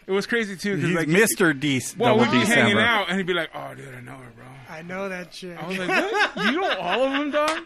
[SPEAKER 7] It was crazy too
[SPEAKER 4] he's
[SPEAKER 7] because like
[SPEAKER 4] Mr. D.
[SPEAKER 7] Well,
[SPEAKER 4] double
[SPEAKER 7] we'd be
[SPEAKER 4] D
[SPEAKER 7] hanging
[SPEAKER 4] Samber.
[SPEAKER 7] out and he'd be like, "Oh, dude, I know her, bro."
[SPEAKER 5] I know that shit.
[SPEAKER 7] I was like, "What? you know all of them, dog?"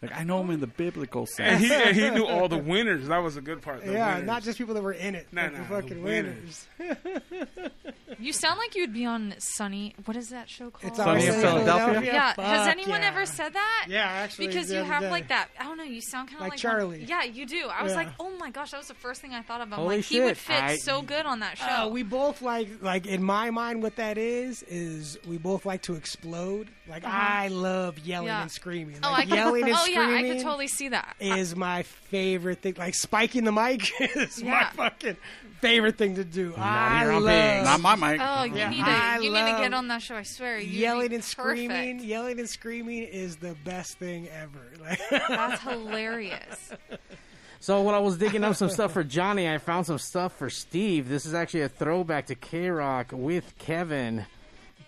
[SPEAKER 4] Like I know him in the biblical sense.
[SPEAKER 7] And he and he knew all the winners. That was a good part. The
[SPEAKER 5] yeah,
[SPEAKER 7] winners.
[SPEAKER 5] not just people that were in it.
[SPEAKER 7] No,
[SPEAKER 5] like
[SPEAKER 7] no,
[SPEAKER 5] the
[SPEAKER 7] the
[SPEAKER 5] fucking winners.
[SPEAKER 7] winners.
[SPEAKER 2] You sound like you'd be on Sunny. What is that show called?
[SPEAKER 5] It's Sunny in Always Philadelphia? Philadelphia?
[SPEAKER 2] Yeah. Has
[SPEAKER 5] Fuck
[SPEAKER 2] anyone
[SPEAKER 5] yeah.
[SPEAKER 2] ever said that?
[SPEAKER 5] Yeah, actually,
[SPEAKER 2] Because
[SPEAKER 5] the
[SPEAKER 2] you
[SPEAKER 5] other
[SPEAKER 2] have
[SPEAKER 5] day.
[SPEAKER 2] like that. I don't know. You sound kind of
[SPEAKER 5] Like
[SPEAKER 2] like,
[SPEAKER 5] Charlie.
[SPEAKER 2] yeah, you do. I was
[SPEAKER 5] Yeah.
[SPEAKER 2] like, oh my gosh, that was the first thing I thought of. I'm
[SPEAKER 5] Holy
[SPEAKER 2] like, he would
[SPEAKER 5] shit,
[SPEAKER 2] fit
[SPEAKER 5] I-
[SPEAKER 2] so good on that show.
[SPEAKER 5] Uh, we both like like in my mind what that is is we both like to explode. Like
[SPEAKER 2] Uh-huh.
[SPEAKER 5] I love yelling
[SPEAKER 2] Yeah.
[SPEAKER 5] and screaming.
[SPEAKER 2] oh, I Oh.
[SPEAKER 5] Like,
[SPEAKER 2] could,
[SPEAKER 5] yelling and
[SPEAKER 2] oh
[SPEAKER 5] screaming.
[SPEAKER 2] yeah, I could totally see that.
[SPEAKER 5] is my favorite thing. Like spiking the mic is
[SPEAKER 2] Yeah.
[SPEAKER 5] my fucking favorite thing to do.
[SPEAKER 4] I
[SPEAKER 5] I
[SPEAKER 4] here on
[SPEAKER 5] love
[SPEAKER 4] Pigs. Not my mic.
[SPEAKER 2] Oh, you
[SPEAKER 5] Yeah.
[SPEAKER 2] need
[SPEAKER 5] I
[SPEAKER 2] to you need to
[SPEAKER 5] love
[SPEAKER 2] get on that show. I swear, You'd be
[SPEAKER 5] Yelling and
[SPEAKER 2] perfect.
[SPEAKER 5] screaming, yelling and screaming is the best thing ever. Like,
[SPEAKER 2] That's hilarious.
[SPEAKER 1] So when I was digging up some stuff for Johnny, I found some stuff for Steve. This is actually a throwback to K Rock with Kevin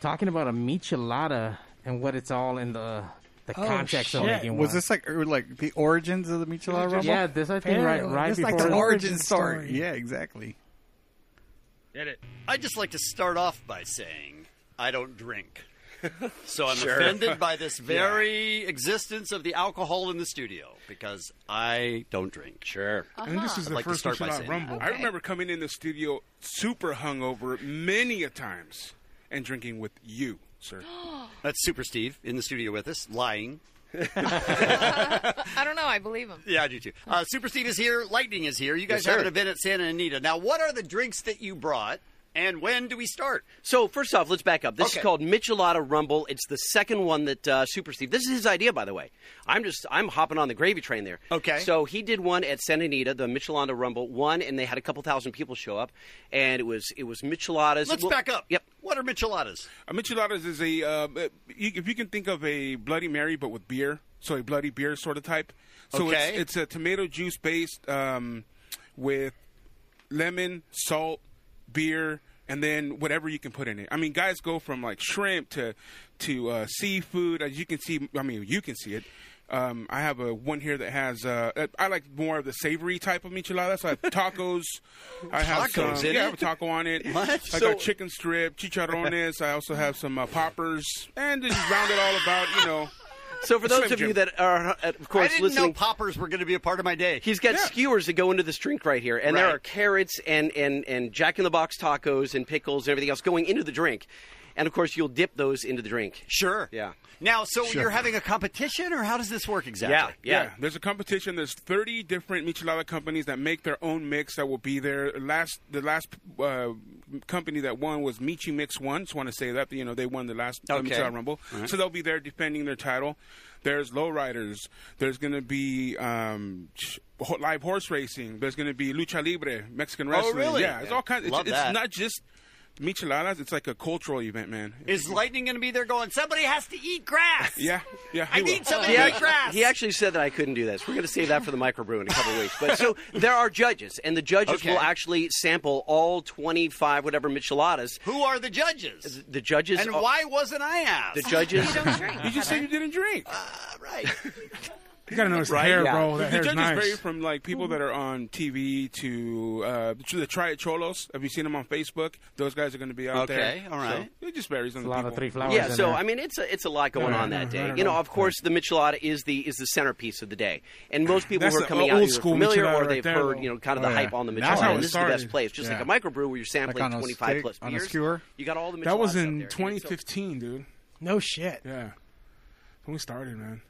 [SPEAKER 1] talking about a michelada and what it's all in the the
[SPEAKER 5] Oh,
[SPEAKER 1] context of
[SPEAKER 5] shit.
[SPEAKER 1] making
[SPEAKER 4] Was
[SPEAKER 1] one.
[SPEAKER 4] this like or like the origins of the Michelada Rumble?
[SPEAKER 1] Yeah, this I think right right
[SPEAKER 4] It's
[SPEAKER 1] before
[SPEAKER 4] like the origin story. Yeah, exactly.
[SPEAKER 12] I'd just like to start off by saying I don't drink. So I'm
[SPEAKER 15] Sure.
[SPEAKER 12] offended by this
[SPEAKER 15] Yeah.
[SPEAKER 12] very existence of the alcohol in the studio because I don't drink. Sure.
[SPEAKER 7] I think this is
[SPEAKER 12] I'd
[SPEAKER 7] the
[SPEAKER 12] like to
[SPEAKER 7] first
[SPEAKER 12] start by
[SPEAKER 7] Michelada
[SPEAKER 12] saying
[SPEAKER 7] Rumble.
[SPEAKER 12] that.
[SPEAKER 7] I remember coming in the studio super hungover many a times and drinking with you, sir.
[SPEAKER 12] That's Super Steve in the studio with us, lying.
[SPEAKER 2] I don't know. I believe him.
[SPEAKER 12] Yeah, I do too. Uh, Super Steve is here. Lightning is here. You guys
[SPEAKER 15] Yes,
[SPEAKER 12] have
[SPEAKER 15] sir.
[SPEAKER 12] an event at Santa Anita. Now, what are the drinks that you brought? And when do we start?
[SPEAKER 15] So first off, let's back up. This
[SPEAKER 12] Okay.
[SPEAKER 15] is called Michelada Rumble. It's the second one that uh, Super Steve. This is his idea, by the way. I'm just I'm hopping on the gravy train there.
[SPEAKER 12] Okay.
[SPEAKER 15] So he did one at Santa Anita, the Michelada Rumble one, and they had a couple thousand people show up, and it was it was micheladas.
[SPEAKER 12] Let's
[SPEAKER 15] Well-
[SPEAKER 12] back up.
[SPEAKER 15] Yep.
[SPEAKER 12] What are micheladas?
[SPEAKER 7] A micheladas is a uh, you, if you can think of a Bloody Mary but with beer, so a bloody beer sort of type. So
[SPEAKER 12] Okay.
[SPEAKER 7] it's, it's a tomato juice based um, with lemon, salt, beer, and then whatever you can put in it. I mean, guys go from like shrimp to to uh, seafood. As you can see, I mean, you can see it. Um, I have a one here that has. Uh, I like more of the savory type of michelada. So I have tacos. I have
[SPEAKER 12] Tacos
[SPEAKER 7] some,
[SPEAKER 12] in
[SPEAKER 7] yeah, I
[SPEAKER 12] it?
[SPEAKER 7] have a taco on it.
[SPEAKER 12] What?
[SPEAKER 7] I
[SPEAKER 12] So-
[SPEAKER 7] got chicken strip, chicharrones. I also have some uh, poppers, and just round it all about, you know.
[SPEAKER 15] So for those
[SPEAKER 7] Slim
[SPEAKER 15] of you
[SPEAKER 7] Jim.
[SPEAKER 15] that are, uh, of course,
[SPEAKER 7] I didn't
[SPEAKER 15] listening,
[SPEAKER 7] know
[SPEAKER 12] poppers were going to be a part of my day.
[SPEAKER 15] He's got skewers that go into this drink right here, and there
[SPEAKER 12] Right.
[SPEAKER 15] are carrots and and and Jack in the Box tacos and pickles and everything else going into the drink, and of course you'll dip those into the drink.
[SPEAKER 12] Sure.
[SPEAKER 15] Yeah.
[SPEAKER 12] Now, so
[SPEAKER 15] Sure.
[SPEAKER 12] you're having a competition, or how does this work exactly?
[SPEAKER 15] Yeah.
[SPEAKER 7] There's a competition. There's 30 different michelada companies that make their own mix that will be there. Last the last uh, company that won was Michi Mix One. Just want to say that you know they won the last uh,
[SPEAKER 12] Okay.
[SPEAKER 7] michelada rumble,
[SPEAKER 12] All right.
[SPEAKER 7] so they'll be there defending their title. There's lowriders. There's going to be um, ch- ho- live horse racing. There's going to be lucha libre, Mexican
[SPEAKER 12] Oh,
[SPEAKER 7] wrestling.
[SPEAKER 12] really?
[SPEAKER 7] Yeah, it's all kinds. It's,
[SPEAKER 12] Love
[SPEAKER 7] it's
[SPEAKER 12] that.
[SPEAKER 7] not just micheladas. It's like a cultural event, man.
[SPEAKER 12] Is Lightning going to be there going, somebody has to eat grass?
[SPEAKER 7] Yeah, yeah.
[SPEAKER 12] I
[SPEAKER 7] he will.
[SPEAKER 12] need somebody
[SPEAKER 15] He,
[SPEAKER 12] to
[SPEAKER 15] act-
[SPEAKER 12] eat grass.
[SPEAKER 15] he actually said that I couldn't do this. We're going to save that for the microbrew in a couple of weeks. But so there are judges, and the judges
[SPEAKER 12] Okay.
[SPEAKER 15] will actually sample all twenty-five whatever micheladas.
[SPEAKER 12] Who are the judges?
[SPEAKER 15] The judges
[SPEAKER 12] And
[SPEAKER 15] are-
[SPEAKER 12] why wasn't I asked?
[SPEAKER 15] The judges.
[SPEAKER 7] You just said you didn't drink.
[SPEAKER 12] You
[SPEAKER 7] gotta notice
[SPEAKER 12] Right? hair, Yeah. bro. That
[SPEAKER 7] The
[SPEAKER 12] hair's
[SPEAKER 7] judges
[SPEAKER 12] nice.
[SPEAKER 7] vary from like people that are on TV to uh, to the Try It Cholos. Have you seen them on Facebook? Those guys are going to be out there.
[SPEAKER 15] Okay, all right.
[SPEAKER 7] So it just varies on
[SPEAKER 1] It's a
[SPEAKER 7] the
[SPEAKER 1] lot of
[SPEAKER 7] people.
[SPEAKER 1] three flowers
[SPEAKER 15] yeah, so I mean, it's a it's a lot going
[SPEAKER 7] Right,
[SPEAKER 15] on that
[SPEAKER 7] right,
[SPEAKER 15] day.
[SPEAKER 7] right,
[SPEAKER 15] you know,
[SPEAKER 7] right.
[SPEAKER 15] of course, the michelada is the is the centerpiece of the day, and most people
[SPEAKER 7] That's
[SPEAKER 15] who are
[SPEAKER 7] the
[SPEAKER 15] coming
[SPEAKER 7] old
[SPEAKER 15] out either
[SPEAKER 7] school
[SPEAKER 15] familiar
[SPEAKER 7] michelada
[SPEAKER 15] or
[SPEAKER 7] right
[SPEAKER 15] they've
[SPEAKER 7] there,
[SPEAKER 15] heard
[SPEAKER 7] though.
[SPEAKER 15] you know kind of
[SPEAKER 7] Oh,
[SPEAKER 15] the
[SPEAKER 7] yeah.
[SPEAKER 15] hype on the
[SPEAKER 7] That's how
[SPEAKER 15] michelada.
[SPEAKER 7] it
[SPEAKER 15] And this is the best
[SPEAKER 7] started.
[SPEAKER 15] place, just
[SPEAKER 7] Yeah.
[SPEAKER 15] like a microbrew where you're sampling
[SPEAKER 7] on a
[SPEAKER 15] 25
[SPEAKER 7] stick,
[SPEAKER 15] plus
[SPEAKER 7] on a
[SPEAKER 15] beers.
[SPEAKER 7] skewer?
[SPEAKER 15] You got all the
[SPEAKER 7] that was
[SPEAKER 15] micheladas out
[SPEAKER 7] in
[SPEAKER 15] there.
[SPEAKER 7] 2015, dude.
[SPEAKER 5] No shit.
[SPEAKER 7] Yeah, when we started, man.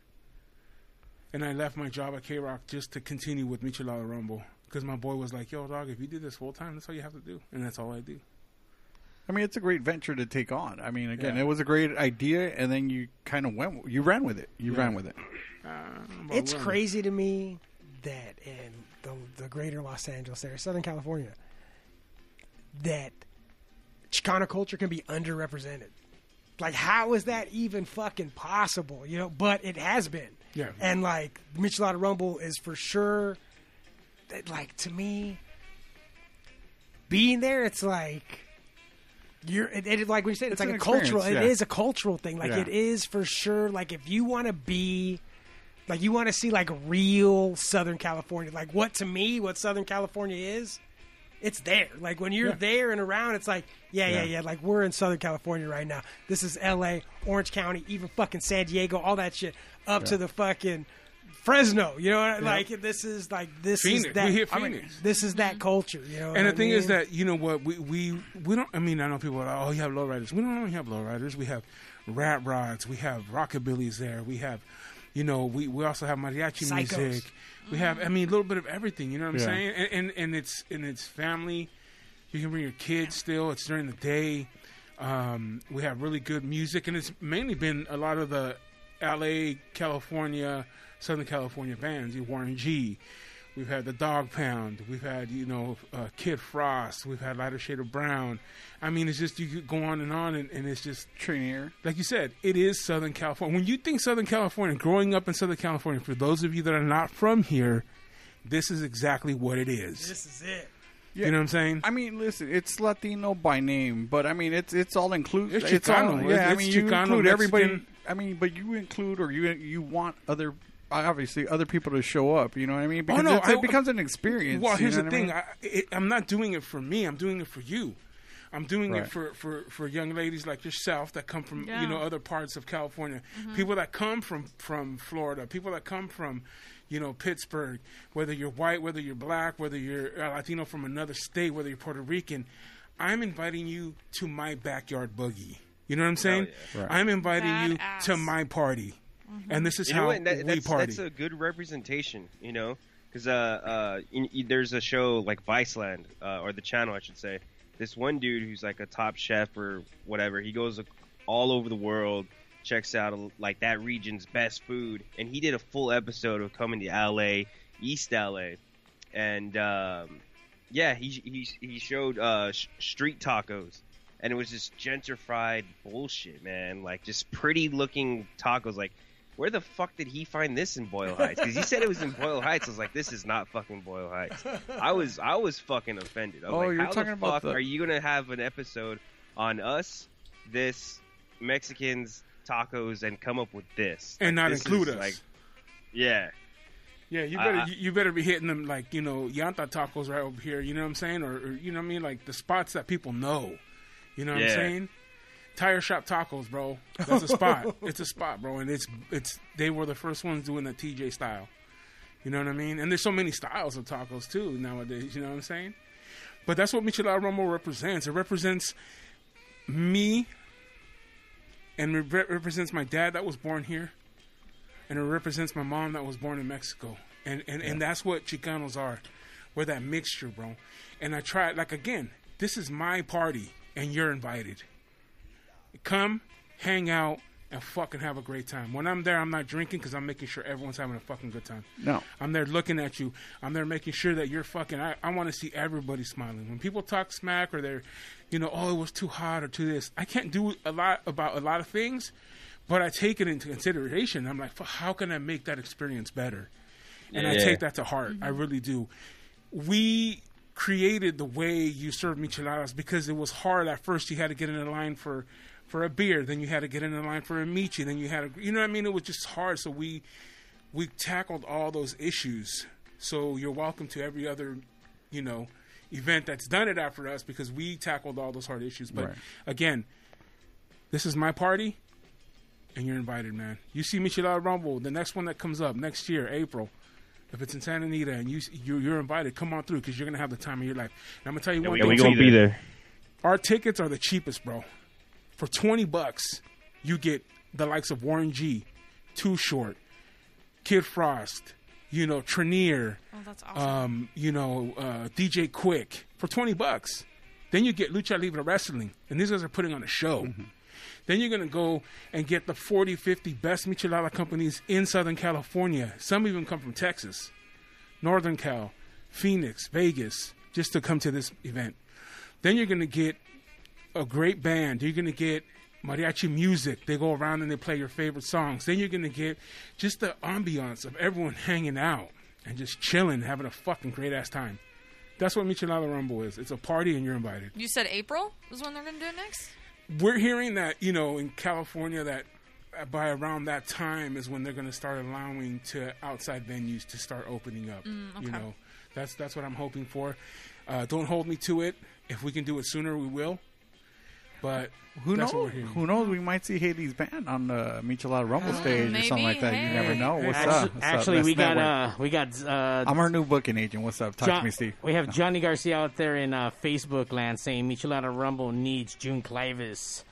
[SPEAKER 7] And I left my job at K Rock just to continue with Michelada Rumble because my boy was like, "Yo, dog, if you do this full time, that's all you have to do," and that's all I do.
[SPEAKER 4] I mean, it's a great venture to take on. I mean, again,
[SPEAKER 7] Yeah.
[SPEAKER 4] it was a great idea, and then you kind of went, you ran with it. You
[SPEAKER 7] Yeah. Uh,
[SPEAKER 4] ran with it.
[SPEAKER 5] It's crazy to me that in the, the greater Los Angeles area, Southern California, that Chicano culture can be underrepresented. Like, how is that even fucking possible? You know, but it has been.
[SPEAKER 7] Yeah.
[SPEAKER 5] And like Michelada Rumble is for sure. That, like to me, being there, it's like you're. It, it- like when you said, it's,
[SPEAKER 4] It's
[SPEAKER 5] like
[SPEAKER 4] an
[SPEAKER 5] a cultural.
[SPEAKER 4] experience,
[SPEAKER 5] It
[SPEAKER 4] yeah.
[SPEAKER 5] is a cultural thing. Like
[SPEAKER 4] Yeah.
[SPEAKER 5] it is for sure. Like if you want to be, like you want to see like real Southern California. Like what to me, what Southern California is, it's there. Like when you're
[SPEAKER 16] Yeah.
[SPEAKER 5] there and around, it's like yeah, yeah, yeah,
[SPEAKER 16] Yeah.
[SPEAKER 5] Like we're in Southern California right now. This is L.A., Orange County, even fucking San Diego, all that shit up
[SPEAKER 16] Yeah.
[SPEAKER 5] to the fucking. Fresno, you know,
[SPEAKER 7] Yep.
[SPEAKER 5] like this is like this is
[SPEAKER 7] Phoenix.
[SPEAKER 5] that
[SPEAKER 7] We hit
[SPEAKER 5] I mean,
[SPEAKER 7] Phoenix.
[SPEAKER 5] this is that culture, you know. what
[SPEAKER 7] And the
[SPEAKER 5] I
[SPEAKER 7] thing is
[SPEAKER 5] mean?
[SPEAKER 7] that you know what we we we don't. I mean, I know people are like, oh, you have lowriders. We don't only have lowriders. We have rat rods. We have rockabillys there. We have, you know, we we also have mariachi
[SPEAKER 5] Psychos.
[SPEAKER 7] music. We have, I mean, a little bit of everything. You know what I'm
[SPEAKER 4] Yeah.
[SPEAKER 7] saying? And, and and it's and it's family. You can bring your kids still. It's during the day. Um, we have really good music, and it's mainly been a lot of the L.A., California, Southern California bands. You know, Warren G. We've had the Dog Pound. We've had you know uh, Kid Frost. We've had Lighter Shade of Brown. I mean, it's just you could go on and on, and, and it's just
[SPEAKER 4] Trainier.
[SPEAKER 7] Like you said, it is Southern California. When you think Southern California, growing up in Southern California, for those of you that are not from here, this is exactly what it is.
[SPEAKER 5] this is it.
[SPEAKER 7] You know what I'm saying?
[SPEAKER 4] I mean, listen, it's Latino by name, but I mean, it's it's all inclusive.
[SPEAKER 7] It's
[SPEAKER 4] all,
[SPEAKER 7] Chicano.
[SPEAKER 4] yeah, I
[SPEAKER 7] It's
[SPEAKER 4] mean, you
[SPEAKER 7] Chicano,
[SPEAKER 4] include everybody.
[SPEAKER 7] Mexican.
[SPEAKER 4] I mean, but you include or you you want other obviously other people to show up. You know what I mean? Because
[SPEAKER 7] Oh, no,
[SPEAKER 4] it's- it
[SPEAKER 7] I-
[SPEAKER 4] becomes an experience.
[SPEAKER 7] Well,
[SPEAKER 4] you
[SPEAKER 7] here's
[SPEAKER 4] know
[SPEAKER 7] the
[SPEAKER 4] what I mean?
[SPEAKER 7] thing. I, it, I'm not doing it for me. I'm doing it for you. I'm doing
[SPEAKER 4] Right.
[SPEAKER 7] it for, for, for young ladies like yourself that come from
[SPEAKER 4] Yeah.
[SPEAKER 7] you know other parts of California,
[SPEAKER 4] Mhm.
[SPEAKER 7] people that come from from Florida, people that come from you know Pittsburgh. Whether you're white, whether you're black, whether you're uh, Latino from another state, whether you're Puerto Rican, I'm inviting you to my backyard boogie. You know what I'm saying?
[SPEAKER 10] yeah. Right.
[SPEAKER 7] I'm inviting you to my party, and this is
[SPEAKER 10] You know
[SPEAKER 7] how
[SPEAKER 10] what, and that-
[SPEAKER 7] we
[SPEAKER 10] that's,
[SPEAKER 7] party.
[SPEAKER 10] That's a good representation, you know, because uh, uh, in, in- there's a show like Viceland uh, or the channel, I should say, this one dude who's like a top chef or whatever. He goes all over the world, checks out like that region's best food, and he did a full episode of coming to LA, East LA, and um, yeah, he he he showed uh, sh- street tacos. And it was just gentrified bullshit, man. Like just pretty looking tacos. Like where the fuck did he find this in Boyle Heights? Because he said it was in Boyle Heights. I was like, this is not fucking Boyle Heights. I was I was fucking offended. I was
[SPEAKER 4] Oh,
[SPEAKER 10] like,
[SPEAKER 4] you're
[SPEAKER 10] how
[SPEAKER 4] talking
[SPEAKER 10] the
[SPEAKER 4] about
[SPEAKER 10] fuck
[SPEAKER 4] the-
[SPEAKER 10] are you gonna have an episode on us, this Mexicans tacos, and come up with this
[SPEAKER 7] And not
[SPEAKER 10] this
[SPEAKER 7] include
[SPEAKER 10] is,
[SPEAKER 7] us.
[SPEAKER 10] Like, yeah,
[SPEAKER 7] Yeah, you
[SPEAKER 10] I-
[SPEAKER 7] better
[SPEAKER 10] I-
[SPEAKER 7] you, you better be hitting them like you know Yanta tacos right over here. You know what I'm saying, or, or you know what I mean, like the spots that people know. You know what
[SPEAKER 10] Yeah.
[SPEAKER 7] I'm saying? Tire shop tacos, bro. That's a spot. it's a spot, bro, and it's it's they were the first ones doing the TJ style. You know what I mean? And there's so many styles of tacos too nowadays. You know what I'm saying? But that's what Michelada Rumble represents. It represents me, and it re- represents my dad that was born here, and it represents my mom that was born in Mexico, and and, and that's what Chicanos are. We're that mixture, bro. And I tried like again. This is my party, and you're invited. Come, hang out, and fucking have a great time. When I'm there, I'm not drinking because I'm making sure everyone's having a fucking good time.
[SPEAKER 4] No.
[SPEAKER 7] I'm there looking at you. I'm there making sure that you're fucking. I, I want to see everybody smiling. When people talk smack or they're, you know, oh, it was too hot or too this, I can't do a lot about a lot of things, but I take it into consideration. I'm like, "Fuck, how can I make that experience better? And I
[SPEAKER 10] Yeah.
[SPEAKER 7] take that to heart. I really do. We created the way you serve micheladas because it was hard at first. You had to get in a line for. For a beer, then you had to get in a line for a michi, then you had to, you know what I mean? It was just hard. So we we tackled all those issues. So you're welcome to every other, you know, event that's done it after us because we tackled all those hard issues. But
[SPEAKER 4] Right.
[SPEAKER 7] again, this is my party, and you're invited, man. You see Michelada Rumble, the next one that comes up next year, April. If it's in Santa Anita and you you're, you're invited, come on through because you're gonna have the time of your life. And I'm gonna tell you one
[SPEAKER 10] we
[SPEAKER 7] thing:
[SPEAKER 10] gonna
[SPEAKER 7] too.
[SPEAKER 10] be there.
[SPEAKER 7] Our tickets are the cheapest, bro. For twenty bucks, you get the likes of Warren G, Too Short, Kid Frost, you know, Trenier,
[SPEAKER 2] Oh, that's
[SPEAKER 7] um, you know, uh, DJ Quick for 20 bucks. Then you get Lucha Libre Wrestling, and these guys are putting on a show. Then you're going to go and get the 40, 50 best Michelada companies in Southern California. Some even come from Texas, Northern Cal, Phoenix, Vegas, just to come to this event. Then you're going to get a great band. You're going to get mariachi music. They go around and they play your favorite songs. Then you're going to get just the ambiance of everyone hanging out and just chilling, having a fucking great ass time. That's what Michelada Rumble is. It's a party and you're invited.
[SPEAKER 2] You said April was when they're gonna do it next.
[SPEAKER 7] We're hearing that, you know, in California that uh, by around that time is when they're going to start allowing to outside venues to start opening up.
[SPEAKER 2] Mm, okay.
[SPEAKER 7] You know, that's that's what I'm hoping for. Uh, don't hold me to it. If we can do it sooner, we will. But
[SPEAKER 4] Who
[SPEAKER 7] that's What
[SPEAKER 4] knows?
[SPEAKER 7] we're hearing.
[SPEAKER 4] Who knows? We might see Haley's band on the Michelada Rumble
[SPEAKER 7] Oh,
[SPEAKER 4] stage or something
[SPEAKER 7] maybe.
[SPEAKER 4] like that. You
[SPEAKER 7] Hey.
[SPEAKER 4] never know. What's
[SPEAKER 7] Actu-
[SPEAKER 4] up? What's up?
[SPEAKER 1] actually,
[SPEAKER 4] Let's
[SPEAKER 1] we got,
[SPEAKER 4] network.
[SPEAKER 1] uh, we got. Uh,
[SPEAKER 4] I'm our new booking agent. What's up? Talk
[SPEAKER 1] John-
[SPEAKER 4] to me, Steve.
[SPEAKER 1] We have Johnny Garcia out there in uh, Facebook land saying Michelada Rumble needs June Clivis.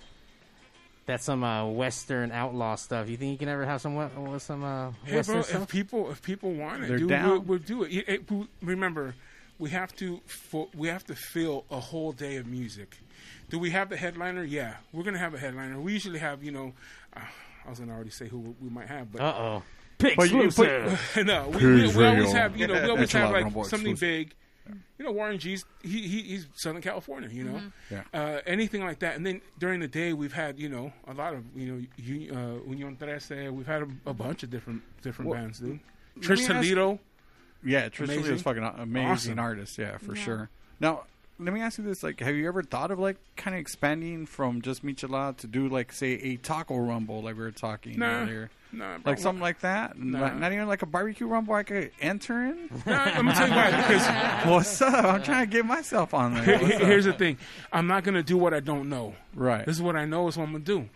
[SPEAKER 1] That's some uh, Western outlaw stuff. You think you can ever have some we- uh, some uh,
[SPEAKER 7] Hey,
[SPEAKER 1] Western
[SPEAKER 7] bro,
[SPEAKER 1] stuff?
[SPEAKER 7] if people if people want it,
[SPEAKER 1] They're
[SPEAKER 7] dude,
[SPEAKER 1] down.
[SPEAKER 7] We'll, we'll do it. It- it- we- Remember, we have to fo- we have to fill a whole day of music. Do we have the headliner? Yeah, we're gonna have a headliner. We usually have, you know, uh, I was gonna already say who we might have, but
[SPEAKER 1] Uh-oh.
[SPEAKER 7] Pick
[SPEAKER 1] But you- exclusive.
[SPEAKER 7] but- no, we,
[SPEAKER 1] Pigs
[SPEAKER 7] we, we always
[SPEAKER 1] radio.
[SPEAKER 7] have, you know, we always
[SPEAKER 4] That's a lot
[SPEAKER 7] have
[SPEAKER 4] of
[SPEAKER 7] like
[SPEAKER 4] Rumble
[SPEAKER 7] something
[SPEAKER 4] exclusive.
[SPEAKER 7] big. You know, Warren G's he, he he's Southern California. You know,
[SPEAKER 4] Mhm. Yeah.
[SPEAKER 7] uh, anything like that. And then during the day, we've had you know a lot of you know Uni- uh, Union Trece. We've had a, a bunch of different different
[SPEAKER 4] Well,
[SPEAKER 7] bands, dude.
[SPEAKER 4] let
[SPEAKER 7] Trish
[SPEAKER 4] me ask-
[SPEAKER 7] Toledo.
[SPEAKER 4] Yeah, Trish
[SPEAKER 7] Amazing.
[SPEAKER 4] Toledo's fucking a- amazing
[SPEAKER 7] Awesome.
[SPEAKER 4] artist. Yeah, for
[SPEAKER 7] Yeah.
[SPEAKER 4] sure. Now, let me ask you this: like, have you ever thought of like kind of expanding from just michelada to do like say a taco rumble, like we were talking
[SPEAKER 7] Nah.
[SPEAKER 4] earlier?
[SPEAKER 7] Nah, bro.
[SPEAKER 4] like something like that.
[SPEAKER 7] Nah.
[SPEAKER 4] Like, not even like a barbecue rumble I could enter in.
[SPEAKER 7] I'm gonna tell you why. Because
[SPEAKER 4] what's up? I'm trying to get myself on there.
[SPEAKER 7] Here-
[SPEAKER 4] What's up?
[SPEAKER 7] here- here's the thing: I'm not gonna do what I don't know.
[SPEAKER 4] Right.
[SPEAKER 7] This is what I know. Is what I'm gonna do.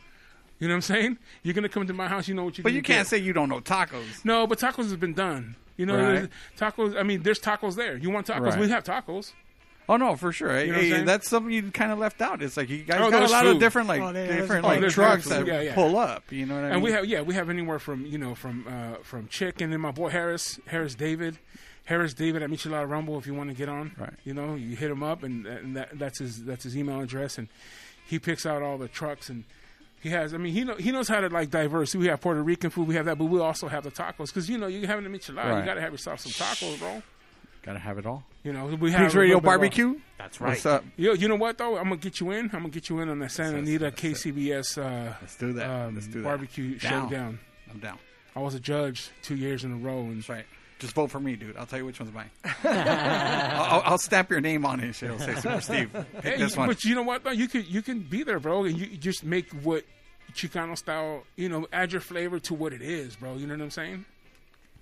[SPEAKER 7] You know what I'm saying? You're gonna come to my house. You know what you.
[SPEAKER 4] But you can't say you don't know tacos.
[SPEAKER 7] No, but tacos has been done. You know,
[SPEAKER 4] Right.
[SPEAKER 7] there's tacos. I mean, there's tacos there. You want tacos?
[SPEAKER 4] Right.
[SPEAKER 7] We have tacos.
[SPEAKER 4] Oh no, for sure.
[SPEAKER 7] You know what I'm
[SPEAKER 4] hey,
[SPEAKER 7] saying?
[SPEAKER 4] that's something you kind of left out. It's like you guys
[SPEAKER 7] Oh,
[SPEAKER 4] got a
[SPEAKER 7] there's
[SPEAKER 4] lot of
[SPEAKER 7] food.
[SPEAKER 4] different like
[SPEAKER 7] Oh, there- there's
[SPEAKER 4] different
[SPEAKER 7] food.
[SPEAKER 4] like
[SPEAKER 7] Oh, there's
[SPEAKER 4] trucks
[SPEAKER 7] food.
[SPEAKER 4] that
[SPEAKER 7] Yeah, yeah.
[SPEAKER 4] pull up. You know what I mean?
[SPEAKER 7] And we have yeah, we have anywhere from you know from uh, from chicken and my boy Harris Harris David, Harris David at Michelada Rumble if you want to get on. Right. You know, you hit him up, and, and that, that's his that's his email address, and he picks out all the trucks and. He has. I mean, he know, he knows how to like diverse. We have Puerto Rican food. We have that, but we also have the tacos because you know you're having a michelada. You
[SPEAKER 4] Right.
[SPEAKER 7] got to have yourself some tacos, bro.
[SPEAKER 4] Gotta have it all.
[SPEAKER 7] You know, we have
[SPEAKER 4] Pigs
[SPEAKER 7] a
[SPEAKER 4] Radio
[SPEAKER 7] little bit of-
[SPEAKER 4] Barbecue. What's up?
[SPEAKER 7] Yo, you know what though? I'm gonna get you in. I'm gonna get you in on the Santa Anita KCBS. Uh, Let's do that. Um, Let's do
[SPEAKER 4] that.
[SPEAKER 7] Barbecue
[SPEAKER 4] Down.
[SPEAKER 7] showdown.
[SPEAKER 4] I'm down.
[SPEAKER 7] I was a judge two years in a row, and
[SPEAKER 4] right. Just vote for me, dude. I'll tell you which one's mine. I'll, I'll stamp your name on it. and shit. It'll say Super Steve. Pick
[SPEAKER 7] Hey,
[SPEAKER 4] this
[SPEAKER 7] you-
[SPEAKER 4] one.
[SPEAKER 7] But you know what? Though? You could you can be there, bro, and you you just make what Chicano style. You know, add your flavor to what it is, bro. You know what I'm saying?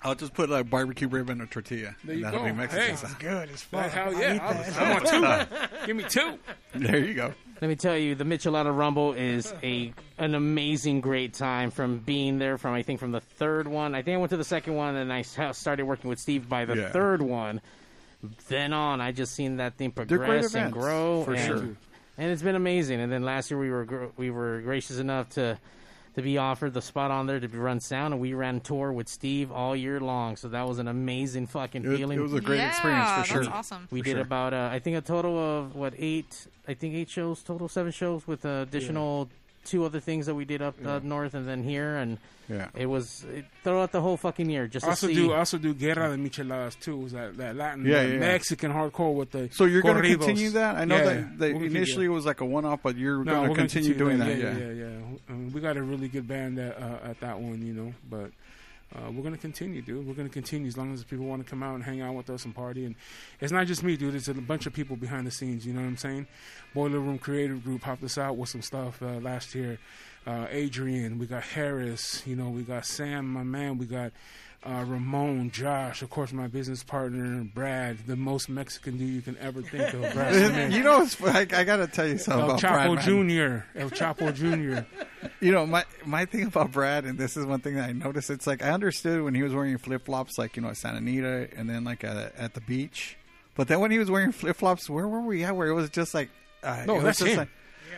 [SPEAKER 4] I'll just put like barbecue rib and a tortilla.
[SPEAKER 7] There you
[SPEAKER 4] That'll
[SPEAKER 7] go.
[SPEAKER 4] be Mexican
[SPEAKER 7] Hey.
[SPEAKER 4] style.
[SPEAKER 5] good as
[SPEAKER 7] fuck. Hell
[SPEAKER 5] I'll
[SPEAKER 7] yeah!
[SPEAKER 5] eat
[SPEAKER 7] I'll-
[SPEAKER 5] that.
[SPEAKER 7] I want two. Give me two.
[SPEAKER 4] There you go.
[SPEAKER 1] Let me tell you, the Michelada Rumble is a an amazing, great time. From being there, from I think from the third one, I think I went to the second one, and I s- started working with Steve by the
[SPEAKER 4] Yeah.
[SPEAKER 1] third one. Then on, I just seen that thing
[SPEAKER 4] great
[SPEAKER 1] progress and
[SPEAKER 4] events,
[SPEAKER 1] grow,
[SPEAKER 4] for
[SPEAKER 1] and,
[SPEAKER 4] sure.
[SPEAKER 1] and it's been amazing. And then last year we were gr- we were gracious enough to to be offered the spot on there to be run sound, and we ran tour with Steve all year long. So that was an amazing fucking
[SPEAKER 4] It-
[SPEAKER 1] feeling.
[SPEAKER 4] it was a great Yeah, experience for that's sure. awesome.
[SPEAKER 1] We
[SPEAKER 4] For
[SPEAKER 1] did
[SPEAKER 4] sure.
[SPEAKER 1] about uh, I think a total of what eight I think eight shows total seven shows with uh, additional two other things that we did up
[SPEAKER 7] Yeah.
[SPEAKER 1] uh, north and then here and
[SPEAKER 7] Yeah.
[SPEAKER 1] it was it, throughout the whole fucking year just
[SPEAKER 7] also
[SPEAKER 1] to see
[SPEAKER 7] do also do Guerra de Micheladas too. Was that that Latin
[SPEAKER 4] Yeah,
[SPEAKER 7] that
[SPEAKER 4] yeah, yeah.
[SPEAKER 7] Mexican hardcore with the
[SPEAKER 4] So you're going to
[SPEAKER 7] corridos.
[SPEAKER 4] continue that? I know
[SPEAKER 7] Yeah,
[SPEAKER 4] that, that
[SPEAKER 7] we'll continue.
[SPEAKER 4] initially it was like a one-off, but you're
[SPEAKER 7] No,
[SPEAKER 4] going
[SPEAKER 7] we're
[SPEAKER 4] to
[SPEAKER 7] gonna
[SPEAKER 4] continue doing that.
[SPEAKER 7] yeah,
[SPEAKER 4] yeah.
[SPEAKER 7] yeah, yeah. I mean, we got a really good band at, uh, at that one, you know. But uh, we're gonna continue, dude. We're gonna continue as long as people want to come out and hang out with us and party. And it's not just me, dude. It's a bunch of people behind the scenes. You know what I'm saying? Boiler Room Creative Group helped us out with some stuff uh, last year. Uh, Adrian, we got Harris. You know, we got Sam, my man. We got. Uh, Ramon, Josh, of course, my business partner, Brad, the most Mexican dude you can ever think of. Brad, my man.
[SPEAKER 4] you know, it's, I, I got to tell you something
[SPEAKER 7] El
[SPEAKER 4] about
[SPEAKER 7] Chapo
[SPEAKER 4] Brad
[SPEAKER 7] Jr. El Chapo Jr.
[SPEAKER 4] You know, my my thing about Brad, and this is one thing that I noticed. It's like I understood when he was wearing flip flops, like you know, at Santa Anita, and then like at, at the beach. But then when he was wearing flip flops, where were we at? Where it was just like, uh, it
[SPEAKER 7] No,
[SPEAKER 4] was
[SPEAKER 7] that's
[SPEAKER 4] just
[SPEAKER 7] him.
[SPEAKER 4] Like,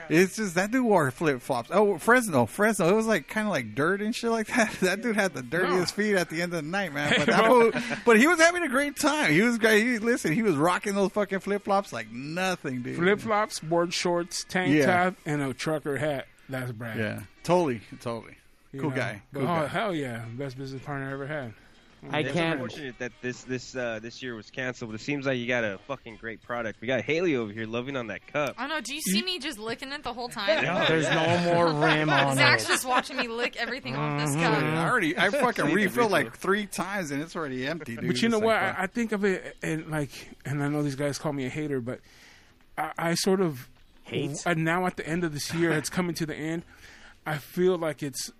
[SPEAKER 4] It's just that dude wore flip flops. Oh, Fresno, Fresno. It was like kind of like dirt and shit like that. That dude had the dirtiest feet at the end of the night, man. But, that
[SPEAKER 7] bro.
[SPEAKER 4] fool- but he was having a great time. He was great. He, listen, he was rocking those fucking flip flops like nothing, dude.
[SPEAKER 7] Flip flops, board shorts, tank
[SPEAKER 4] Yeah.
[SPEAKER 7] top, and a trucker hat. That's Brad.
[SPEAKER 4] Yeah, totally, totally.
[SPEAKER 7] You
[SPEAKER 4] cool
[SPEAKER 7] know?
[SPEAKER 4] guy.
[SPEAKER 7] But,
[SPEAKER 4] Cool
[SPEAKER 7] oh
[SPEAKER 4] guy.
[SPEAKER 7] hell yeah, best business partner I ever had.
[SPEAKER 10] it's unfortunate that this this uh, this year was canceled. But it seems like you got a fucking great product. We got Haley over here loving on that cup.
[SPEAKER 2] I don't know. Do you see me just licking it the whole time?
[SPEAKER 10] No,
[SPEAKER 1] there's no more rim on
[SPEAKER 2] Zach's
[SPEAKER 1] it.
[SPEAKER 2] just watching me lick everything off
[SPEAKER 10] Mm-hmm.
[SPEAKER 2] this
[SPEAKER 4] Mhm.
[SPEAKER 2] cup.
[SPEAKER 4] I already, I
[SPEAKER 7] See
[SPEAKER 4] fucking
[SPEAKER 7] the
[SPEAKER 4] refilled like
[SPEAKER 7] refill.
[SPEAKER 4] three times and it's already empty, dude.
[SPEAKER 7] but you know
[SPEAKER 4] It's
[SPEAKER 7] what?
[SPEAKER 4] like,
[SPEAKER 7] I, I think of it, and like, and I know these guys call me a hater, but I, I sort of
[SPEAKER 4] Hate?
[SPEAKER 7] And now at the end of this year, it's coming to the end. I feel like it's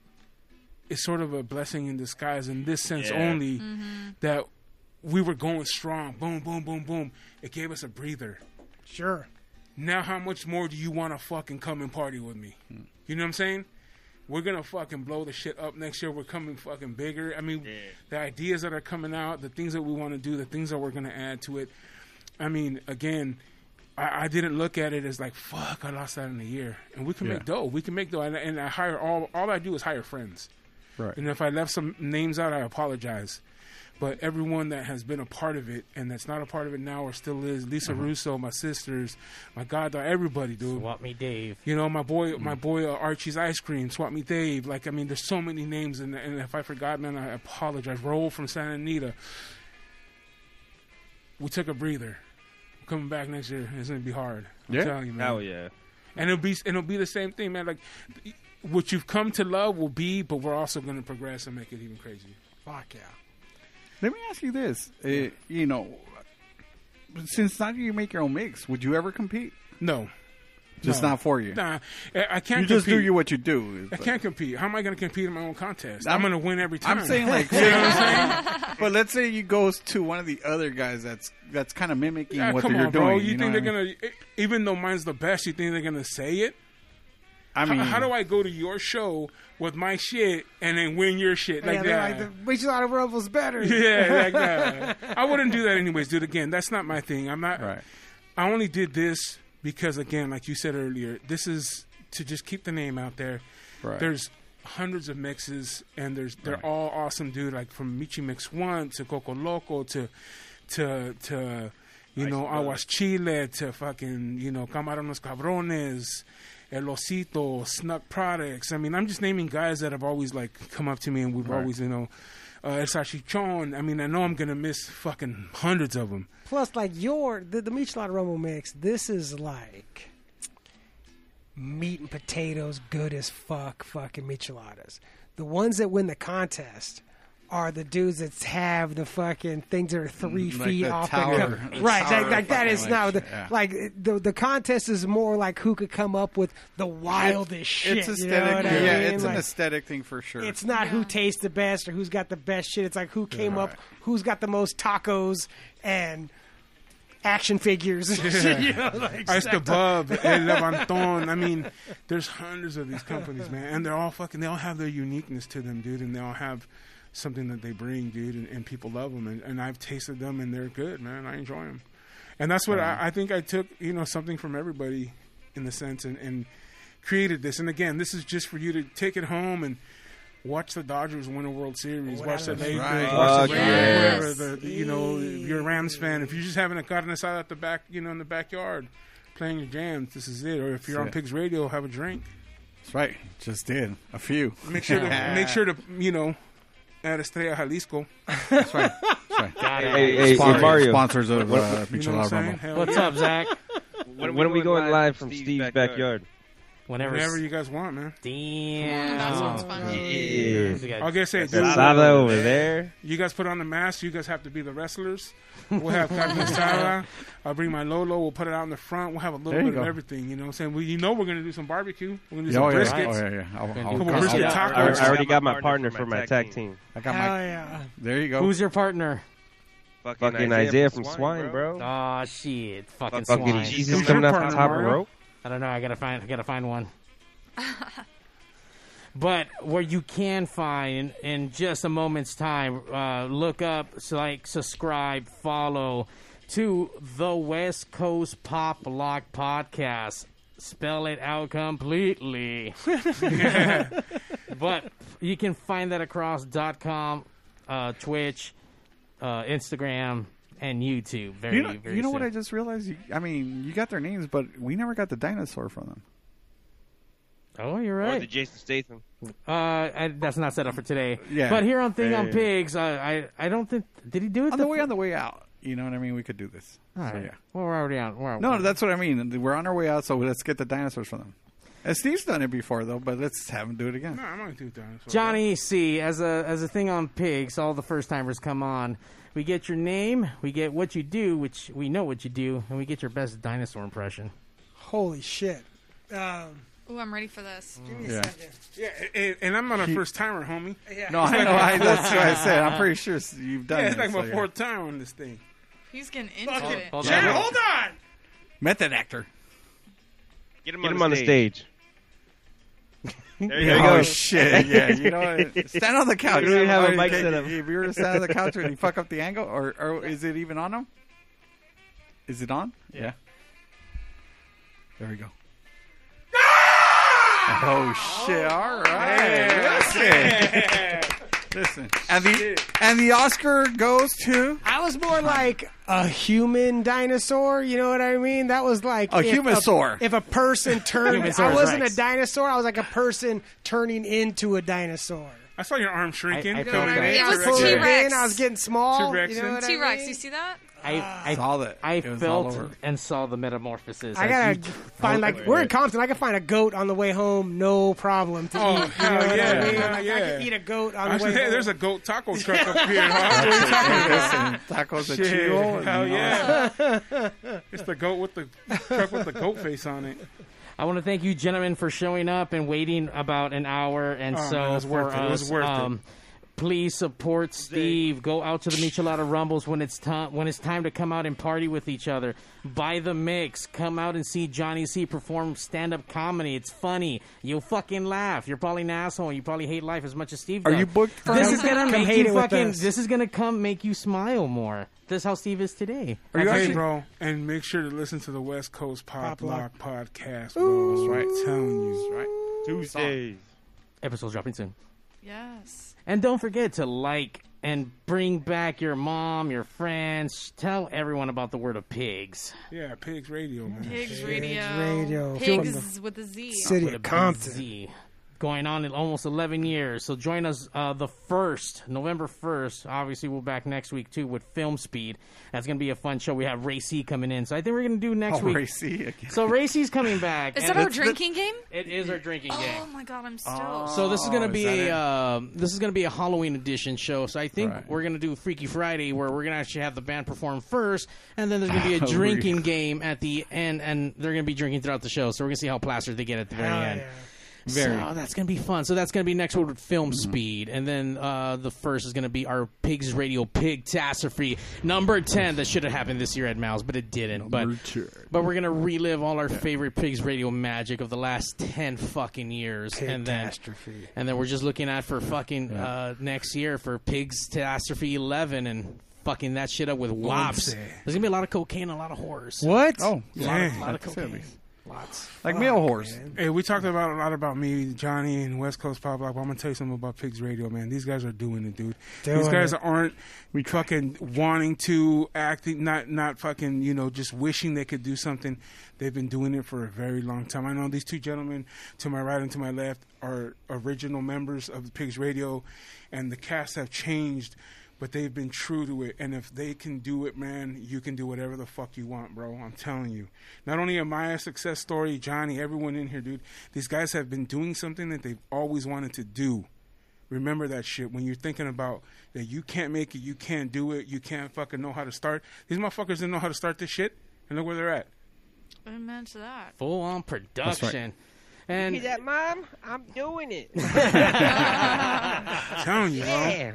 [SPEAKER 7] it's sort of a blessing in disguise in this sense
[SPEAKER 10] Yeah.
[SPEAKER 7] only
[SPEAKER 10] Mhm.
[SPEAKER 7] that we were going strong, boom, boom, boom, boom. It gave us a breather.
[SPEAKER 5] Sure.
[SPEAKER 7] Now, how much more do you want to fucking come and party with me? You know what I'm saying? We're gonna fucking blow the shit up next year. We're coming fucking bigger. I mean, the ideas that are coming out, the things that we want to do, the things that we're gonna add to it. I mean, again, I, I didn't look at it as like fuck. I lost that in a year, and we can
[SPEAKER 4] Yeah.
[SPEAKER 7] make dough. We can make dough, and, and I hire all. All I do is hire friends.
[SPEAKER 4] Right.
[SPEAKER 7] And if I left some names out, I apologize. But everyone that has been a part of it and that's not a part of it now or still is, Lisa Russo, my sisters, my goddaughter, everybody, dude.
[SPEAKER 1] Swap me, Dave.
[SPEAKER 7] You know, my boy, my boy uh, Archie's Ice Cream, Swap Me Dave. Like, I mean, there's so many names, and, and if I forgot, man, I apologize. Roll from Santa Anita. We took a breather. Coming back next year, it's gonna be hard. I'm
[SPEAKER 10] Yeah?
[SPEAKER 7] telling you, man.
[SPEAKER 10] Hell yeah.
[SPEAKER 7] And it'll be and it'll be the same thing, man. Like what you've come to love will be, but we're also gonna progress and make it even crazier.
[SPEAKER 5] Fuck yeah.
[SPEAKER 4] Let me ask you this: Eh, you know, since now you make your own mix, would you ever compete?
[SPEAKER 7] No,
[SPEAKER 4] just
[SPEAKER 7] No.
[SPEAKER 4] not for you.
[SPEAKER 7] Nah, I I can't.
[SPEAKER 4] you just do
[SPEAKER 7] compete.
[SPEAKER 4] you what you do.
[SPEAKER 7] I
[SPEAKER 4] It's
[SPEAKER 7] can't compete. How am I going to compete in my own contest? I'm,
[SPEAKER 4] I'm-
[SPEAKER 7] going to win every time.
[SPEAKER 4] I'm saying like,
[SPEAKER 7] you know what I'm saying?
[SPEAKER 4] but let's say you goes to one of the other guys that's that's kind of mimicking
[SPEAKER 7] Yeah,
[SPEAKER 4] what
[SPEAKER 7] come
[SPEAKER 4] you're
[SPEAKER 7] on,
[SPEAKER 4] doing.
[SPEAKER 7] bro. You,
[SPEAKER 4] you know
[SPEAKER 7] think
[SPEAKER 4] what I
[SPEAKER 7] they're
[SPEAKER 4] mean?
[SPEAKER 7] going to, even though mine's the best, you think they're going to say it?
[SPEAKER 4] I mean-
[SPEAKER 7] how, how do I go to your show with my shit and then win your shit like
[SPEAKER 5] yeah, they're
[SPEAKER 7] that?
[SPEAKER 5] like, the Michelada Rumble's better.
[SPEAKER 7] Yeah, like that. I wouldn't do that anyways, dude. Again, that's not my thing. I'm not. I only did this because, again, like you said earlier, this is to just keep the name out there.
[SPEAKER 4] Right.
[SPEAKER 7] There's hundreds of mixes, and there's they're all awesome, dude. Like from Michi Mix One to Coco Loco to to to you know Aguas Chile to fucking you know Camarones Cabrones, El Osito, Snuck Products. I mean, I'm just naming guys that have always like come up to me and we've
[SPEAKER 5] Right.
[SPEAKER 7] always you know uh, El Sachichon. I mean, I know I'm gonna miss fucking hundreds of them.
[SPEAKER 5] Plus, like your the, the Michelada Rumble mix, this is like meat and potatoes, good as fuck, fucking micheladas. The ones that win the contest are the dudes that have the fucking things that are three
[SPEAKER 4] Mm, like
[SPEAKER 5] feet
[SPEAKER 4] the
[SPEAKER 5] off
[SPEAKER 4] tower-
[SPEAKER 5] the cup.
[SPEAKER 4] the
[SPEAKER 5] right,
[SPEAKER 4] tower
[SPEAKER 5] like, like that
[SPEAKER 4] fucking
[SPEAKER 5] is now
[SPEAKER 4] like-
[SPEAKER 5] the,
[SPEAKER 4] yeah.
[SPEAKER 5] like the the contest is more like who could come up with the wildest shit.
[SPEAKER 4] It's
[SPEAKER 5] you know
[SPEAKER 4] aesthetic.
[SPEAKER 5] what I
[SPEAKER 4] yeah,
[SPEAKER 5] mean?
[SPEAKER 4] it's an
[SPEAKER 5] Like,
[SPEAKER 4] aesthetic thing for sure.
[SPEAKER 5] it's not who tastes the best or who's got the best shit. It's like who came up, who's got the most tacos and action figures. you know, like
[SPEAKER 7] Ice
[SPEAKER 5] stuff.
[SPEAKER 7] Kebab, El Levanton. I mean, there's hundreds of these companies, man, and they're all fucking. They all have their uniqueness to them, dude, and they all have something that they bring, dude, and, and people love them. And, and I've tasted them, and they're good, man. I enjoy them, and that's what I, I think I took, you know, something from everybody in the sense, and, and created this. And again, this is just for you to take it home and. Watch the Dodgers win a World Series. watch the
[SPEAKER 4] that's
[SPEAKER 7] Lakers.
[SPEAKER 4] right.
[SPEAKER 7] Watch the
[SPEAKER 4] Fuck
[SPEAKER 7] Rams,
[SPEAKER 4] yes.
[SPEAKER 7] whatever, the- you know, if you're a Rams fan, if you're just having a carne asada at the back, you know, in the backyard, playing your jams, this is it. Or if you're
[SPEAKER 4] That's
[SPEAKER 7] on
[SPEAKER 4] it.
[SPEAKER 7] Pigs Radio, have a drink.
[SPEAKER 4] That's right. Just did a few.
[SPEAKER 7] Make sure to make sure to you know, at Estrella Jalisco. That's
[SPEAKER 4] right.
[SPEAKER 7] Got
[SPEAKER 4] it. Hey, hey, Sponsors- hey, Mario. sponsors of, uh, Michelada Rumble.
[SPEAKER 1] What's up, Zach?
[SPEAKER 7] When are
[SPEAKER 1] are we
[SPEAKER 10] When are we
[SPEAKER 1] going
[SPEAKER 10] going
[SPEAKER 1] live
[SPEAKER 10] live from Steve's backyard?
[SPEAKER 1] Whenever.
[SPEAKER 7] Whenever you guys want, man.
[SPEAKER 1] Damn.
[SPEAKER 2] That sounds
[SPEAKER 1] fun.
[SPEAKER 7] Yeah. I guess hey,
[SPEAKER 10] That's
[SPEAKER 7] dude,
[SPEAKER 10] Sava over there.
[SPEAKER 7] You guys put on the mask. You guys have to be the wrestlers. We'll have carne asada. I'll bring my Lolo. We'll put it out in the front. We'll have a little
[SPEAKER 4] There you
[SPEAKER 7] bit of
[SPEAKER 4] go.
[SPEAKER 7] everything. You know what I'm saying? Well, you know we're going to do some barbecue. We're going to do
[SPEAKER 4] Yeah,
[SPEAKER 7] some
[SPEAKER 4] oh, yeah.
[SPEAKER 7] briskets.
[SPEAKER 4] Oh, yeah, yeah. I'll- I'll
[SPEAKER 7] Couple
[SPEAKER 4] come.
[SPEAKER 7] brisket
[SPEAKER 4] Yeah, I-
[SPEAKER 7] tacos.
[SPEAKER 4] I already
[SPEAKER 10] I already got my partner for my tag team.
[SPEAKER 4] I got my. There you go.
[SPEAKER 1] Who's your partner?
[SPEAKER 10] Fucking Fucking Isaiah Isaiah from from Swine, Swine, bro.
[SPEAKER 1] Oh shit! Fucking,
[SPEAKER 10] Fucking
[SPEAKER 1] swine.
[SPEAKER 10] Jesus Who's coming your off the partner, top Mario? rope?
[SPEAKER 1] I don't know. I gotta find. I gotta find one. but where you can find in just a moment's time, uh, look up, s- like, subscribe, follow to the West Coast Pop Lock Podcast. Spell it out completely. but you can find that across dot .com, uh, Twitch, uh, Instagram, and YouTube. Very,
[SPEAKER 4] you know,
[SPEAKER 1] very
[SPEAKER 4] you know
[SPEAKER 1] soon.
[SPEAKER 4] what I just realized? You, I mean, you got their names, but we never got the dinosaur from them.
[SPEAKER 1] Oh, you're
[SPEAKER 10] Or
[SPEAKER 1] right.
[SPEAKER 10] the Jason Statham.
[SPEAKER 1] Uh, I, that's not set up for today.
[SPEAKER 4] Yeah.
[SPEAKER 1] But here on Thing on
[SPEAKER 4] Yeah.
[SPEAKER 1] Pigs, uh, I, I I don't think did he do it
[SPEAKER 4] On the
[SPEAKER 1] the
[SPEAKER 4] way on the way out, you know what I mean? We could do this.
[SPEAKER 1] All
[SPEAKER 4] So,
[SPEAKER 1] right.
[SPEAKER 4] yeah.
[SPEAKER 1] Oh, Well, we're already on. We're
[SPEAKER 4] No, that's what I mean. We're on our way out, so let's get the dinosaurs from them. And Steve's done it before, though, but let's have him do it again.
[SPEAKER 7] No, I'm not going to do dinosaurs.
[SPEAKER 1] Johnny C. As a as a thing on Pigs, all the first timers come on. We get your name, we get what you do, which we know what you do, and we get your best dinosaur impression.
[SPEAKER 5] Holy shit! Um,
[SPEAKER 2] Ooh, I'm ready for this.
[SPEAKER 1] Yeah.
[SPEAKER 7] Yeah, and, and I'm not a first timer, homie.
[SPEAKER 2] Yeah.
[SPEAKER 4] No, I know. I, that's what I said. I'm pretty sure you've done
[SPEAKER 7] Yeah,
[SPEAKER 4] it.
[SPEAKER 7] it's like
[SPEAKER 4] so
[SPEAKER 7] my
[SPEAKER 4] yeah.
[SPEAKER 7] fourth time on this thing.
[SPEAKER 2] He's getting into
[SPEAKER 7] Fuck
[SPEAKER 2] it.
[SPEAKER 7] it.
[SPEAKER 1] Hold
[SPEAKER 7] Jack,
[SPEAKER 1] on.
[SPEAKER 7] hold on.
[SPEAKER 4] Method actor.
[SPEAKER 10] Get him,
[SPEAKER 4] Get
[SPEAKER 10] on,
[SPEAKER 4] him
[SPEAKER 10] the
[SPEAKER 4] on the
[SPEAKER 10] stage. There you
[SPEAKER 4] oh,
[SPEAKER 10] go.
[SPEAKER 4] shit. Yeah, you know what? Stand on the couch.
[SPEAKER 10] You don't even have a
[SPEAKER 4] If-
[SPEAKER 10] mic set up.
[SPEAKER 4] If you were to stand on the couch and you fuck up the angle, or, or is it even on him? Is it on? Yeah. There we go. Oh, shit. All right. Listen. Listen. And the, and the Oscar goes to.
[SPEAKER 5] I was more like a human dinosaur. You know what I mean? That was like
[SPEAKER 4] A
[SPEAKER 5] if
[SPEAKER 4] humasaur.
[SPEAKER 5] If a person turned,
[SPEAKER 7] Humasaurus
[SPEAKER 5] I wasn't
[SPEAKER 7] Rex.
[SPEAKER 5] a dinosaur. I was like a person turning into a dinosaur.
[SPEAKER 7] I saw your arm shrinking.
[SPEAKER 1] I
[SPEAKER 7] You know
[SPEAKER 1] felt
[SPEAKER 7] what I mean?
[SPEAKER 1] that. It was
[SPEAKER 7] T-Rex.
[SPEAKER 1] T-Rex.
[SPEAKER 5] And I was getting small. You know what I
[SPEAKER 2] T Rex,
[SPEAKER 5] mean?
[SPEAKER 2] you see that?
[SPEAKER 1] I, I
[SPEAKER 4] Ah. saw that.
[SPEAKER 1] I
[SPEAKER 4] It was all
[SPEAKER 1] felt
[SPEAKER 4] over.
[SPEAKER 1] and saw the metamorphosis.
[SPEAKER 5] I gotta find like we're in Compton. I can find a goat on the way home, no problem. To
[SPEAKER 7] Oh,
[SPEAKER 5] eat, you know
[SPEAKER 7] hell
[SPEAKER 5] what I
[SPEAKER 7] yeah.
[SPEAKER 5] mean?
[SPEAKER 7] hell
[SPEAKER 5] Like,
[SPEAKER 7] yeah.
[SPEAKER 5] I can eat a goat on the
[SPEAKER 7] Actually,
[SPEAKER 5] way.
[SPEAKER 7] hey,
[SPEAKER 5] home.
[SPEAKER 7] there's a goat taco truck up here. Huh? What are you talking about?
[SPEAKER 4] Tacos de
[SPEAKER 7] Shit,
[SPEAKER 4] chivo. and
[SPEAKER 7] Hell
[SPEAKER 4] all
[SPEAKER 7] yeah. it's the goat with the truck with the goat face on it.
[SPEAKER 1] I want to thank you, gentlemen, for showing up and waiting about an hour and
[SPEAKER 7] Oh,
[SPEAKER 1] so
[SPEAKER 7] man, it was
[SPEAKER 1] for
[SPEAKER 7] worth it. It was
[SPEAKER 1] us, Um,
[SPEAKER 7] worth it.
[SPEAKER 1] Please support Steve. Go out to the Michelada Rumbles when it's time when it's time to come out and party with each other. Buy the mix. Come out and see Johnny C perform stand up comedy. It's funny. You'll fucking laugh. You're probably an asshole. You probably hate life as much as Steve.
[SPEAKER 4] Are
[SPEAKER 1] does.
[SPEAKER 4] you booked for
[SPEAKER 1] This
[SPEAKER 4] him?
[SPEAKER 1] is gonna
[SPEAKER 4] Come
[SPEAKER 1] make
[SPEAKER 4] hate
[SPEAKER 1] you
[SPEAKER 4] it with
[SPEAKER 1] fucking.
[SPEAKER 4] us.
[SPEAKER 1] This is gonna come make you smile more. This is how Steve is today.
[SPEAKER 7] Hey, bro, and make sure to listen to the West Coast Pop,
[SPEAKER 1] Pop
[SPEAKER 7] Lock podcast. Bro. That's right. I'm telling you. That's right.
[SPEAKER 10] Tuesdays.
[SPEAKER 1] Episode's dropping soon.
[SPEAKER 2] Yes.
[SPEAKER 1] And don't forget to like, and bring back your mom, your friends. Tell everyone about the word of pigs.
[SPEAKER 7] Yeah, Pigs Radio, man.
[SPEAKER 2] Pigs Radio.
[SPEAKER 1] Radio.
[SPEAKER 2] Oh, Pigs with a Z.
[SPEAKER 1] With a big Z. Going on in almost 11 years. So join us uh, the 1st, November 1st. Obviously, we're back next week too with Film Speed. That's going to be a fun show. We have Ray C coming in. So I think we're going to do next
[SPEAKER 4] Oh,
[SPEAKER 1] week.
[SPEAKER 4] Ray C again.
[SPEAKER 1] So Ray C's coming back.
[SPEAKER 2] Is
[SPEAKER 1] and
[SPEAKER 2] that our
[SPEAKER 1] it's-
[SPEAKER 2] drinking game?
[SPEAKER 1] It is our drinking game.
[SPEAKER 2] Oh my god, I'm stoked.
[SPEAKER 1] So this is
[SPEAKER 5] Oh,
[SPEAKER 1] gonna be a uh, this is gonna be a Halloween edition show. So I think we're gonna do Freaky Friday, where we're gonna actually have the band perform first, and then there's gonna be a
[SPEAKER 4] Halloween.
[SPEAKER 1] drinking game at the end, and they're gonna be drinking throughout the show. So we're gonna see how plastered they get at the very
[SPEAKER 5] Hell
[SPEAKER 1] end.
[SPEAKER 5] yeah.
[SPEAKER 1] Very.
[SPEAKER 5] Very.
[SPEAKER 1] So that's gonna be fun. So that's gonna be next week with Film Speed, and then uh, the first is gonna be our Pigs Radio Pig Tasserfree number ten that should have happened this year at Mouse, but it didn't. but but we're gonna relive all our favorite Pigs Radio magic of the last ten fucking years, and then
[SPEAKER 5] Catastrophe.
[SPEAKER 1] and then we're just looking at for fucking uh, next year for Pigs Catastrophe eleven and fucking that shit up with wops.
[SPEAKER 5] Whoopsie.
[SPEAKER 1] There's gonna be a lot of cocaine, a lot of horrors.
[SPEAKER 5] What?
[SPEAKER 7] Oh,
[SPEAKER 1] a lot, of-
[SPEAKER 7] yeah.
[SPEAKER 1] lot of
[SPEAKER 7] That's
[SPEAKER 1] cocaine.
[SPEAKER 7] heavy.
[SPEAKER 1] Lots.
[SPEAKER 7] Hey, we talked about a lot about me, Johnny, and West Coast Pop Lock. But I'm gonna tell you something about Pigs Radio, man. These guys are doing it, dude. These
[SPEAKER 5] Doing
[SPEAKER 7] guys
[SPEAKER 5] it.
[SPEAKER 7] aren't we fucking wanting to acting, not not fucking, you know, just wishing they could do something. They've been doing it for a very long time. I know these two gentlemen to my right and to my left are original members of Pigs Radio, and the cast have changed. But they've been true to it, and if they can do it, man, you can do whatever the fuck you want, bro. I'm telling you. Not only am I a success story, Johnny, everyone in here, dude. These guys have been doing something that they've always wanted to do. Remember that shit when you're thinking about that you can't make it, you can't do it, you can't fucking know how to start. These motherfuckers didn't know how to start this shit, and look where they're at.
[SPEAKER 2] Amen to that.
[SPEAKER 1] Full on production. And
[SPEAKER 16] He's like, Mom, I'm doing it.
[SPEAKER 1] telling you, bro.
[SPEAKER 16] Yeah.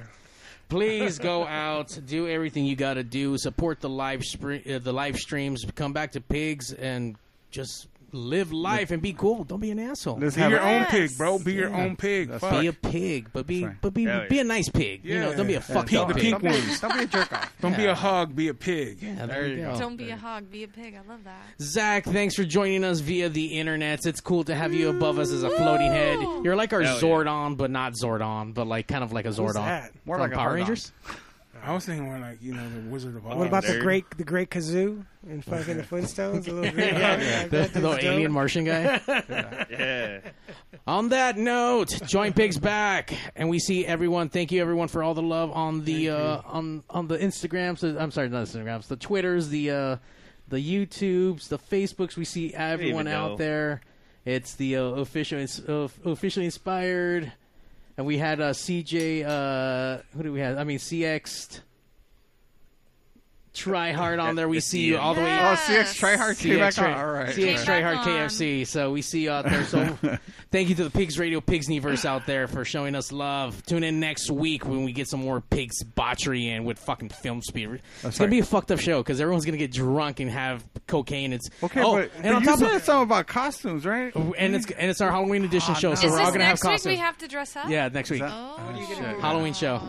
[SPEAKER 1] Please go out, do everything you got to do, support the live spre- uh, the live streams, come back to pigs, and just live life and be cool. Don't be an asshole.
[SPEAKER 7] Let's Be have your a- own pig, bro. Be your own pig. That's
[SPEAKER 1] Be
[SPEAKER 7] right.
[SPEAKER 1] a pig, but be but be
[SPEAKER 7] Hell yeah.
[SPEAKER 1] be a nice pig. You know, don't be a fucked
[SPEAKER 7] pink,
[SPEAKER 1] up
[SPEAKER 7] the
[SPEAKER 1] pig.
[SPEAKER 7] pink ones.
[SPEAKER 4] Don't be a jerk off.
[SPEAKER 7] Don't be a hog, be a pig.
[SPEAKER 1] Yeah, there you go.
[SPEAKER 2] Don't be a hog, be a pig. I love that.
[SPEAKER 1] Zach, thanks for joining us via the internet. It's cool to have you above us as a floating head. You're like our
[SPEAKER 7] Hell yeah.
[SPEAKER 1] Zordon, but not Zordon, but like kind of like a Zordon.
[SPEAKER 5] that? More
[SPEAKER 1] From
[SPEAKER 5] like a
[SPEAKER 1] Power
[SPEAKER 5] Hardon.
[SPEAKER 1] Rangers.
[SPEAKER 7] I was thinking more like, you know, the Wizard of Oz.
[SPEAKER 5] What about the great the great kazoo and fucking the Flintstones? A little bit.
[SPEAKER 1] Yeah. The- the alien Martian guy?
[SPEAKER 10] yeah.
[SPEAKER 1] On that note, join Pigs back, and we see everyone. Thank you, everyone, for all the love on the uh, on on the Instagrams. the- I'm sorry, not Instagrams, the Twitters, the uh, the YouTubes, the Facebooks. We see everyone
[SPEAKER 10] even
[SPEAKER 1] out
[SPEAKER 10] know.
[SPEAKER 1] there. It's the uh, official, ins- uh, officially inspired, and we had uh, CJ. Uh, who do we have? I mean, CX. Try hard on there. We
[SPEAKER 4] Yes,
[SPEAKER 1] see you
[SPEAKER 4] yeah.
[SPEAKER 1] all the way.
[SPEAKER 4] Oh, CX Tryhard came back
[SPEAKER 1] Try-
[SPEAKER 4] on. All right.
[SPEAKER 1] CX
[SPEAKER 4] Came
[SPEAKER 1] Try
[SPEAKER 4] back
[SPEAKER 1] Hard
[SPEAKER 4] on.
[SPEAKER 1] KFC. So we see you out there. So thank you to the Pigs Radio Pigsniverse out there for showing us love. Tune in next week when we get some more pigs botchery in with fucking film speed. it's gonna
[SPEAKER 4] right.
[SPEAKER 1] be a fucked up show because everyone's gonna get drunk and have cocaine. It's
[SPEAKER 4] Okay,
[SPEAKER 1] oh,
[SPEAKER 4] but,
[SPEAKER 1] and
[SPEAKER 4] but
[SPEAKER 1] on
[SPEAKER 4] you
[SPEAKER 1] top
[SPEAKER 4] said
[SPEAKER 1] of
[SPEAKER 4] something about costumes, right?
[SPEAKER 1] and it's and it's our Halloween edition show,
[SPEAKER 2] Ah, Is
[SPEAKER 1] so we're
[SPEAKER 2] this
[SPEAKER 1] all gonna have
[SPEAKER 2] next
[SPEAKER 1] costumes.
[SPEAKER 2] week we have to dress up?
[SPEAKER 1] yeah, next week.
[SPEAKER 2] Is that- Oh,
[SPEAKER 1] Shit.
[SPEAKER 2] shit.
[SPEAKER 1] Halloween show.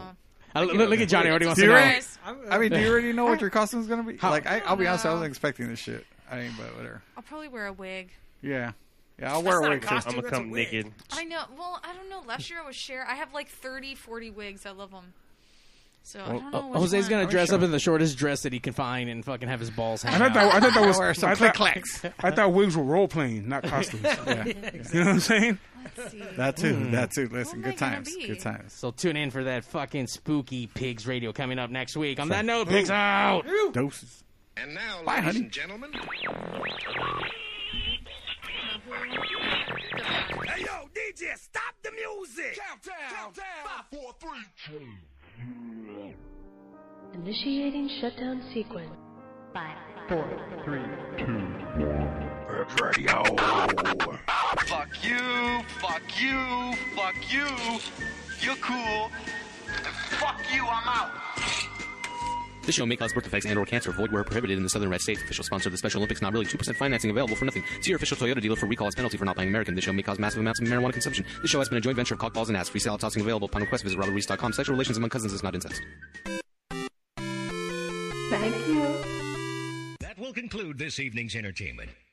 [SPEAKER 1] Uh, look, look at Johnny already wants
[SPEAKER 4] Do
[SPEAKER 1] to
[SPEAKER 4] you
[SPEAKER 1] know.
[SPEAKER 4] already- I mean, do you already know what your costume's gonna be? like, I, I'll be honest, I
[SPEAKER 2] No.
[SPEAKER 4] wasn't expecting this shit. I ain't, but whatever.
[SPEAKER 2] I'll probably wear a wig.
[SPEAKER 4] Yeah, yeah, I'll wear a
[SPEAKER 10] That's not a
[SPEAKER 4] wig. too.
[SPEAKER 10] costume, I'ma that's a come wig. naked.
[SPEAKER 2] I know. Well, I don't know. Last year I was share. I have like 30, 40 wigs. I love them. So I don't know. which
[SPEAKER 1] Oh, uh, Jose's
[SPEAKER 2] one.
[SPEAKER 1] gonna dress up in the shortest dress that he can find and fucking have his balls
[SPEAKER 7] I
[SPEAKER 1] hanging
[SPEAKER 7] thought that, I thought that was I thought- I thought wigs were role playing, not costumes. You know what I'm saying?
[SPEAKER 4] That too,
[SPEAKER 10] Hmm.
[SPEAKER 4] that too. Listen, good times, good times.
[SPEAKER 1] So tune in for that fucking spooky pigs radio coming up next week. On
[SPEAKER 4] Sure.
[SPEAKER 1] that note, pigs
[SPEAKER 4] Ooh.
[SPEAKER 1] out.
[SPEAKER 4] Doses.
[SPEAKER 17] And now,
[SPEAKER 1] Bye,
[SPEAKER 17] ladies
[SPEAKER 1] honey.
[SPEAKER 17] and gentlemen.
[SPEAKER 13] Hey yo, DJ, stop the music! Countdown! Countdown! Five, four, three, two.
[SPEAKER 18] Initiating shutdown sequence.
[SPEAKER 13] Four, three, two, one. Radio.
[SPEAKER 11] Fuck you, fuck you, fuck you. You're cool. Fuck you, I'm out.
[SPEAKER 19] This show may cause birth defects and/or cancer. Void where prohibited in the southern Red States. Official sponsor of the Special Olympics. Not really. Two percent financing available for nothing. See your official Toyota dealer for recall as penalty for not buying American. This show may cause massive amounts of marijuana consumption. This show has been a joint venture of cockballs and ass. Free salad tossing available upon request. Visit robertreese.com. Sexual relations among cousins is not incest.
[SPEAKER 18] Thank you.
[SPEAKER 17] That will conclude this evening's entertainment.